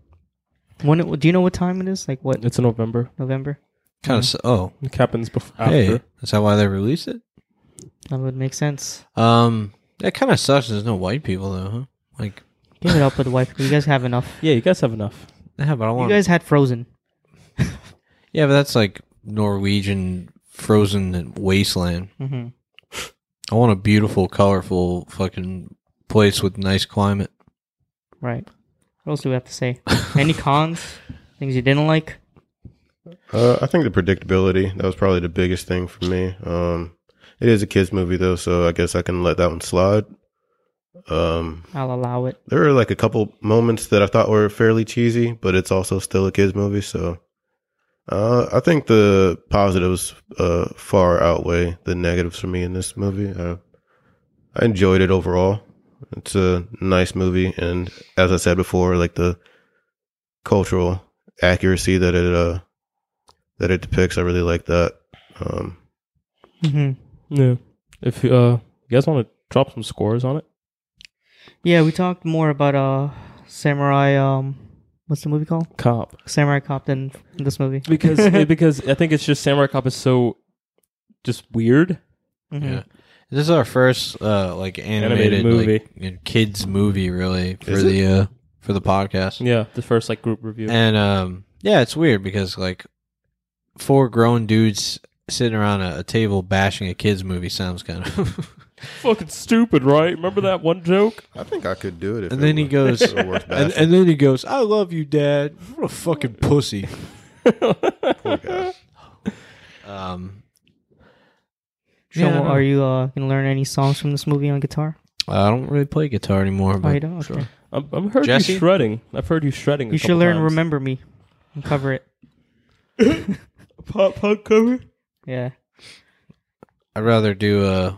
Speaker 1: When it, do you know what time it is? Like what
Speaker 2: It's in November.
Speaker 1: November?
Speaker 3: Kind
Speaker 1: Mm-hmm.
Speaker 3: of. Oh,
Speaker 2: It happens before.
Speaker 3: hey,
Speaker 2: After.
Speaker 3: is that why they released it?
Speaker 1: That would make sense.
Speaker 3: Um, that kind of sucks. There's no white people though. Huh? Like,
Speaker 1: Give it up with the wife. You guys have enough.
Speaker 2: Yeah, you guys have enough.
Speaker 3: yeah, but I
Speaker 1: You
Speaker 3: want.
Speaker 1: guys had Frozen.
Speaker 3: Yeah, but that's like Norwegian frozen wasteland.
Speaker 1: hmm
Speaker 3: I want a beautiful, colorful fucking place with nice climate.
Speaker 1: Right. What else do we have to say? Any cons? Things you didn't like?
Speaker 4: Uh, I think the predictability that was probably the biggest thing for me. Um, it is a kids movie though, so I guess I can let that one slide. Um,
Speaker 1: I'll allow it.
Speaker 4: there were like a couple moments that I thought were fairly cheesy, but it's also still a kids movie, so uh, I think the positives uh, far outweigh the negatives for me in this movie. I, I enjoyed it overall. It's a nice movie, and as I said before, like the cultural accuracy that it uh, that it depicts, I really like that. Um,
Speaker 1: hmm
Speaker 3: Mm-hmm.
Speaker 2: Yeah. If uh, you guys want to drop some scores on it,
Speaker 1: Yeah, we talked more about uh samurai. Um, what's the movie called?
Speaker 2: cop.
Speaker 1: Samurai Cop than this movie.
Speaker 2: because it- because I think it's just Samurai Cop is so just weird.
Speaker 1: Mhm.
Speaker 3: Yeah. This is our first uh like animated,
Speaker 2: Animated movie.
Speaker 3: like, you know, kids movie really for
Speaker 4: Is it?
Speaker 3: the uh for the podcast.
Speaker 2: Yeah, Eh. the first like group review.
Speaker 3: And um yeah, it's weird because like four grown dudes sitting around a, a table bashing a kids movie sounds kind of
Speaker 2: Fucking stupid, right? Remember that one joke?
Speaker 4: I think I could do it. If
Speaker 3: And then he goes
Speaker 4: worth
Speaker 3: and, and then he goes, "I love you, Dad." What a fucking pussy. Um,
Speaker 1: Sean,
Speaker 3: Yeah, I
Speaker 1: well,
Speaker 3: don't-
Speaker 1: are you uh, gonna learn any songs from this movie on guitar?
Speaker 2: Uh,
Speaker 3: I don't really play guitar anymore.
Speaker 1: Oh,
Speaker 3: But
Speaker 1: you don't. Okay.
Speaker 3: sure.
Speaker 2: I'm, I'm heard
Speaker 3: Jesse?
Speaker 2: you shredding. I've heard you shredding. a
Speaker 1: You should
Speaker 2: couple
Speaker 1: learn
Speaker 2: times.
Speaker 1: "Remember Me" and cover it.
Speaker 2: pop punk cover.
Speaker 1: Yeah.
Speaker 3: I'd rather do uh,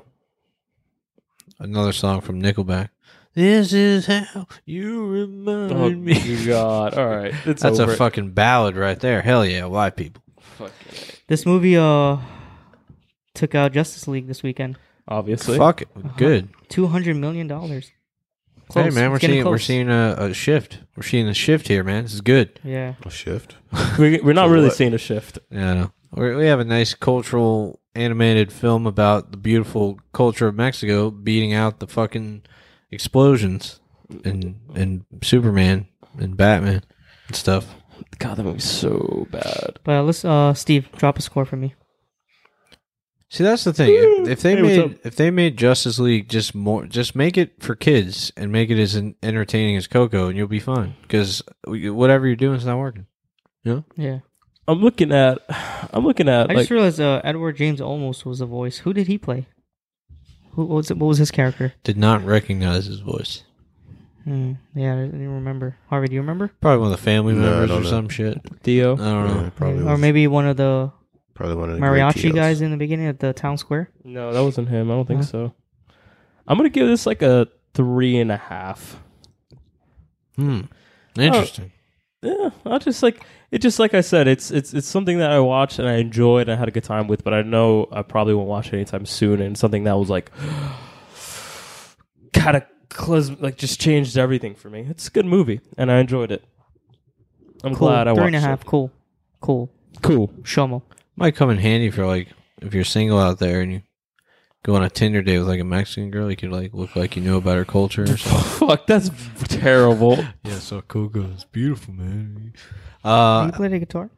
Speaker 3: another song from Nickelback. This is how you remind
Speaker 2: Oh
Speaker 3: me.
Speaker 2: God! All right, it's
Speaker 3: That's
Speaker 2: over.
Speaker 3: a fucking ballad right there. Hell yeah, white people.
Speaker 1: This movie uh took out Justice League this weekend.
Speaker 2: Obviously,
Speaker 3: Fuck it. Good.
Speaker 1: Two hundred million dollars.
Speaker 2: Uh-huh.
Speaker 3: Hey man, we're seeing we're seeing a, a shift. We're seeing a shift here, man. This is good.
Speaker 1: Yeah,
Speaker 4: A shift.
Speaker 2: we, we're not really
Speaker 4: what?
Speaker 2: seeing a shift.
Speaker 3: Yeah, I know. We're, we have a nice cultural animated film about the beautiful culture of Mexico beating out the fucking explosions and and Superman and Batman and stuff.
Speaker 2: God, that movie's so bad.
Speaker 1: but let's uh Steve drop a score for me.
Speaker 3: See, that's the thing. If, if they
Speaker 2: Hey, what's
Speaker 3: made if they made Justice League just more, just make it for kids and make it as en- entertaining as Coco, and you'll be fine. Because whatever you're doing is not working.
Speaker 1: Yeah,
Speaker 2: I'm looking at, I'm looking at
Speaker 1: I
Speaker 2: like
Speaker 1: just realized uh, Edward James almost was the voice. Who did he play? Who what was it, what was his character?
Speaker 3: Did not recognize his voice.
Speaker 1: Hmm. Yeah, I didn't remember. Harvey, do you remember?
Speaker 3: Probably one of the family
Speaker 4: No, I
Speaker 3: members
Speaker 4: don't
Speaker 3: or
Speaker 4: know.
Speaker 3: some shit. I
Speaker 2: Theo.
Speaker 3: don't know.
Speaker 4: Yeah, probably.
Speaker 1: or
Speaker 4: was-
Speaker 1: maybe one of the
Speaker 4: probably one of the great
Speaker 1: mariachi
Speaker 4: TLs.
Speaker 1: guys in the beginning at the town square.
Speaker 2: No, that wasn't him. I don't think so. I'm gonna give this like a three and a half.
Speaker 3: Hmm.
Speaker 4: Oh,
Speaker 3: Interesting.
Speaker 2: Yeah, I just like it. Just like I said, it's it's it's something that I watched and I enjoyed. And I had a good time with, but I know I probably won't watch it anytime soon. And something that was like cataclysm, like just changed everything for me. It's a good movie, and I enjoyed it. I'm
Speaker 1: Cool.
Speaker 2: glad I
Speaker 1: Three
Speaker 2: watched
Speaker 1: and a half.
Speaker 2: it.
Speaker 1: Cool, cool.
Speaker 2: Cool.
Speaker 1: Shomo.
Speaker 4: Uh,
Speaker 3: Might come in handy for like if you're single out there and you go on a Tinder date with like a Mexican girl, you could like look like you know about her culture or something.
Speaker 2: Fuck, that's terrible.
Speaker 3: yeah, so Coco is beautiful, man.
Speaker 1: Do
Speaker 3: Uh
Speaker 1: you play the guitar?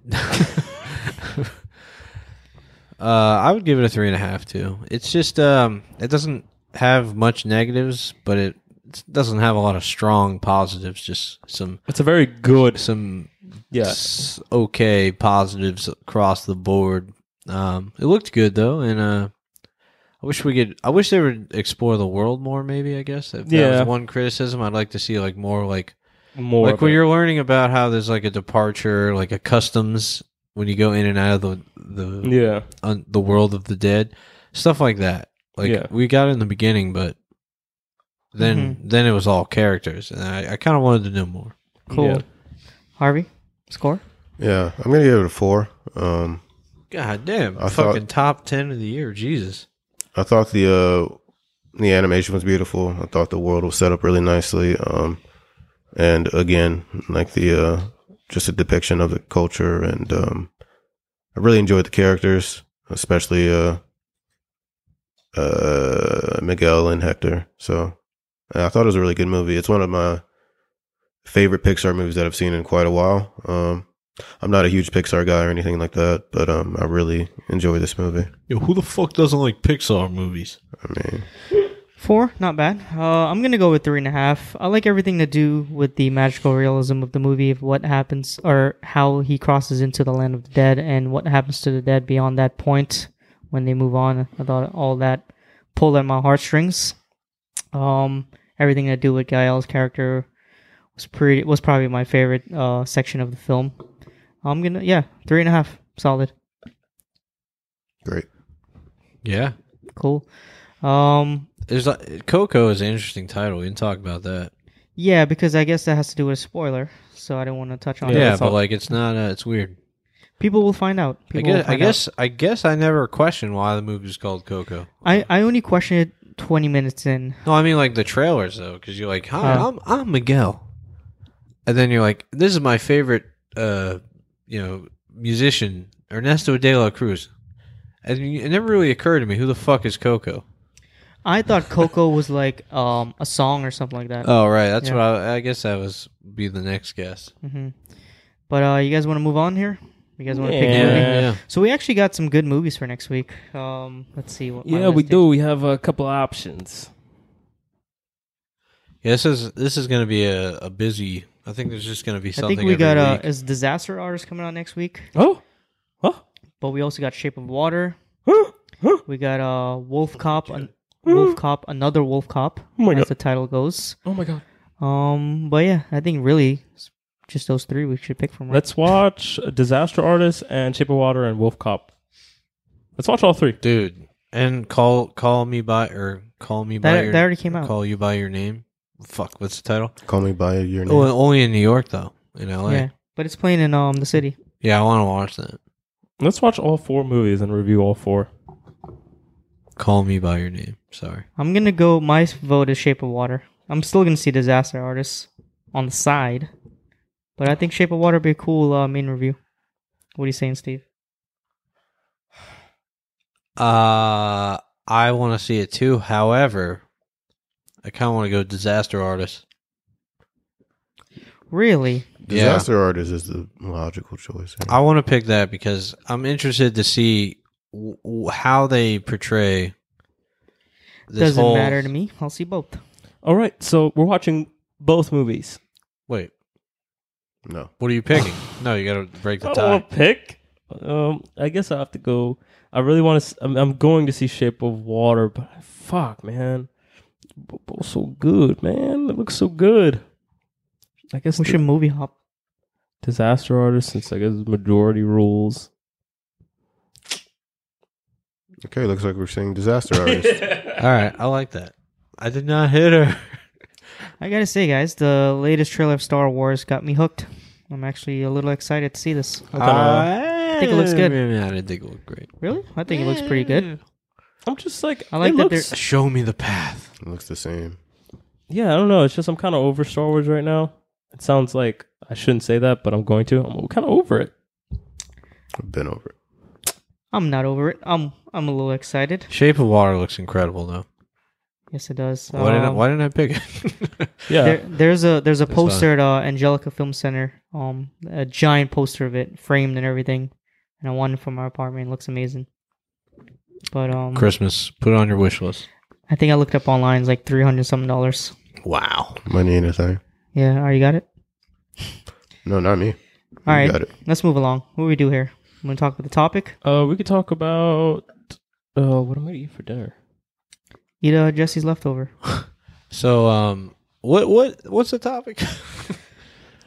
Speaker 3: uh I would give it a three and a half too. It's just um it doesn't have much negatives, but it it doesn't have a lot of strong positives, just some
Speaker 2: It's a very good.
Speaker 3: some
Speaker 2: Yeah,
Speaker 3: s- okay positives across the board. Um, it looked good though, and uh, I wish we could. I wish they would explore the world more. Maybe I guess if that
Speaker 2: Yeah.
Speaker 3: was one criticism, I'd like to see like more like
Speaker 2: more.
Speaker 3: like
Speaker 2: of
Speaker 3: when
Speaker 2: it.
Speaker 3: you're learning about how there's like a departure, like a customs when you go in and out of the the
Speaker 2: Yeah,
Speaker 3: un, the world of the dead, stuff like that. Like
Speaker 2: Yeah.
Speaker 3: we got it in the beginning, but then
Speaker 2: Mm-hmm.
Speaker 3: then it was all characters, and I, I kind of wanted to know more.
Speaker 1: Cool.
Speaker 2: Yeah.
Speaker 1: Harvey, score.
Speaker 4: Yeah, I'm gonna give it a four. Um,
Speaker 3: God damn!
Speaker 4: I
Speaker 3: fucking
Speaker 4: thought-
Speaker 3: top ten of the year, Jesus.
Speaker 4: I thought the uh, the animation was beautiful. I thought the world was set up really nicely. Um, and again, like the uh, just a depiction of the culture, and um, I really enjoyed the characters, especially uh, uh, Miguel and Hector. So uh, I thought it was a really good movie. It's one of my favorite Pixar movies that I've seen in quite a while. Um, I'm not a huge Pixar guy or anything like that, but um, I really enjoy this movie.
Speaker 3: Yo, who the fuck doesn't like Pixar movies?
Speaker 4: I mean.
Speaker 1: Four, not bad. Uh, I'm gonna go with three and a half. I like everything to do with the magical realism of the movie, of what happens or how he crosses into the land of the dead, and what happens to the dead beyond that point when they move on. I thought all that pulled at my heartstrings. Um, everything to do with Gael's character was pretty was probably my favorite uh, section of the film. I'm gonna yeah, three and a half, solid.
Speaker 4: Great.
Speaker 3: Yeah,
Speaker 1: Cool. Um,
Speaker 3: there's uh, Coco is an interesting title. We didn't talk about that.
Speaker 1: yeah, because I guess that has to do with a spoiler, so I don't want to touch on
Speaker 2: Yeah,
Speaker 1: that.
Speaker 3: yeah,
Speaker 2: that's
Speaker 3: but
Speaker 2: all.
Speaker 3: like it's not. Uh, it's weird.
Speaker 1: People will find out. People
Speaker 3: I
Speaker 1: will
Speaker 3: guess. I
Speaker 1: find
Speaker 3: guess. I guess. I never questioned why the movie was called Coco.
Speaker 1: out. I, I only question it 20 minutes in.
Speaker 3: No, I mean like the trailers though, because you're like, "Hi,
Speaker 1: Yeah.
Speaker 3: I'm I'm Miguel," and then you're like, "This is my favorite, uh, you know, musician Ernesto de la Cruz," and it never really occurred to me who the fuck is Coco.
Speaker 1: I thought Coco was like um a song or something like
Speaker 2: Uh.
Speaker 1: that.
Speaker 3: Oh right, that's
Speaker 1: Yeah.
Speaker 3: what I, I guess that was be the next guess.
Speaker 1: but uh, you guys want to move on here? You guys want to pick
Speaker 2: Yeah.
Speaker 1: a movie?
Speaker 3: yeah.
Speaker 1: So we actually got some good movies for next week. Um, let's see what. my
Speaker 2: yeah, we
Speaker 1: list is.
Speaker 2: do. We have a couple of options.
Speaker 3: Yeah, this is this is going to be a, a busy. I think there's just going to be
Speaker 1: I
Speaker 3: something.
Speaker 1: think we
Speaker 3: every
Speaker 1: got uh,
Speaker 3: week.
Speaker 1: is Disaster Artist coming out next week,
Speaker 2: Oh, oh,
Speaker 1: but we also got Shape of Water.
Speaker 2: oh, oh.
Speaker 1: We got uh Wolf Cop, an- Wolf Cop, another Wolf Cop,
Speaker 2: Oh my
Speaker 1: as
Speaker 2: God.
Speaker 1: the title goes.
Speaker 2: oh my god.
Speaker 1: Um, but yeah, I think really it's just those three we should pick from. Right?
Speaker 2: Let's watch Disaster Artist and Shape of Water and Wolf Cop. Let's watch all three.
Speaker 3: dude. And call call me by or call me by
Speaker 1: That,
Speaker 3: your
Speaker 1: that already came out.
Speaker 3: call you by your name. Fuck, what's the title?
Speaker 4: Call me by your name.
Speaker 3: Oh, only in New York though, in L.A.
Speaker 1: Yeah,
Speaker 3: Yeah,
Speaker 1: but it's playing in um the city.
Speaker 3: I want to watch that.
Speaker 2: Let's watch all four movies and review all four.
Speaker 3: Call me by your name. Sorry.
Speaker 1: I'm gonna go. My vote is Shape of Water. I'm still gonna see Disaster Artist on the side, but I think Shape of Water would be a cool uh, main review. What are you saying, Steve?
Speaker 3: Uh, I want to see it too. However, I kind of want to go disaster artist.
Speaker 1: Really?
Speaker 2: Oh,
Speaker 4: Disaster Artist is the logical choice.
Speaker 3: Yeah.
Speaker 2: Ah.
Speaker 3: I want to pick that because I'm interested to see w- w- how they portray this
Speaker 1: Doesn't
Speaker 3: whole-
Speaker 1: matter to me. I'll see both.
Speaker 2: All right, so we're watching both movies.
Speaker 3: Wait,
Speaker 4: No.
Speaker 3: what are you picking? no, you got to break the
Speaker 2: I don't
Speaker 3: tie.
Speaker 2: want to Oh, pick. Um, I guess I have to go. I really want to. I'm, I'm going to see Shape of Water, but fuck, man, B- both so good, man. It looks so good. I guess
Speaker 1: We
Speaker 2: the
Speaker 1: should movie hop.
Speaker 2: Disaster Artist, since I guess majority rules.
Speaker 4: Okay, looks like we're seeing Disaster Artist.
Speaker 3: All right, I like that. I did not hit her.
Speaker 1: I gotta say, guys, the latest trailer of Star Wars got me hooked. I'm actually a little excited to see this. Uh,
Speaker 3: I
Speaker 1: think it looks good.
Speaker 3: I didn't think it looked great.
Speaker 1: Really? I think it looks pretty good.
Speaker 2: I'm just like
Speaker 1: I like
Speaker 2: it
Speaker 1: that
Speaker 2: looks-
Speaker 3: Show me the path.
Speaker 4: It looks the same.
Speaker 2: Yeah, I don't know. It's just I'm kind of over Star Wars right now. It sounds like I shouldn't say that, but I'm going to. I'm kind of over it.
Speaker 4: I've been over it.
Speaker 1: I'm not over it. I'm I'm a little excited.
Speaker 3: Shape of Water looks incredible though.
Speaker 1: Yes, it does.
Speaker 3: Why didn't I,
Speaker 1: Um,
Speaker 3: Why didn't I pick it?
Speaker 2: Yeah,
Speaker 1: There, there's a there's a
Speaker 3: That's
Speaker 1: poster at uh, Angelica Film Center. Um, a giant poster of it, framed and everything, and I won it from our apartment. It looks amazing. But um,
Speaker 3: Christmas. Put it on your wish list.
Speaker 1: I think I looked up online. It's like three hundred something dollars.
Speaker 3: Wow.
Speaker 4: Money ain't a thing.
Speaker 1: Yeah. Are you got it?
Speaker 4: No, not me.
Speaker 1: All right.
Speaker 4: got it.
Speaker 1: Let's move along. What do we do here? I'm gonna talk about the topic.
Speaker 2: Uh, we could talk about uh, what I'm gonna eat for dinner.
Speaker 1: Eat uh, Jesse's leftover.
Speaker 3: So, um, what what what's the topic?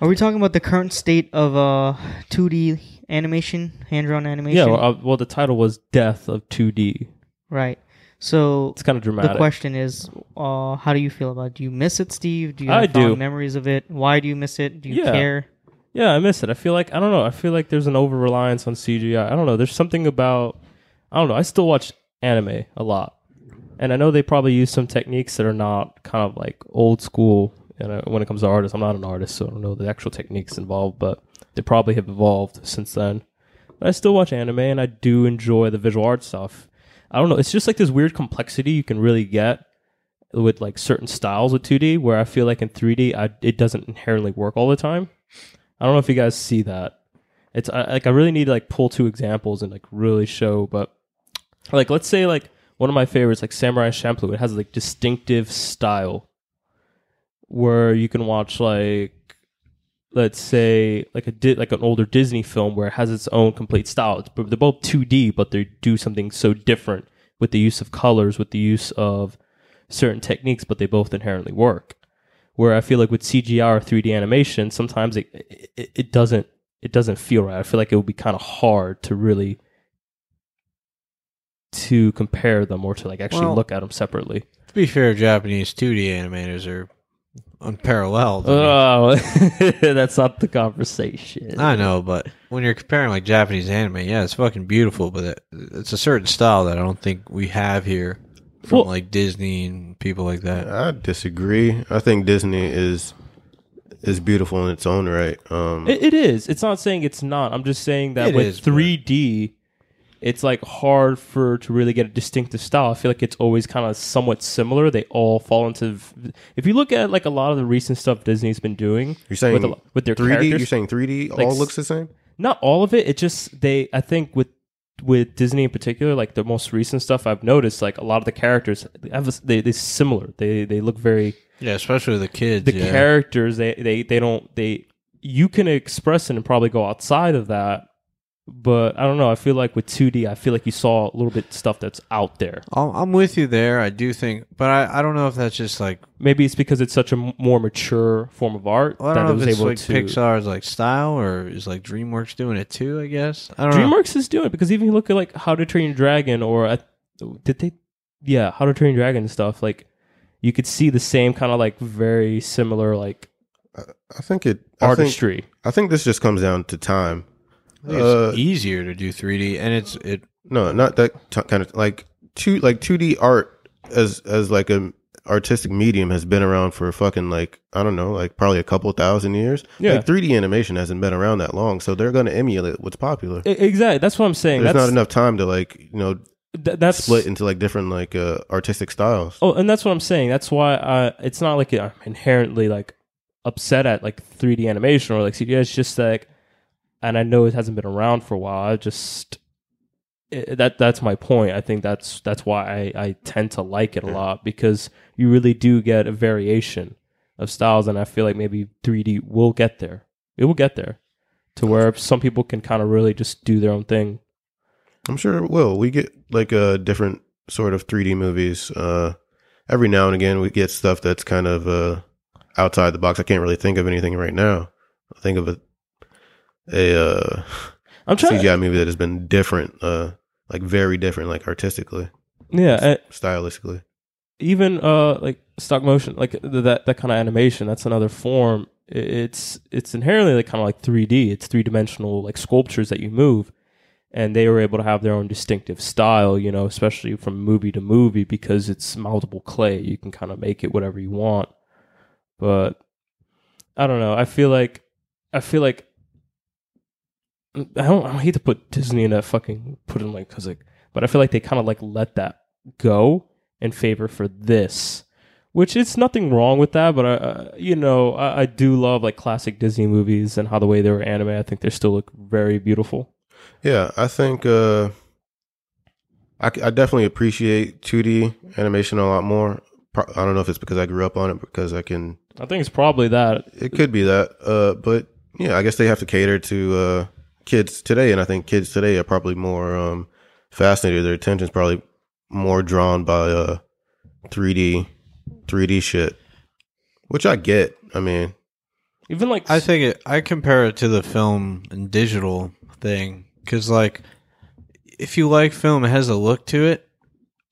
Speaker 1: Are we talking about the current state of uh 2D animation, hand drawn animation?
Speaker 2: Yeah, well, uh, well, the title was "Death of 2D."
Speaker 1: right. So
Speaker 2: It's kind of dramatic.
Speaker 1: the question is, uh, how do you feel about? it? Do you miss it, Steve? Do you
Speaker 2: I
Speaker 1: have fond
Speaker 2: do.
Speaker 1: memories of it? Why do you miss it? Do you
Speaker 2: Yeah.
Speaker 1: care?
Speaker 2: Yeah, I miss it. I feel like I don't know. I feel like there's an over reliance on CGI. I don't know. There's something about I don't know. I still watch anime a lot, and I know they probably use some techniques that are not kind of like old school. And uh, when it comes to artists, I'm not an artist, so I don't know the actual techniques involved, but they probably have evolved since then. But I still watch anime, and I do enjoy the visual art stuff. I don't know. It's just like this weird complexity you can really get with like certain styles with 2D, where I feel like in 3D, I, it doesn't inherently work all the time. I don't know if you guys see that. It's I, like I really need to like pull two examples and like really show, but like let's say like one of my favorites like Samurai Champloo. It has like distinctive style where you can watch like let's say like a di- like an older Disney film where it has its own complete style. It's, but they're both 2D, but they do something so different with the use of colors, with the use of certain techniques, but they both inherently work where I feel like with CGI or 3D animation, sometimes it it, it doesn't it doesn't feel right. I feel like it would be kind of hard to really to compare them or to like actually
Speaker 3: Well-
Speaker 2: look at them separately.
Speaker 3: to be fair, Japanese 2D animators are unparalleled.
Speaker 2: Oh, that's not the conversation.
Speaker 3: I know, but when you're comparing like Japanese anime, yeah, it's fucking beautiful, but it, it's a certain style that I don't think we have here from
Speaker 2: Well-
Speaker 3: like Disney and people like that.
Speaker 4: I disagree. I think Disney is is beautiful in its own right. Um,
Speaker 2: It, it is. It's not saying it's not. I'm just saying that
Speaker 3: It
Speaker 2: with
Speaker 3: is, but-
Speaker 2: 3D, it's like hard for to really get a distinctive style. I feel like it's always kind of somewhat similar. They all fall into. v- If you look at like a lot of the recent stuff Disney's been doing,
Speaker 4: you're saying
Speaker 2: with, a lo- with their
Speaker 4: 3D.
Speaker 2: characters,
Speaker 4: You're saying 3D
Speaker 2: Like
Speaker 4: all
Speaker 2: s-
Speaker 4: looks the same.
Speaker 2: not all of it. It just they. I think with with Disney in particular, like the most recent stuff I've noticed, like a lot of the characters they have a s- they they similar. They they look very
Speaker 3: Yeah, especially the kids.
Speaker 2: the
Speaker 3: yeah.
Speaker 2: characters they, they they don't they you can express it and probably go outside of that but i don't know i feel like with 2d i feel like you saw a little bit stuff that's out there
Speaker 3: I'm I'm with you there. I do think, but I, I don't know if that's just like
Speaker 2: maybe it's because it's such a m- more mature form of art that
Speaker 3: I don't
Speaker 2: it
Speaker 3: know
Speaker 2: was
Speaker 3: if it's
Speaker 2: able
Speaker 3: like
Speaker 2: to
Speaker 3: Pixar's like style or is like DreamWorks doing it too. I guess I don't know.
Speaker 2: dreamworks is doing it because even you look at like how to train your dragon or I, did they yeah how to train your dragon and stuff like you could see the same kind of like very similar like
Speaker 4: I think it. I think,
Speaker 2: artistry
Speaker 4: I think this just comes down to time. Uh,
Speaker 3: it's easier to do 3D, and it's it.
Speaker 4: no, not that t- kind of like two like two D art as as like a artistic medium has been around for fucking like I don't know like probably a couple thousand years.
Speaker 2: Yeah.
Speaker 4: like three D animation hasn't been around that long, so they're gonna emulate what's popular.
Speaker 2: E- exactly. That's what I'm saying.
Speaker 4: There's
Speaker 2: that's
Speaker 4: not enough time to like you know
Speaker 2: th- that's
Speaker 4: split into like different like uh, artistic styles.
Speaker 2: Oh, and that's what I'm saying. That's why uh, it's not like I'm inherently like upset at like 3D animation or like CGI. It's just like, and I know it hasn't been around for a while. I just it, that that's my point. I think that's that's why I I tend to like it a lot because you really do get a variation of styles, and I feel like maybe 3D will get there. It will get there to where some people can kind of really just do their own thing.
Speaker 4: I'm sure it will. We get like uh, different sort of 3D movies uh, every now and again. We get stuff that's kind of uh, outside the box. I can't really think of anything right now. I think of a a uh,
Speaker 2: I'm trying.
Speaker 4: CGI movie that has been different, uh, like very different, like artistically,
Speaker 2: Yeah, I-
Speaker 4: stylistically.
Speaker 2: even uh like stock motion like th- that that kind of animation that's another form I- it's it's inherently like kind of like 3d it's three-dimensional like sculptures that you move and they were able to have their own distinctive style you know especially from movie to movie because it's multiple clay you can kind of make it whatever you want but i don't know i feel like i feel like mm, i don't i hate to put disney in that fucking put in like because like but i feel like they kind of like let that go in favor for this, which it's nothing wrong with that. But I, uh, you know, I, I do love like classic Disney movies and how the way they were anime. I think they still look very beautiful.
Speaker 4: Yeah, I think uh, I, c- I definitely appreciate 2D animation a lot more. Pro- I don't know if it's because I grew up on it, because I can
Speaker 2: I think it's probably that.
Speaker 4: It could be that, uh, but yeah, I guess they have to cater to uh, kids today, and I think kids today are probably more um, fascinated. Their attention's probably more drawn by uh, 3D, 3D shit, which I get. I mean,
Speaker 2: Even like
Speaker 3: I think it. I compare it to the film and digital thing because, like, if you like film, it has a look to it,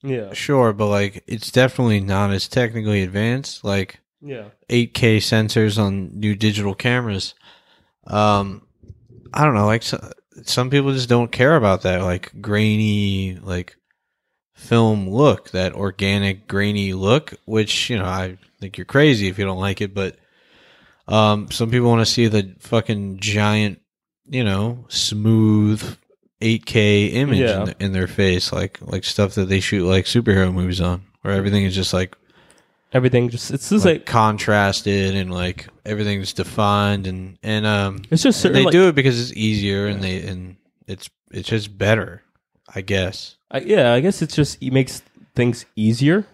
Speaker 2: yeah,
Speaker 3: sure, but like, it's definitely not as technically advanced. Like,
Speaker 2: yeah,
Speaker 3: 8K sensors on new digital cameras. Um, I don't know. Like so, some people just don't care about that, like grainy, like film look, that organic grainy look. Which you know, I think you're crazy if you don't like it. But um, some people want to see the fucking giant, you know, smooth 8K image
Speaker 2: Yeah.
Speaker 3: in, th- in their face, like like stuff that they shoot like superhero movies on, where everything is just like
Speaker 2: everything just it's just
Speaker 3: like,
Speaker 2: like,
Speaker 3: contrasted and like everything's defined and and um
Speaker 2: it's just certain,
Speaker 3: they
Speaker 2: like,
Speaker 3: do it because it's easier and they and it's it's just better, I guess.
Speaker 2: I, yeah, I guess it's just it makes things easier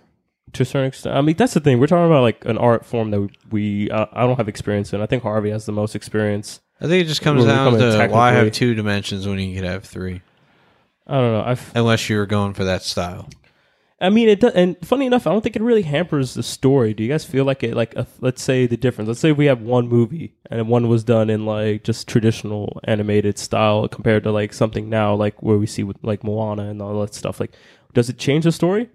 Speaker 2: to a certain extent. I mean, that's the thing we're talking about, like an art form that we, we uh, I don't have experience in. I think Harvey has the most experience.
Speaker 3: I think it just comes
Speaker 2: Well, we
Speaker 3: down
Speaker 2: come in
Speaker 3: to why
Speaker 2: technically-
Speaker 3: have two dimensions when you could have three,
Speaker 2: I don't know. I f-
Speaker 3: unless you were going for that style.
Speaker 2: I mean, it does, and funny enough, I don't think it really hampers the story. Do you guys feel like it? Like, uh let's say the difference. Let's say we have one movie and one was done in like just traditional animated style compared to like something now, like where we see with like Moana and all that stuff. Like, does it change the story?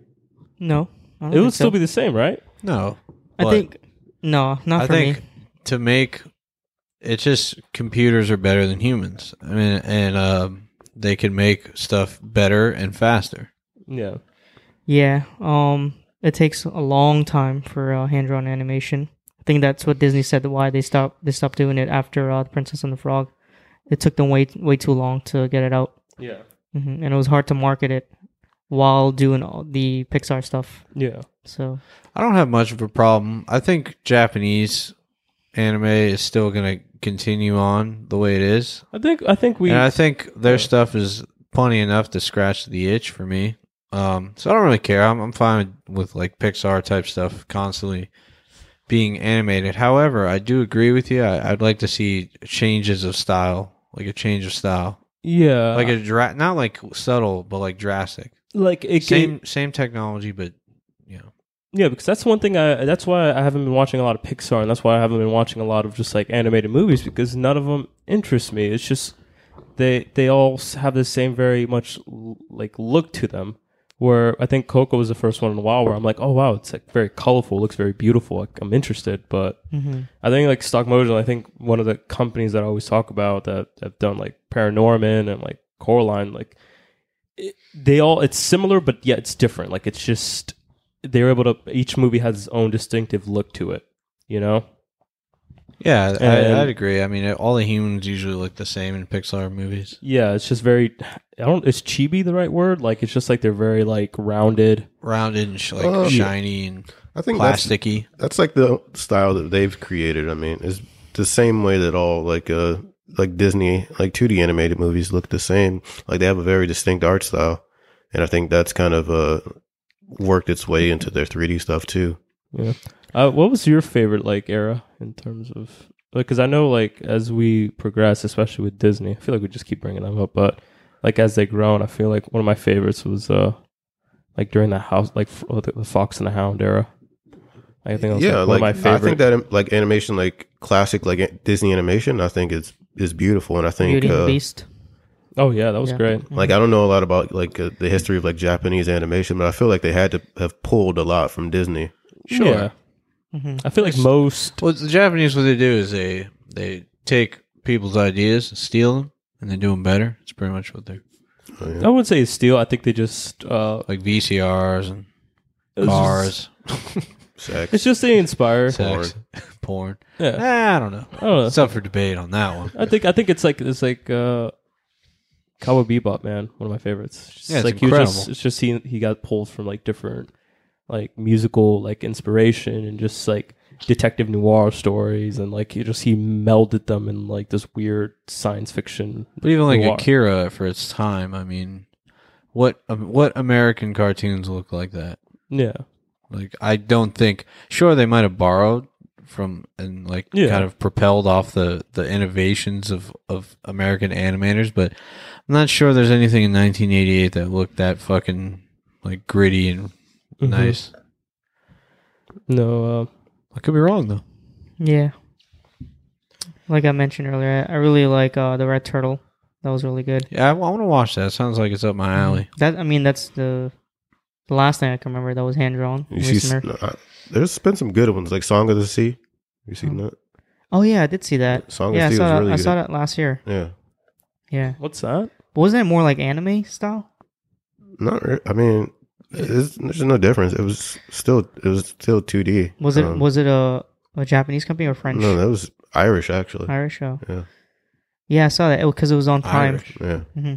Speaker 1: No, I don't
Speaker 2: It
Speaker 1: think
Speaker 2: would still
Speaker 1: so.
Speaker 2: be the same, right?
Speaker 3: No,
Speaker 1: I think no, not
Speaker 3: I
Speaker 1: for
Speaker 3: think
Speaker 1: me.
Speaker 3: to make it's just computers are better than humans. I mean, and um, they can make stuff better and faster.
Speaker 2: Yeah,
Speaker 1: Yeah, um, it takes a long time for uh, hand-drawn animation. I think that's what Disney said why they stopped they stopped doing it after uh, Princess and the Frog. It took them way way too long to get it out,
Speaker 2: yeah,
Speaker 1: hmm and it was hard to market it while doing all the Pixar stuff.
Speaker 2: yeah.
Speaker 1: So
Speaker 3: I don't have much of a problem. I think Japanese anime is still going to continue on the way it is.
Speaker 2: I think I think we.
Speaker 3: and I think their stuff is plenty enough to scratch the itch for me. Um, so I don't really care. I'm, I'm fine with, with like Pixar type stuff constantly being animated. However, I do agree with you. I, I'd like to see changes of style, like a change of style,
Speaker 2: yeah,
Speaker 3: like a dra- not like subtle, but like drastic.
Speaker 2: like it gave-
Speaker 3: Same same technology, but you know.
Speaker 2: Yeah, because that's one thing I that's why I haven't been watching a lot of Pixar and that's why I haven't been watching a lot of just like animated movies because none of them interest me. It's just they they all s- have the same very much l- like look to them, where I think Coco was the first one in a while where I'm like, oh wow, it's like very colorful, looks very beautiful. Like, I'm interested, but I think like Stock Motion, I think one of the companies that I always talk about that have done like Paranorman and like Coraline, like it, they all it's similar, but yet it's different. Like it's just they're able to each movie has its own distinctive look to it, you know.
Speaker 3: Yeah,
Speaker 2: And-
Speaker 3: I, I'd agree. I mean, all the humans usually look the same in Pixar movies.
Speaker 2: Yeah, it's just very. I don't. Is chibi the right word? Like it's just like they're very like rounded.
Speaker 3: Rounded and sh- like
Speaker 4: Oh, yeah.
Speaker 3: shiny and
Speaker 4: I think that's
Speaker 3: plasticky.
Speaker 4: that's like the style that they've created. I mean, it's the same way that all like uh like Disney like 2D animated movies look the same. Like they have a very distinct art style, and I think that's kind of uh worked its way into their 3D stuff too.
Speaker 2: Yeah. Uh, what was your favorite like era in terms of like? Because I know like as we progress, especially with Disney, I feel like we just keep bringing them up. But like as they grow, and I feel like one of my favorites was uh like during the house like f- oh, the the Fox and the Hound era. I think that was,
Speaker 4: yeah,
Speaker 2: like,
Speaker 4: like
Speaker 2: one of my
Speaker 4: I think
Speaker 2: favorite.
Speaker 4: that um, like animation, like classic like a- Disney animation, I think is is beautiful, and I think
Speaker 1: Beauty and the
Speaker 4: uh,
Speaker 1: Beast. Mm-hmm.
Speaker 2: oh yeah, that was
Speaker 1: Yeah.
Speaker 2: great.
Speaker 4: like I don't know a lot about like uh, the history of like Japanese animation, but I feel like they had to have pulled a lot from Disney.
Speaker 2: Sure. I feel like most.
Speaker 3: Well, the Japanese, what they do is they they take people's ideas and steal them, and they do them better. It's pretty much what they're
Speaker 2: I wouldn't say it's steal. I think they just uh
Speaker 3: like VCRs and
Speaker 2: it was just-
Speaker 3: cars,
Speaker 4: Sex.
Speaker 2: It's just they inspire.
Speaker 3: sex, porn.
Speaker 2: Yeah.
Speaker 3: Nah, I don't know.
Speaker 2: I don't know.
Speaker 3: It's up for debate on that one.
Speaker 2: I think I think it's like it's like uh Cowboy Bebop, man, one of my favorites. It's just
Speaker 3: Yeah, it's
Speaker 2: like he was just-
Speaker 3: incredible.
Speaker 2: it's just he he got pulled from like different like musical like inspiration and just like detective noir stories and like he just he melded them in like this weird science fiction.
Speaker 3: But even like
Speaker 2: noir.
Speaker 3: Akira for its time, I mean, what um, what American cartoons look like that?
Speaker 2: Yeah.
Speaker 3: Like I don't think sure they might have borrowed from and like
Speaker 2: Yeah.
Speaker 3: kind of propelled off the the innovations of of American animators, but I'm not sure there's anything in 1988 that looked that fucking like gritty and
Speaker 1: Mm-hmm.
Speaker 2: Mhm.
Speaker 3: nice.
Speaker 2: No. Uh,
Speaker 3: I could be wrong though.
Speaker 1: Yeah. Like I mentioned earlier, I I really like uh, the Red Turtle. That was really good.
Speaker 3: Yeah, I, want to watch that. Sounds like it's up my
Speaker 1: Mm-hmm.
Speaker 3: alley.
Speaker 1: That I mean, that's the the last thing I can remember that was hand drawn.
Speaker 4: You see, s-
Speaker 1: listener.
Speaker 4: uh, there's been some good ones like Song of the Sea. You seen that?
Speaker 1: Oh yeah, I did see that.
Speaker 4: Song of
Speaker 1: yeah, I
Speaker 4: Steel
Speaker 1: saw
Speaker 4: is
Speaker 1: that,
Speaker 4: really
Speaker 1: I saw
Speaker 4: good.
Speaker 1: that last year.
Speaker 4: Yeah,
Speaker 1: Yeah,
Speaker 2: what's that?
Speaker 1: but wasn't it more like anime style?
Speaker 4: not. Re- I mean, it's, there's no difference. It was still it was still 2D.
Speaker 1: Was it
Speaker 4: Um,
Speaker 1: was it a a Japanese company or French?
Speaker 4: no, that was Irish actually.
Speaker 1: Irish show.
Speaker 4: Yeah.
Speaker 1: Yeah, I saw that because it was on Prime.
Speaker 3: Irish.
Speaker 4: Yeah,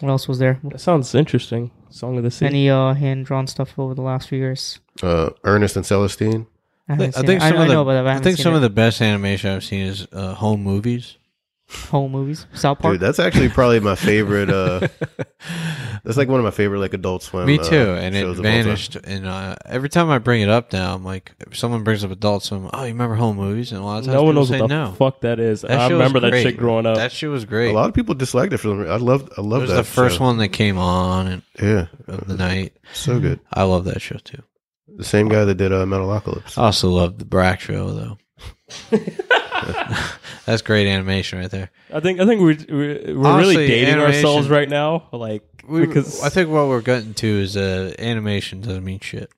Speaker 1: What else was there?
Speaker 2: That sounds interesting. Song of the Sea.
Speaker 1: Any uh, hand drawn stuff over the last few years?
Speaker 4: uh, Ernest and Celestine.
Speaker 1: I,
Speaker 3: I
Speaker 1: haven't seen
Speaker 3: think
Speaker 1: it. I-
Speaker 3: some
Speaker 1: I
Speaker 3: of the
Speaker 1: know, but I, haven't
Speaker 3: think
Speaker 1: seen
Speaker 3: some
Speaker 1: it.
Speaker 3: of the best animation I've seen is uh, home movies.
Speaker 1: whole movies. South Park.
Speaker 4: Dude, that's actually probably my favorite. Uh, that's like one of my favorite like Adult Swim.
Speaker 3: Me
Speaker 4: uh,
Speaker 3: too, and it
Speaker 4: shows of all time.
Speaker 3: vanished. And uh, every time I bring it up now, I'm like, if someone brings up Adult Swim, oh, you remember home movies? And a lot of times
Speaker 2: no one
Speaker 3: people
Speaker 2: knows
Speaker 3: say
Speaker 2: what the
Speaker 3: no.
Speaker 2: fuck that is. I
Speaker 3: shit was
Speaker 2: remember that
Speaker 3: great.
Speaker 2: shit growing up.
Speaker 3: That shit was great.
Speaker 4: A lot of people disliked it for them. I love I
Speaker 3: it
Speaker 4: love
Speaker 3: was
Speaker 4: that
Speaker 3: the first
Speaker 4: show.
Speaker 3: one that came on and,
Speaker 4: Yeah,
Speaker 3: of the night.
Speaker 4: so good.
Speaker 3: I love that show too.
Speaker 4: The same guy that did uh, Metalocalypse.
Speaker 3: I also love the Brack show though. That's great animation right there.
Speaker 2: I think I think we're we're, we're
Speaker 3: Honestly,
Speaker 2: really dating
Speaker 3: animation-
Speaker 2: ourselves right now. Like
Speaker 3: We,
Speaker 2: because
Speaker 3: I think what we're getting to is uh, animation doesn't mean shit.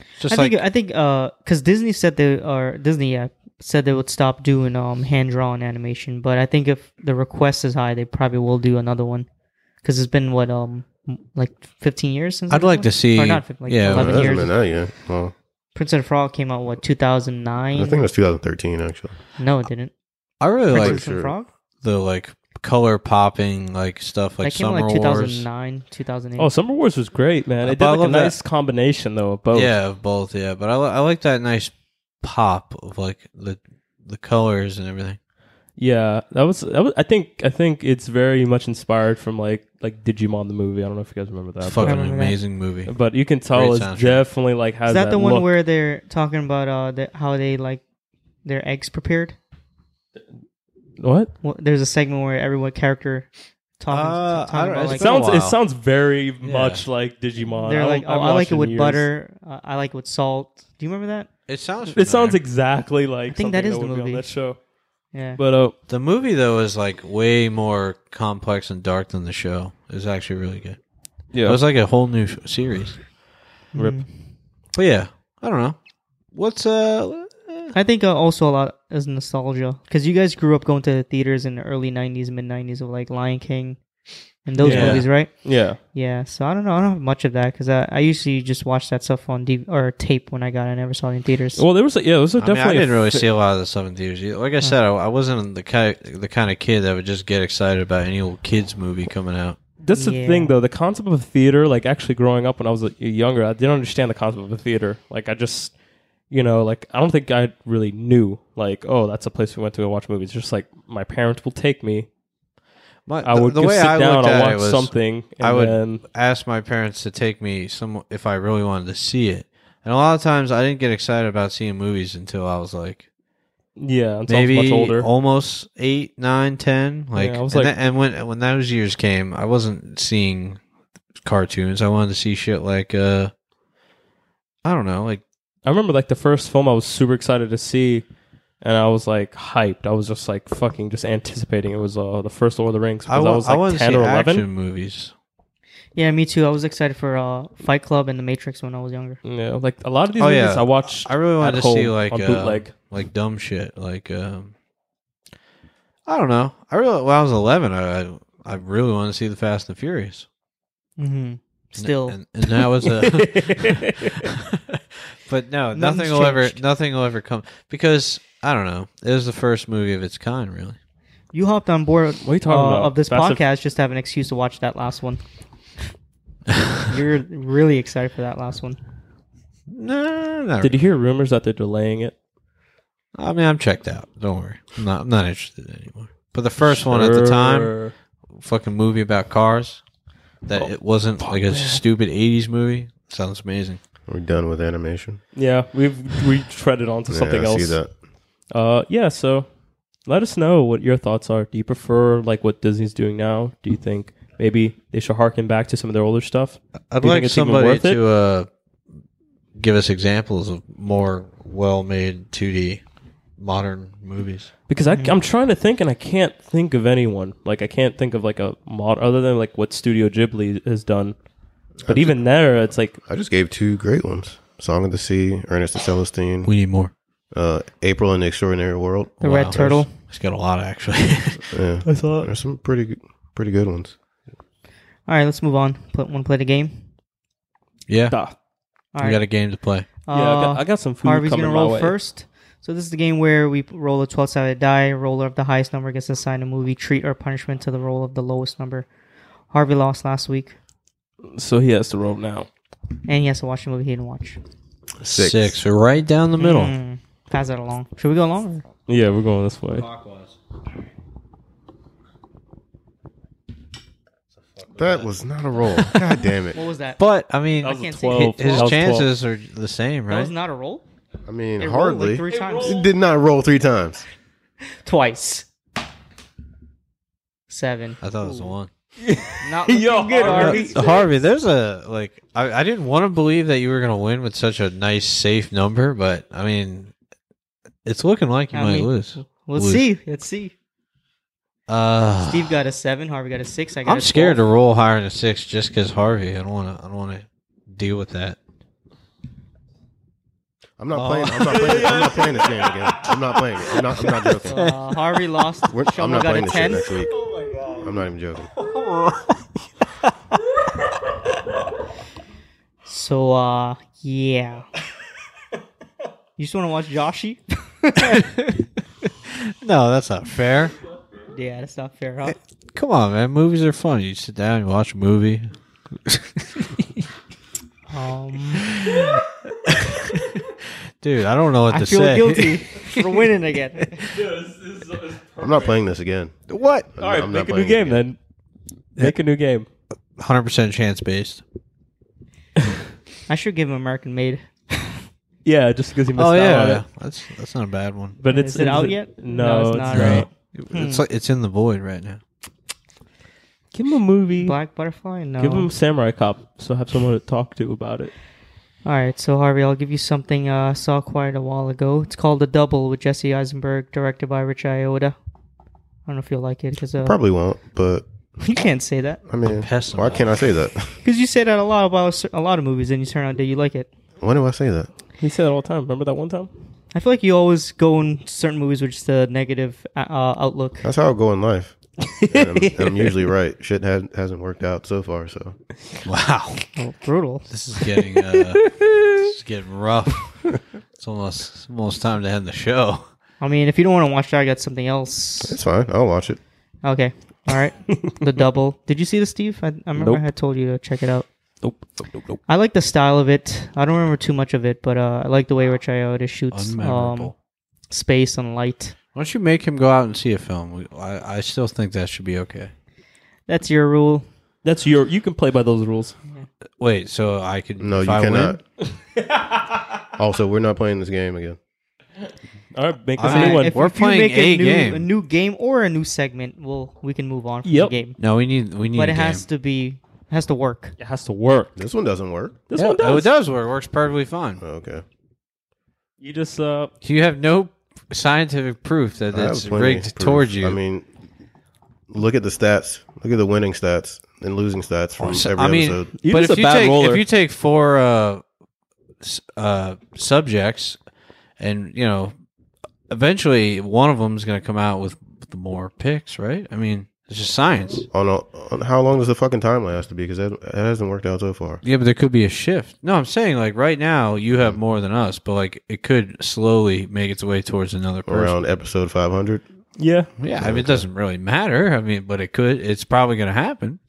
Speaker 3: It's Just
Speaker 1: I
Speaker 3: like
Speaker 1: think I think because Disney said they or Disney yeah, said they would stop doing um hand drawn animation, but I think if the request is high, they probably will do another one because it's been what um m- like fifteen years since
Speaker 3: I'd
Speaker 1: that
Speaker 3: like
Speaker 1: one?
Speaker 3: to see-
Speaker 1: or not fif- like
Speaker 3: yeah,
Speaker 4: Oh,
Speaker 1: eleven
Speaker 4: that hasn't been
Speaker 1: years.
Speaker 4: that yet. Well,
Speaker 1: Prince and the Frog came out what two thousand
Speaker 4: I think it
Speaker 1: nine?
Speaker 4: was 2013 actually.
Speaker 1: No, it didn't.
Speaker 3: I really
Speaker 4: Pretty
Speaker 3: like
Speaker 1: Prince and
Speaker 4: sure.
Speaker 1: Frog
Speaker 3: the like color popping like stuff like
Speaker 1: that came out
Speaker 3: Summer
Speaker 1: like two thousand
Speaker 3: Wars.
Speaker 1: nine, two thousand eight.
Speaker 2: Oh, Summer Wars was great, man. It
Speaker 3: But
Speaker 2: did
Speaker 3: I
Speaker 2: like a
Speaker 3: love that-
Speaker 2: nice combination though of both.
Speaker 3: Yeah, of both. Yeah, but I, li- I like that nice pop of like the the colors and everything.
Speaker 2: yeah. That was, that was. I think I think it's very much inspired from like like Digimon the movie. I don't know if you guys remember that,
Speaker 3: Fucking
Speaker 1: remember that.
Speaker 3: amazing movie.
Speaker 2: but, but you can tell
Speaker 3: Great
Speaker 2: it's
Speaker 3: soundtrack.
Speaker 2: definitely like has
Speaker 1: is that the one
Speaker 2: look.
Speaker 1: where they're talking about uh the, how they like their eggs prepared?
Speaker 2: what
Speaker 1: Well, there's a segment where everyone character talking,
Speaker 3: Uh, I
Speaker 1: talking
Speaker 3: don't-
Speaker 1: about
Speaker 3: it's
Speaker 1: like
Speaker 2: it sounds
Speaker 3: while.
Speaker 2: it sounds very
Speaker 3: Yeah.
Speaker 2: much like Digimon.
Speaker 1: They're
Speaker 2: don't-
Speaker 1: like, oh,
Speaker 2: I've
Speaker 1: I like
Speaker 2: watched
Speaker 1: it with
Speaker 2: in years.
Speaker 1: butter. Uh, I like it with salt. Do you remember that?
Speaker 3: It sounds.
Speaker 2: It sounds
Speaker 3: familiar.
Speaker 2: exactly like
Speaker 1: think that
Speaker 2: something
Speaker 1: is the
Speaker 2: would be on
Speaker 1: movie.
Speaker 2: that show.
Speaker 1: Yeah.
Speaker 2: But uh,
Speaker 3: the movie though is like way more complex and dark than the show. It's actually really good.
Speaker 2: Yeah.
Speaker 3: It was like a whole new sh- series.
Speaker 1: Mm-hmm.
Speaker 2: Rip.
Speaker 3: But yeah, I don't know. What's uh?
Speaker 1: I think uh, also a lot is nostalgia because you guys grew up going to the theaters in the early '90s, mid '90s of like Lion King and those
Speaker 2: Yeah.
Speaker 1: movies, right?
Speaker 2: Yeah.
Speaker 1: Yeah. So I don't know. I don't have much of that because I, I usually just watch that stuff on D- or tape when I got. it. I never saw it in theaters.
Speaker 2: Well, there was a, yeah, there was a
Speaker 3: I mean,
Speaker 2: definitely.
Speaker 3: I
Speaker 2: a
Speaker 3: didn't really
Speaker 2: fi-
Speaker 3: see a lot of the seven theaters. Either. Like I said, I, I wasn't the kind the kind of kid that would just get excited about any old kids movie coming out.
Speaker 2: That's the
Speaker 1: Yeah.
Speaker 2: thing, though. The concept of theater, like actually growing up when I was like, younger, I didn't understand the concept of a theater. Like I just, you know, like I don't think I really knew. Like, oh, that's a place we went to go watch movies. Just like my parents will take me.
Speaker 3: My,
Speaker 2: I would just sit down, I'll watch something, and
Speaker 3: I would
Speaker 2: then
Speaker 3: ask my parents to take me some if I really wanted to see it. And a lot of times I didn't get excited about seeing movies until I was like
Speaker 2: yeah, until I
Speaker 3: maybe
Speaker 2: was much older.
Speaker 3: almost eight, nine, ten. Like,
Speaker 2: I was
Speaker 3: and,
Speaker 2: like-
Speaker 3: tha- and when when those years came, I wasn't seeing cartoons. I wanted to see shit like uh, I don't know, like
Speaker 2: I remember like the first film I was super excited to see, and I was like hyped. I was just like fucking just anticipating it was uh, the first Lord of the Rings
Speaker 3: I,
Speaker 2: because I,
Speaker 3: wa-
Speaker 2: was
Speaker 3: I
Speaker 2: like
Speaker 3: wanted to
Speaker 2: ten
Speaker 3: see
Speaker 2: or eleven.
Speaker 3: action movies.
Speaker 1: yeah, me too. I was excited for uh, Fight Club and The Matrix when I was younger.
Speaker 2: Yeah, like a lot of these
Speaker 3: Oh,
Speaker 2: movies
Speaker 3: yeah.
Speaker 2: I watched.
Speaker 3: I really
Speaker 2: at
Speaker 3: wanted to see
Speaker 2: home
Speaker 3: like
Speaker 2: on
Speaker 3: uh,
Speaker 2: bootleg.
Speaker 3: like dumb shit. Like um, I don't know. I really when I was eleven, I I, I really wanted to see the Fast and the Furious.
Speaker 1: Mm-hmm.
Speaker 3: And-
Speaker 1: Still,
Speaker 3: and, and that was a. but no,
Speaker 1: Nothing's
Speaker 3: nothing will ever
Speaker 1: changed.
Speaker 3: nothing will ever come because I don't know. It was the first movie of its kind, really.
Speaker 1: you hopped on board
Speaker 2: What are you talking
Speaker 1: uh,
Speaker 2: about?
Speaker 1: of this
Speaker 2: Fast and-
Speaker 1: podcast just to have an excuse to watch that last one. You're really excited for that last one.
Speaker 3: No, not
Speaker 2: Did you hear rumors that they're delaying it?
Speaker 3: I mean, I'm checked out. Don't worry, I'm not, I'm not interested anymore. But the first one at the time,
Speaker 2: Sure.
Speaker 3: fucking movie about cars, that it wasn't like a stupid '80s movie. Sounds amazing.
Speaker 4: We're done with animation.
Speaker 2: Yeah, we've we treaded onto something
Speaker 4: yeah, I
Speaker 2: else.
Speaker 4: See that.
Speaker 2: Uh, yeah. So, let us know what your thoughts are. Do you prefer like what Disney's doing now? Do you think maybe they should harken back to some of their older stuff? Do
Speaker 3: I'd
Speaker 2: you think
Speaker 3: like
Speaker 2: it's even
Speaker 3: somebody
Speaker 2: worth it?
Speaker 3: to uh, give us examples of more well-made 2D modern movies.
Speaker 2: Because I, I'm trying to think, and I can't think of anyone. Like I can't think of like a mod other than like what Studio Ghibli has done. But even there, it's like
Speaker 4: I just gave two great ones: "Song of the Sea," Ernest and Celestine,
Speaker 3: We need more.
Speaker 4: uh, "April and the Extraordinary World."
Speaker 1: The Red Turtle.
Speaker 3: It's got a lot actually.
Speaker 4: Yeah, I thought there's some pretty good- pretty good ones.
Speaker 1: All right, let's move on. Put one play the game.
Speaker 3: yeah,
Speaker 2: ah,
Speaker 1: All
Speaker 3: we
Speaker 1: right.
Speaker 3: got a game to play.
Speaker 2: yeah, I, got, I got some food
Speaker 1: Harvey's
Speaker 2: coming
Speaker 1: gonna
Speaker 2: my
Speaker 1: roll
Speaker 2: way.
Speaker 1: first. So this is the game where we roll a 12-sided die. Roller of the highest number gets assigned a movie treat or punishment to the roll of the lowest number. Harvey lost last week,
Speaker 2: so he has to roll now.
Speaker 1: and he has to watch a movie he didn't watch.
Speaker 4: Six.
Speaker 3: Six, right down the middle.
Speaker 1: Mm, pass that along. Should we go along? or-
Speaker 2: Yeah, we're going this way.
Speaker 4: That was not a roll. God damn
Speaker 1: What
Speaker 4: it!
Speaker 1: was that?
Speaker 3: But I mean,
Speaker 1: was a
Speaker 2: That
Speaker 1: can't
Speaker 2: was
Speaker 1: say-
Speaker 2: 12.
Speaker 3: his
Speaker 2: That was 12.
Speaker 3: chances are the same,
Speaker 1: that was
Speaker 3: right?
Speaker 1: not a roll.
Speaker 4: I mean,
Speaker 1: It rolled like
Speaker 4: hardly.
Speaker 1: three times.
Speaker 4: it did not roll three times.
Speaker 1: Twice. Seven.
Speaker 3: I thought it was the one.
Speaker 1: Not looking good, Harvey.
Speaker 3: Uh, Harvey, there's a like. I, I didn't want to believe that you were going to win with such a nice, safe number, but I mean, it's looking like you
Speaker 1: I
Speaker 3: might
Speaker 1: mean,
Speaker 3: lose.
Speaker 1: Let's
Speaker 3: Lose.
Speaker 1: see. Let's see.
Speaker 3: Uh,
Speaker 1: Steve got a seven. Harvey got a six. I got.
Speaker 3: I'm
Speaker 1: a
Speaker 3: scared to
Speaker 1: 12.
Speaker 3: roll higher than a six just because Harvey. I don't want to. I don't want to deal with that.
Speaker 4: I'm
Speaker 2: Oh.
Speaker 4: not playing. I'm not playing. I'm not playing this game again. I'm not playing it. I'm not. I'm not joking.
Speaker 1: Uh, Harvey lost.
Speaker 4: We're, I'm
Speaker 1: Shomo
Speaker 4: not
Speaker 1: got a
Speaker 4: playing this shit
Speaker 1: ten.
Speaker 4: next week. I'm not even joking.
Speaker 1: So uh, yeah. you just want to watch Joshi?
Speaker 3: No, that's not fair.
Speaker 1: yeah, that's not fair, huh?
Speaker 3: Come on, man. Movies are fun. You sit down, you watch a movie.
Speaker 1: Um,
Speaker 3: Dude, I don't know what
Speaker 1: I
Speaker 3: to
Speaker 1: feel
Speaker 3: say.
Speaker 1: guilty for winning again.
Speaker 4: I'm not playing this again.
Speaker 3: What?
Speaker 4: I'm,
Speaker 2: All right,
Speaker 4: I'm not
Speaker 2: make a new
Speaker 4: playing
Speaker 2: game
Speaker 4: it again.
Speaker 2: then. Make a new game.
Speaker 3: Hundred percent chance based.
Speaker 1: I should give him American Made.
Speaker 2: Yeah, just because he missed
Speaker 3: Oh
Speaker 2: out on
Speaker 3: yeah,
Speaker 2: it.
Speaker 3: that's that's not a bad one.
Speaker 2: But uh, it's
Speaker 1: Is it out yet?
Speaker 2: No, it's, not.
Speaker 3: Right. It's like it's in the void right now.
Speaker 2: Give him a movie.
Speaker 1: Black Butterfly? No.
Speaker 2: Give him Samurai Cop, so have someone to talk to about it.
Speaker 1: All right, so Harvey, I'll give you something uh, I saw quite a while ago. It's called The Double with Jesse Eisenberg, directed by Rich Iota. I don't know if you'll like it because uh,
Speaker 4: Probably won't, but
Speaker 1: You can't say that
Speaker 4: I mean,
Speaker 3: pessimist.
Speaker 4: why can't I say that?
Speaker 1: because you say that a lot about a cer- a lot of movies, and you turn out that you like it.
Speaker 4: Why do I say that?
Speaker 2: He said it all the time. Remember that one time?
Speaker 1: I feel like you always go in certain movies with just a negative uh, outlook.
Speaker 4: That's how I go in life. And I'm, and I'm usually right. Shit has, hasn't worked out so far. So
Speaker 3: Wow,
Speaker 1: Oh, brutal.
Speaker 3: this is getting uh, this is getting rough. It's almost almost time to end the show.
Speaker 1: I mean, if you don't want to watch that, I got something else.
Speaker 4: it's fine. I'll watch it.
Speaker 1: Okay. All right. the double. Did you see the Steve? I, I remember
Speaker 2: Nope.
Speaker 1: I had told you to check it out.
Speaker 2: Nope. Nope. Nope. nope.
Speaker 1: I like the style of it. I don't remember too much of it, but uh, I like the way Rich Iotta shoots
Speaker 3: Unmemorable.
Speaker 1: um, space and light.
Speaker 3: Why don't you make him go out and see a film? We- I, I still think that should be okay.
Speaker 1: That's your rule.
Speaker 2: That's your. You can play by those rules.
Speaker 3: Wait, so I could?
Speaker 4: No,
Speaker 3: if
Speaker 4: you
Speaker 3: I win?
Speaker 4: cannot. also, we're not playing this game again.
Speaker 2: All right, make
Speaker 3: All
Speaker 2: us
Speaker 3: right,
Speaker 2: a new one.
Speaker 1: If,
Speaker 3: We're
Speaker 1: if
Speaker 3: playing
Speaker 1: you make
Speaker 3: a
Speaker 1: new,
Speaker 3: game.
Speaker 1: a new game or a new segment, well, we can move on from
Speaker 2: Yep.
Speaker 1: the game.
Speaker 3: No, we need we need.
Speaker 1: But
Speaker 3: a
Speaker 1: it
Speaker 3: game.
Speaker 1: has to be has to work.
Speaker 2: it has to work.
Speaker 4: This one doesn't work.
Speaker 2: This
Speaker 3: Yeah,
Speaker 2: one
Speaker 3: Oh,
Speaker 2: does.
Speaker 3: it does work. It works perfectly fine.
Speaker 4: Okay.
Speaker 2: You just uh,
Speaker 3: You have no scientific proof that
Speaker 4: I have
Speaker 3: it's
Speaker 4: Oh, plenty
Speaker 3: rigged
Speaker 4: of proof.
Speaker 3: towards you.
Speaker 4: I mean, look at the stats. Look at the winning stats and losing stats from
Speaker 3: So-
Speaker 4: every
Speaker 3: I mean,
Speaker 4: episode.
Speaker 2: You're
Speaker 3: but
Speaker 2: just
Speaker 3: if
Speaker 2: a
Speaker 3: you
Speaker 2: bad
Speaker 3: take
Speaker 2: roller.
Speaker 3: if you take four uh, s- uh, subjects, and you know, eventually one of them is going to come out with the more picks, right? I mean, it's just science.
Speaker 4: On, a, on how long does the fucking timeline have to be? Because that, that hasn't worked out so far.
Speaker 3: Yeah, but there could be a shift. Hmm. No, I'm saying like right now you have more than us, but like it could slowly make its way towards another person.
Speaker 4: Around episode 500.
Speaker 2: yeah.
Speaker 3: Yeah, I mean it doesn't really matter. I mean, but it could. It's probably going to happen.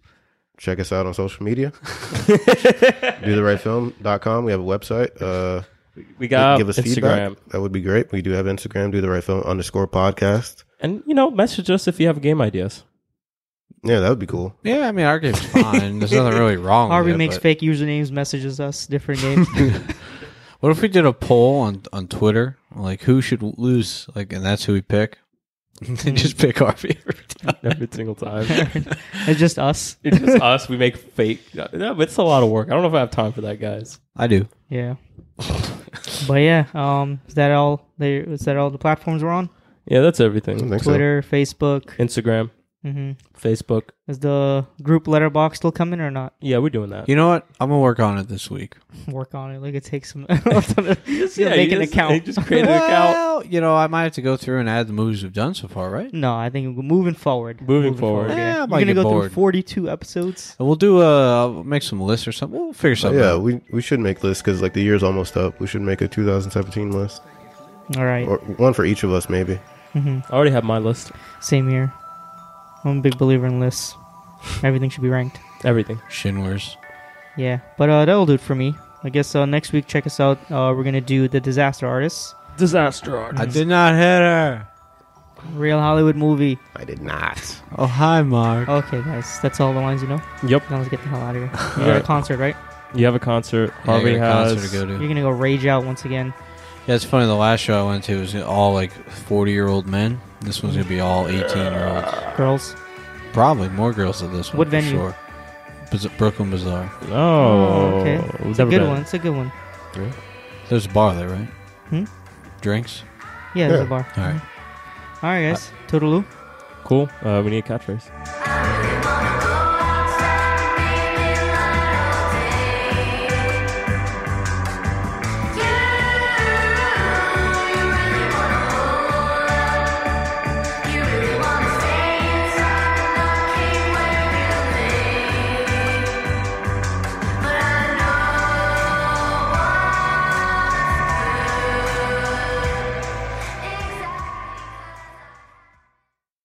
Speaker 4: Check us out on social media. Do the right film.com. We have a website. Uh,
Speaker 2: We got
Speaker 4: give us
Speaker 2: Instagram.
Speaker 4: feedback. That would be great. We do have Instagram. Do the right film underscore podcast.
Speaker 2: And you know, message us if you have game ideas.
Speaker 4: Yeah, that would be cool.
Speaker 3: Yeah, I mean our game's fine. There's nothing really wrong.
Speaker 1: Harvey
Speaker 3: with it,
Speaker 1: makes
Speaker 3: Oh, but-
Speaker 1: fake usernames, messages us different names.
Speaker 3: What if we did a poll on on Twitter, like who should lose, like, and that's who we pick. and just pick Harvey. every time.
Speaker 2: Every single time.
Speaker 1: it's just us.
Speaker 2: it's just us. We make fake. No, but it's a lot of work. I don't know if I have time for that, guys.
Speaker 3: I do.
Speaker 1: Yeah. but yeah, um, is that all? There is that all the platforms we're on?
Speaker 2: Yeah, that's
Speaker 4: I don't
Speaker 2: everything.
Speaker 4: think so.
Speaker 1: Twitter, Facebook.
Speaker 2: Instagram,
Speaker 1: hmm
Speaker 2: Mm-hmm. Facebook.
Speaker 1: Is the group letterbox still coming or not?
Speaker 2: Yeah, we're doing that.
Speaker 3: You know what? I'm gonna work on it this week.
Speaker 1: Work on it. Like it takes some. just
Speaker 2: yeah,
Speaker 1: make
Speaker 2: you
Speaker 1: an
Speaker 2: just-
Speaker 1: account.
Speaker 2: you just created an account.
Speaker 3: Well, you know, I might have to go through and add the movies we've done so far, right?
Speaker 1: no, I think moving forward.
Speaker 2: Moving forward.
Speaker 1: yeah.
Speaker 3: Yeah, I
Speaker 1: You're
Speaker 3: might
Speaker 1: gonna go
Speaker 3: get bored.
Speaker 1: through 42 episodes.
Speaker 3: And we'll do a I'll make some lists or something. We'll figure something.
Speaker 4: Yeah,
Speaker 3: out.
Speaker 4: we, we should make lists because like the year's almost up. We should make a 2017 list
Speaker 1: All right.
Speaker 4: or one for each of us maybe.
Speaker 2: I already have my list.
Speaker 1: Same here. I'm a big believer in lists. Everything should be ranked.
Speaker 2: Everything.
Speaker 3: Shinwars.
Speaker 1: Yeah, but uh, that'll do it for me. I guess uh, next week, check us out. Uh, we're gonna do the Disaster Artists,
Speaker 2: Disaster art.
Speaker 3: I did not hit her.
Speaker 1: real Hollywood movie.
Speaker 4: I did not.
Speaker 3: Oh hi, Mark.
Speaker 1: Okay, guys, that's all the lines you know.
Speaker 2: Yep.
Speaker 1: Now let's get the hell out of here. You
Speaker 2: All
Speaker 1: got
Speaker 2: right.
Speaker 1: a concert, right?
Speaker 2: You have a concert.
Speaker 3: Yeah, I
Speaker 2: Harvey
Speaker 3: got a
Speaker 2: has.
Speaker 3: concert to go to.
Speaker 1: You're gonna go rage out once again.
Speaker 3: Yeah, it's funny. The last show I went to was all like forty-year-old men. This one's gonna be all eighteen-year-olds.
Speaker 1: Girls,
Speaker 3: Probably more girls than this one.
Speaker 1: What
Speaker 3: for
Speaker 1: venue?
Speaker 3: Sure. Biz- Brooklyn Bazaar.
Speaker 2: Oh,
Speaker 1: okay.
Speaker 2: It's
Speaker 1: it's a good one. It's a good one.
Speaker 3: There's a bar there, right?
Speaker 1: Hmm?
Speaker 3: Drinks.
Speaker 1: Yeah, there's
Speaker 4: Yeah.
Speaker 1: a bar.
Speaker 3: All right.
Speaker 1: All right, guys. Toodaloo.
Speaker 2: Cool. Uh, we need a catchphrase.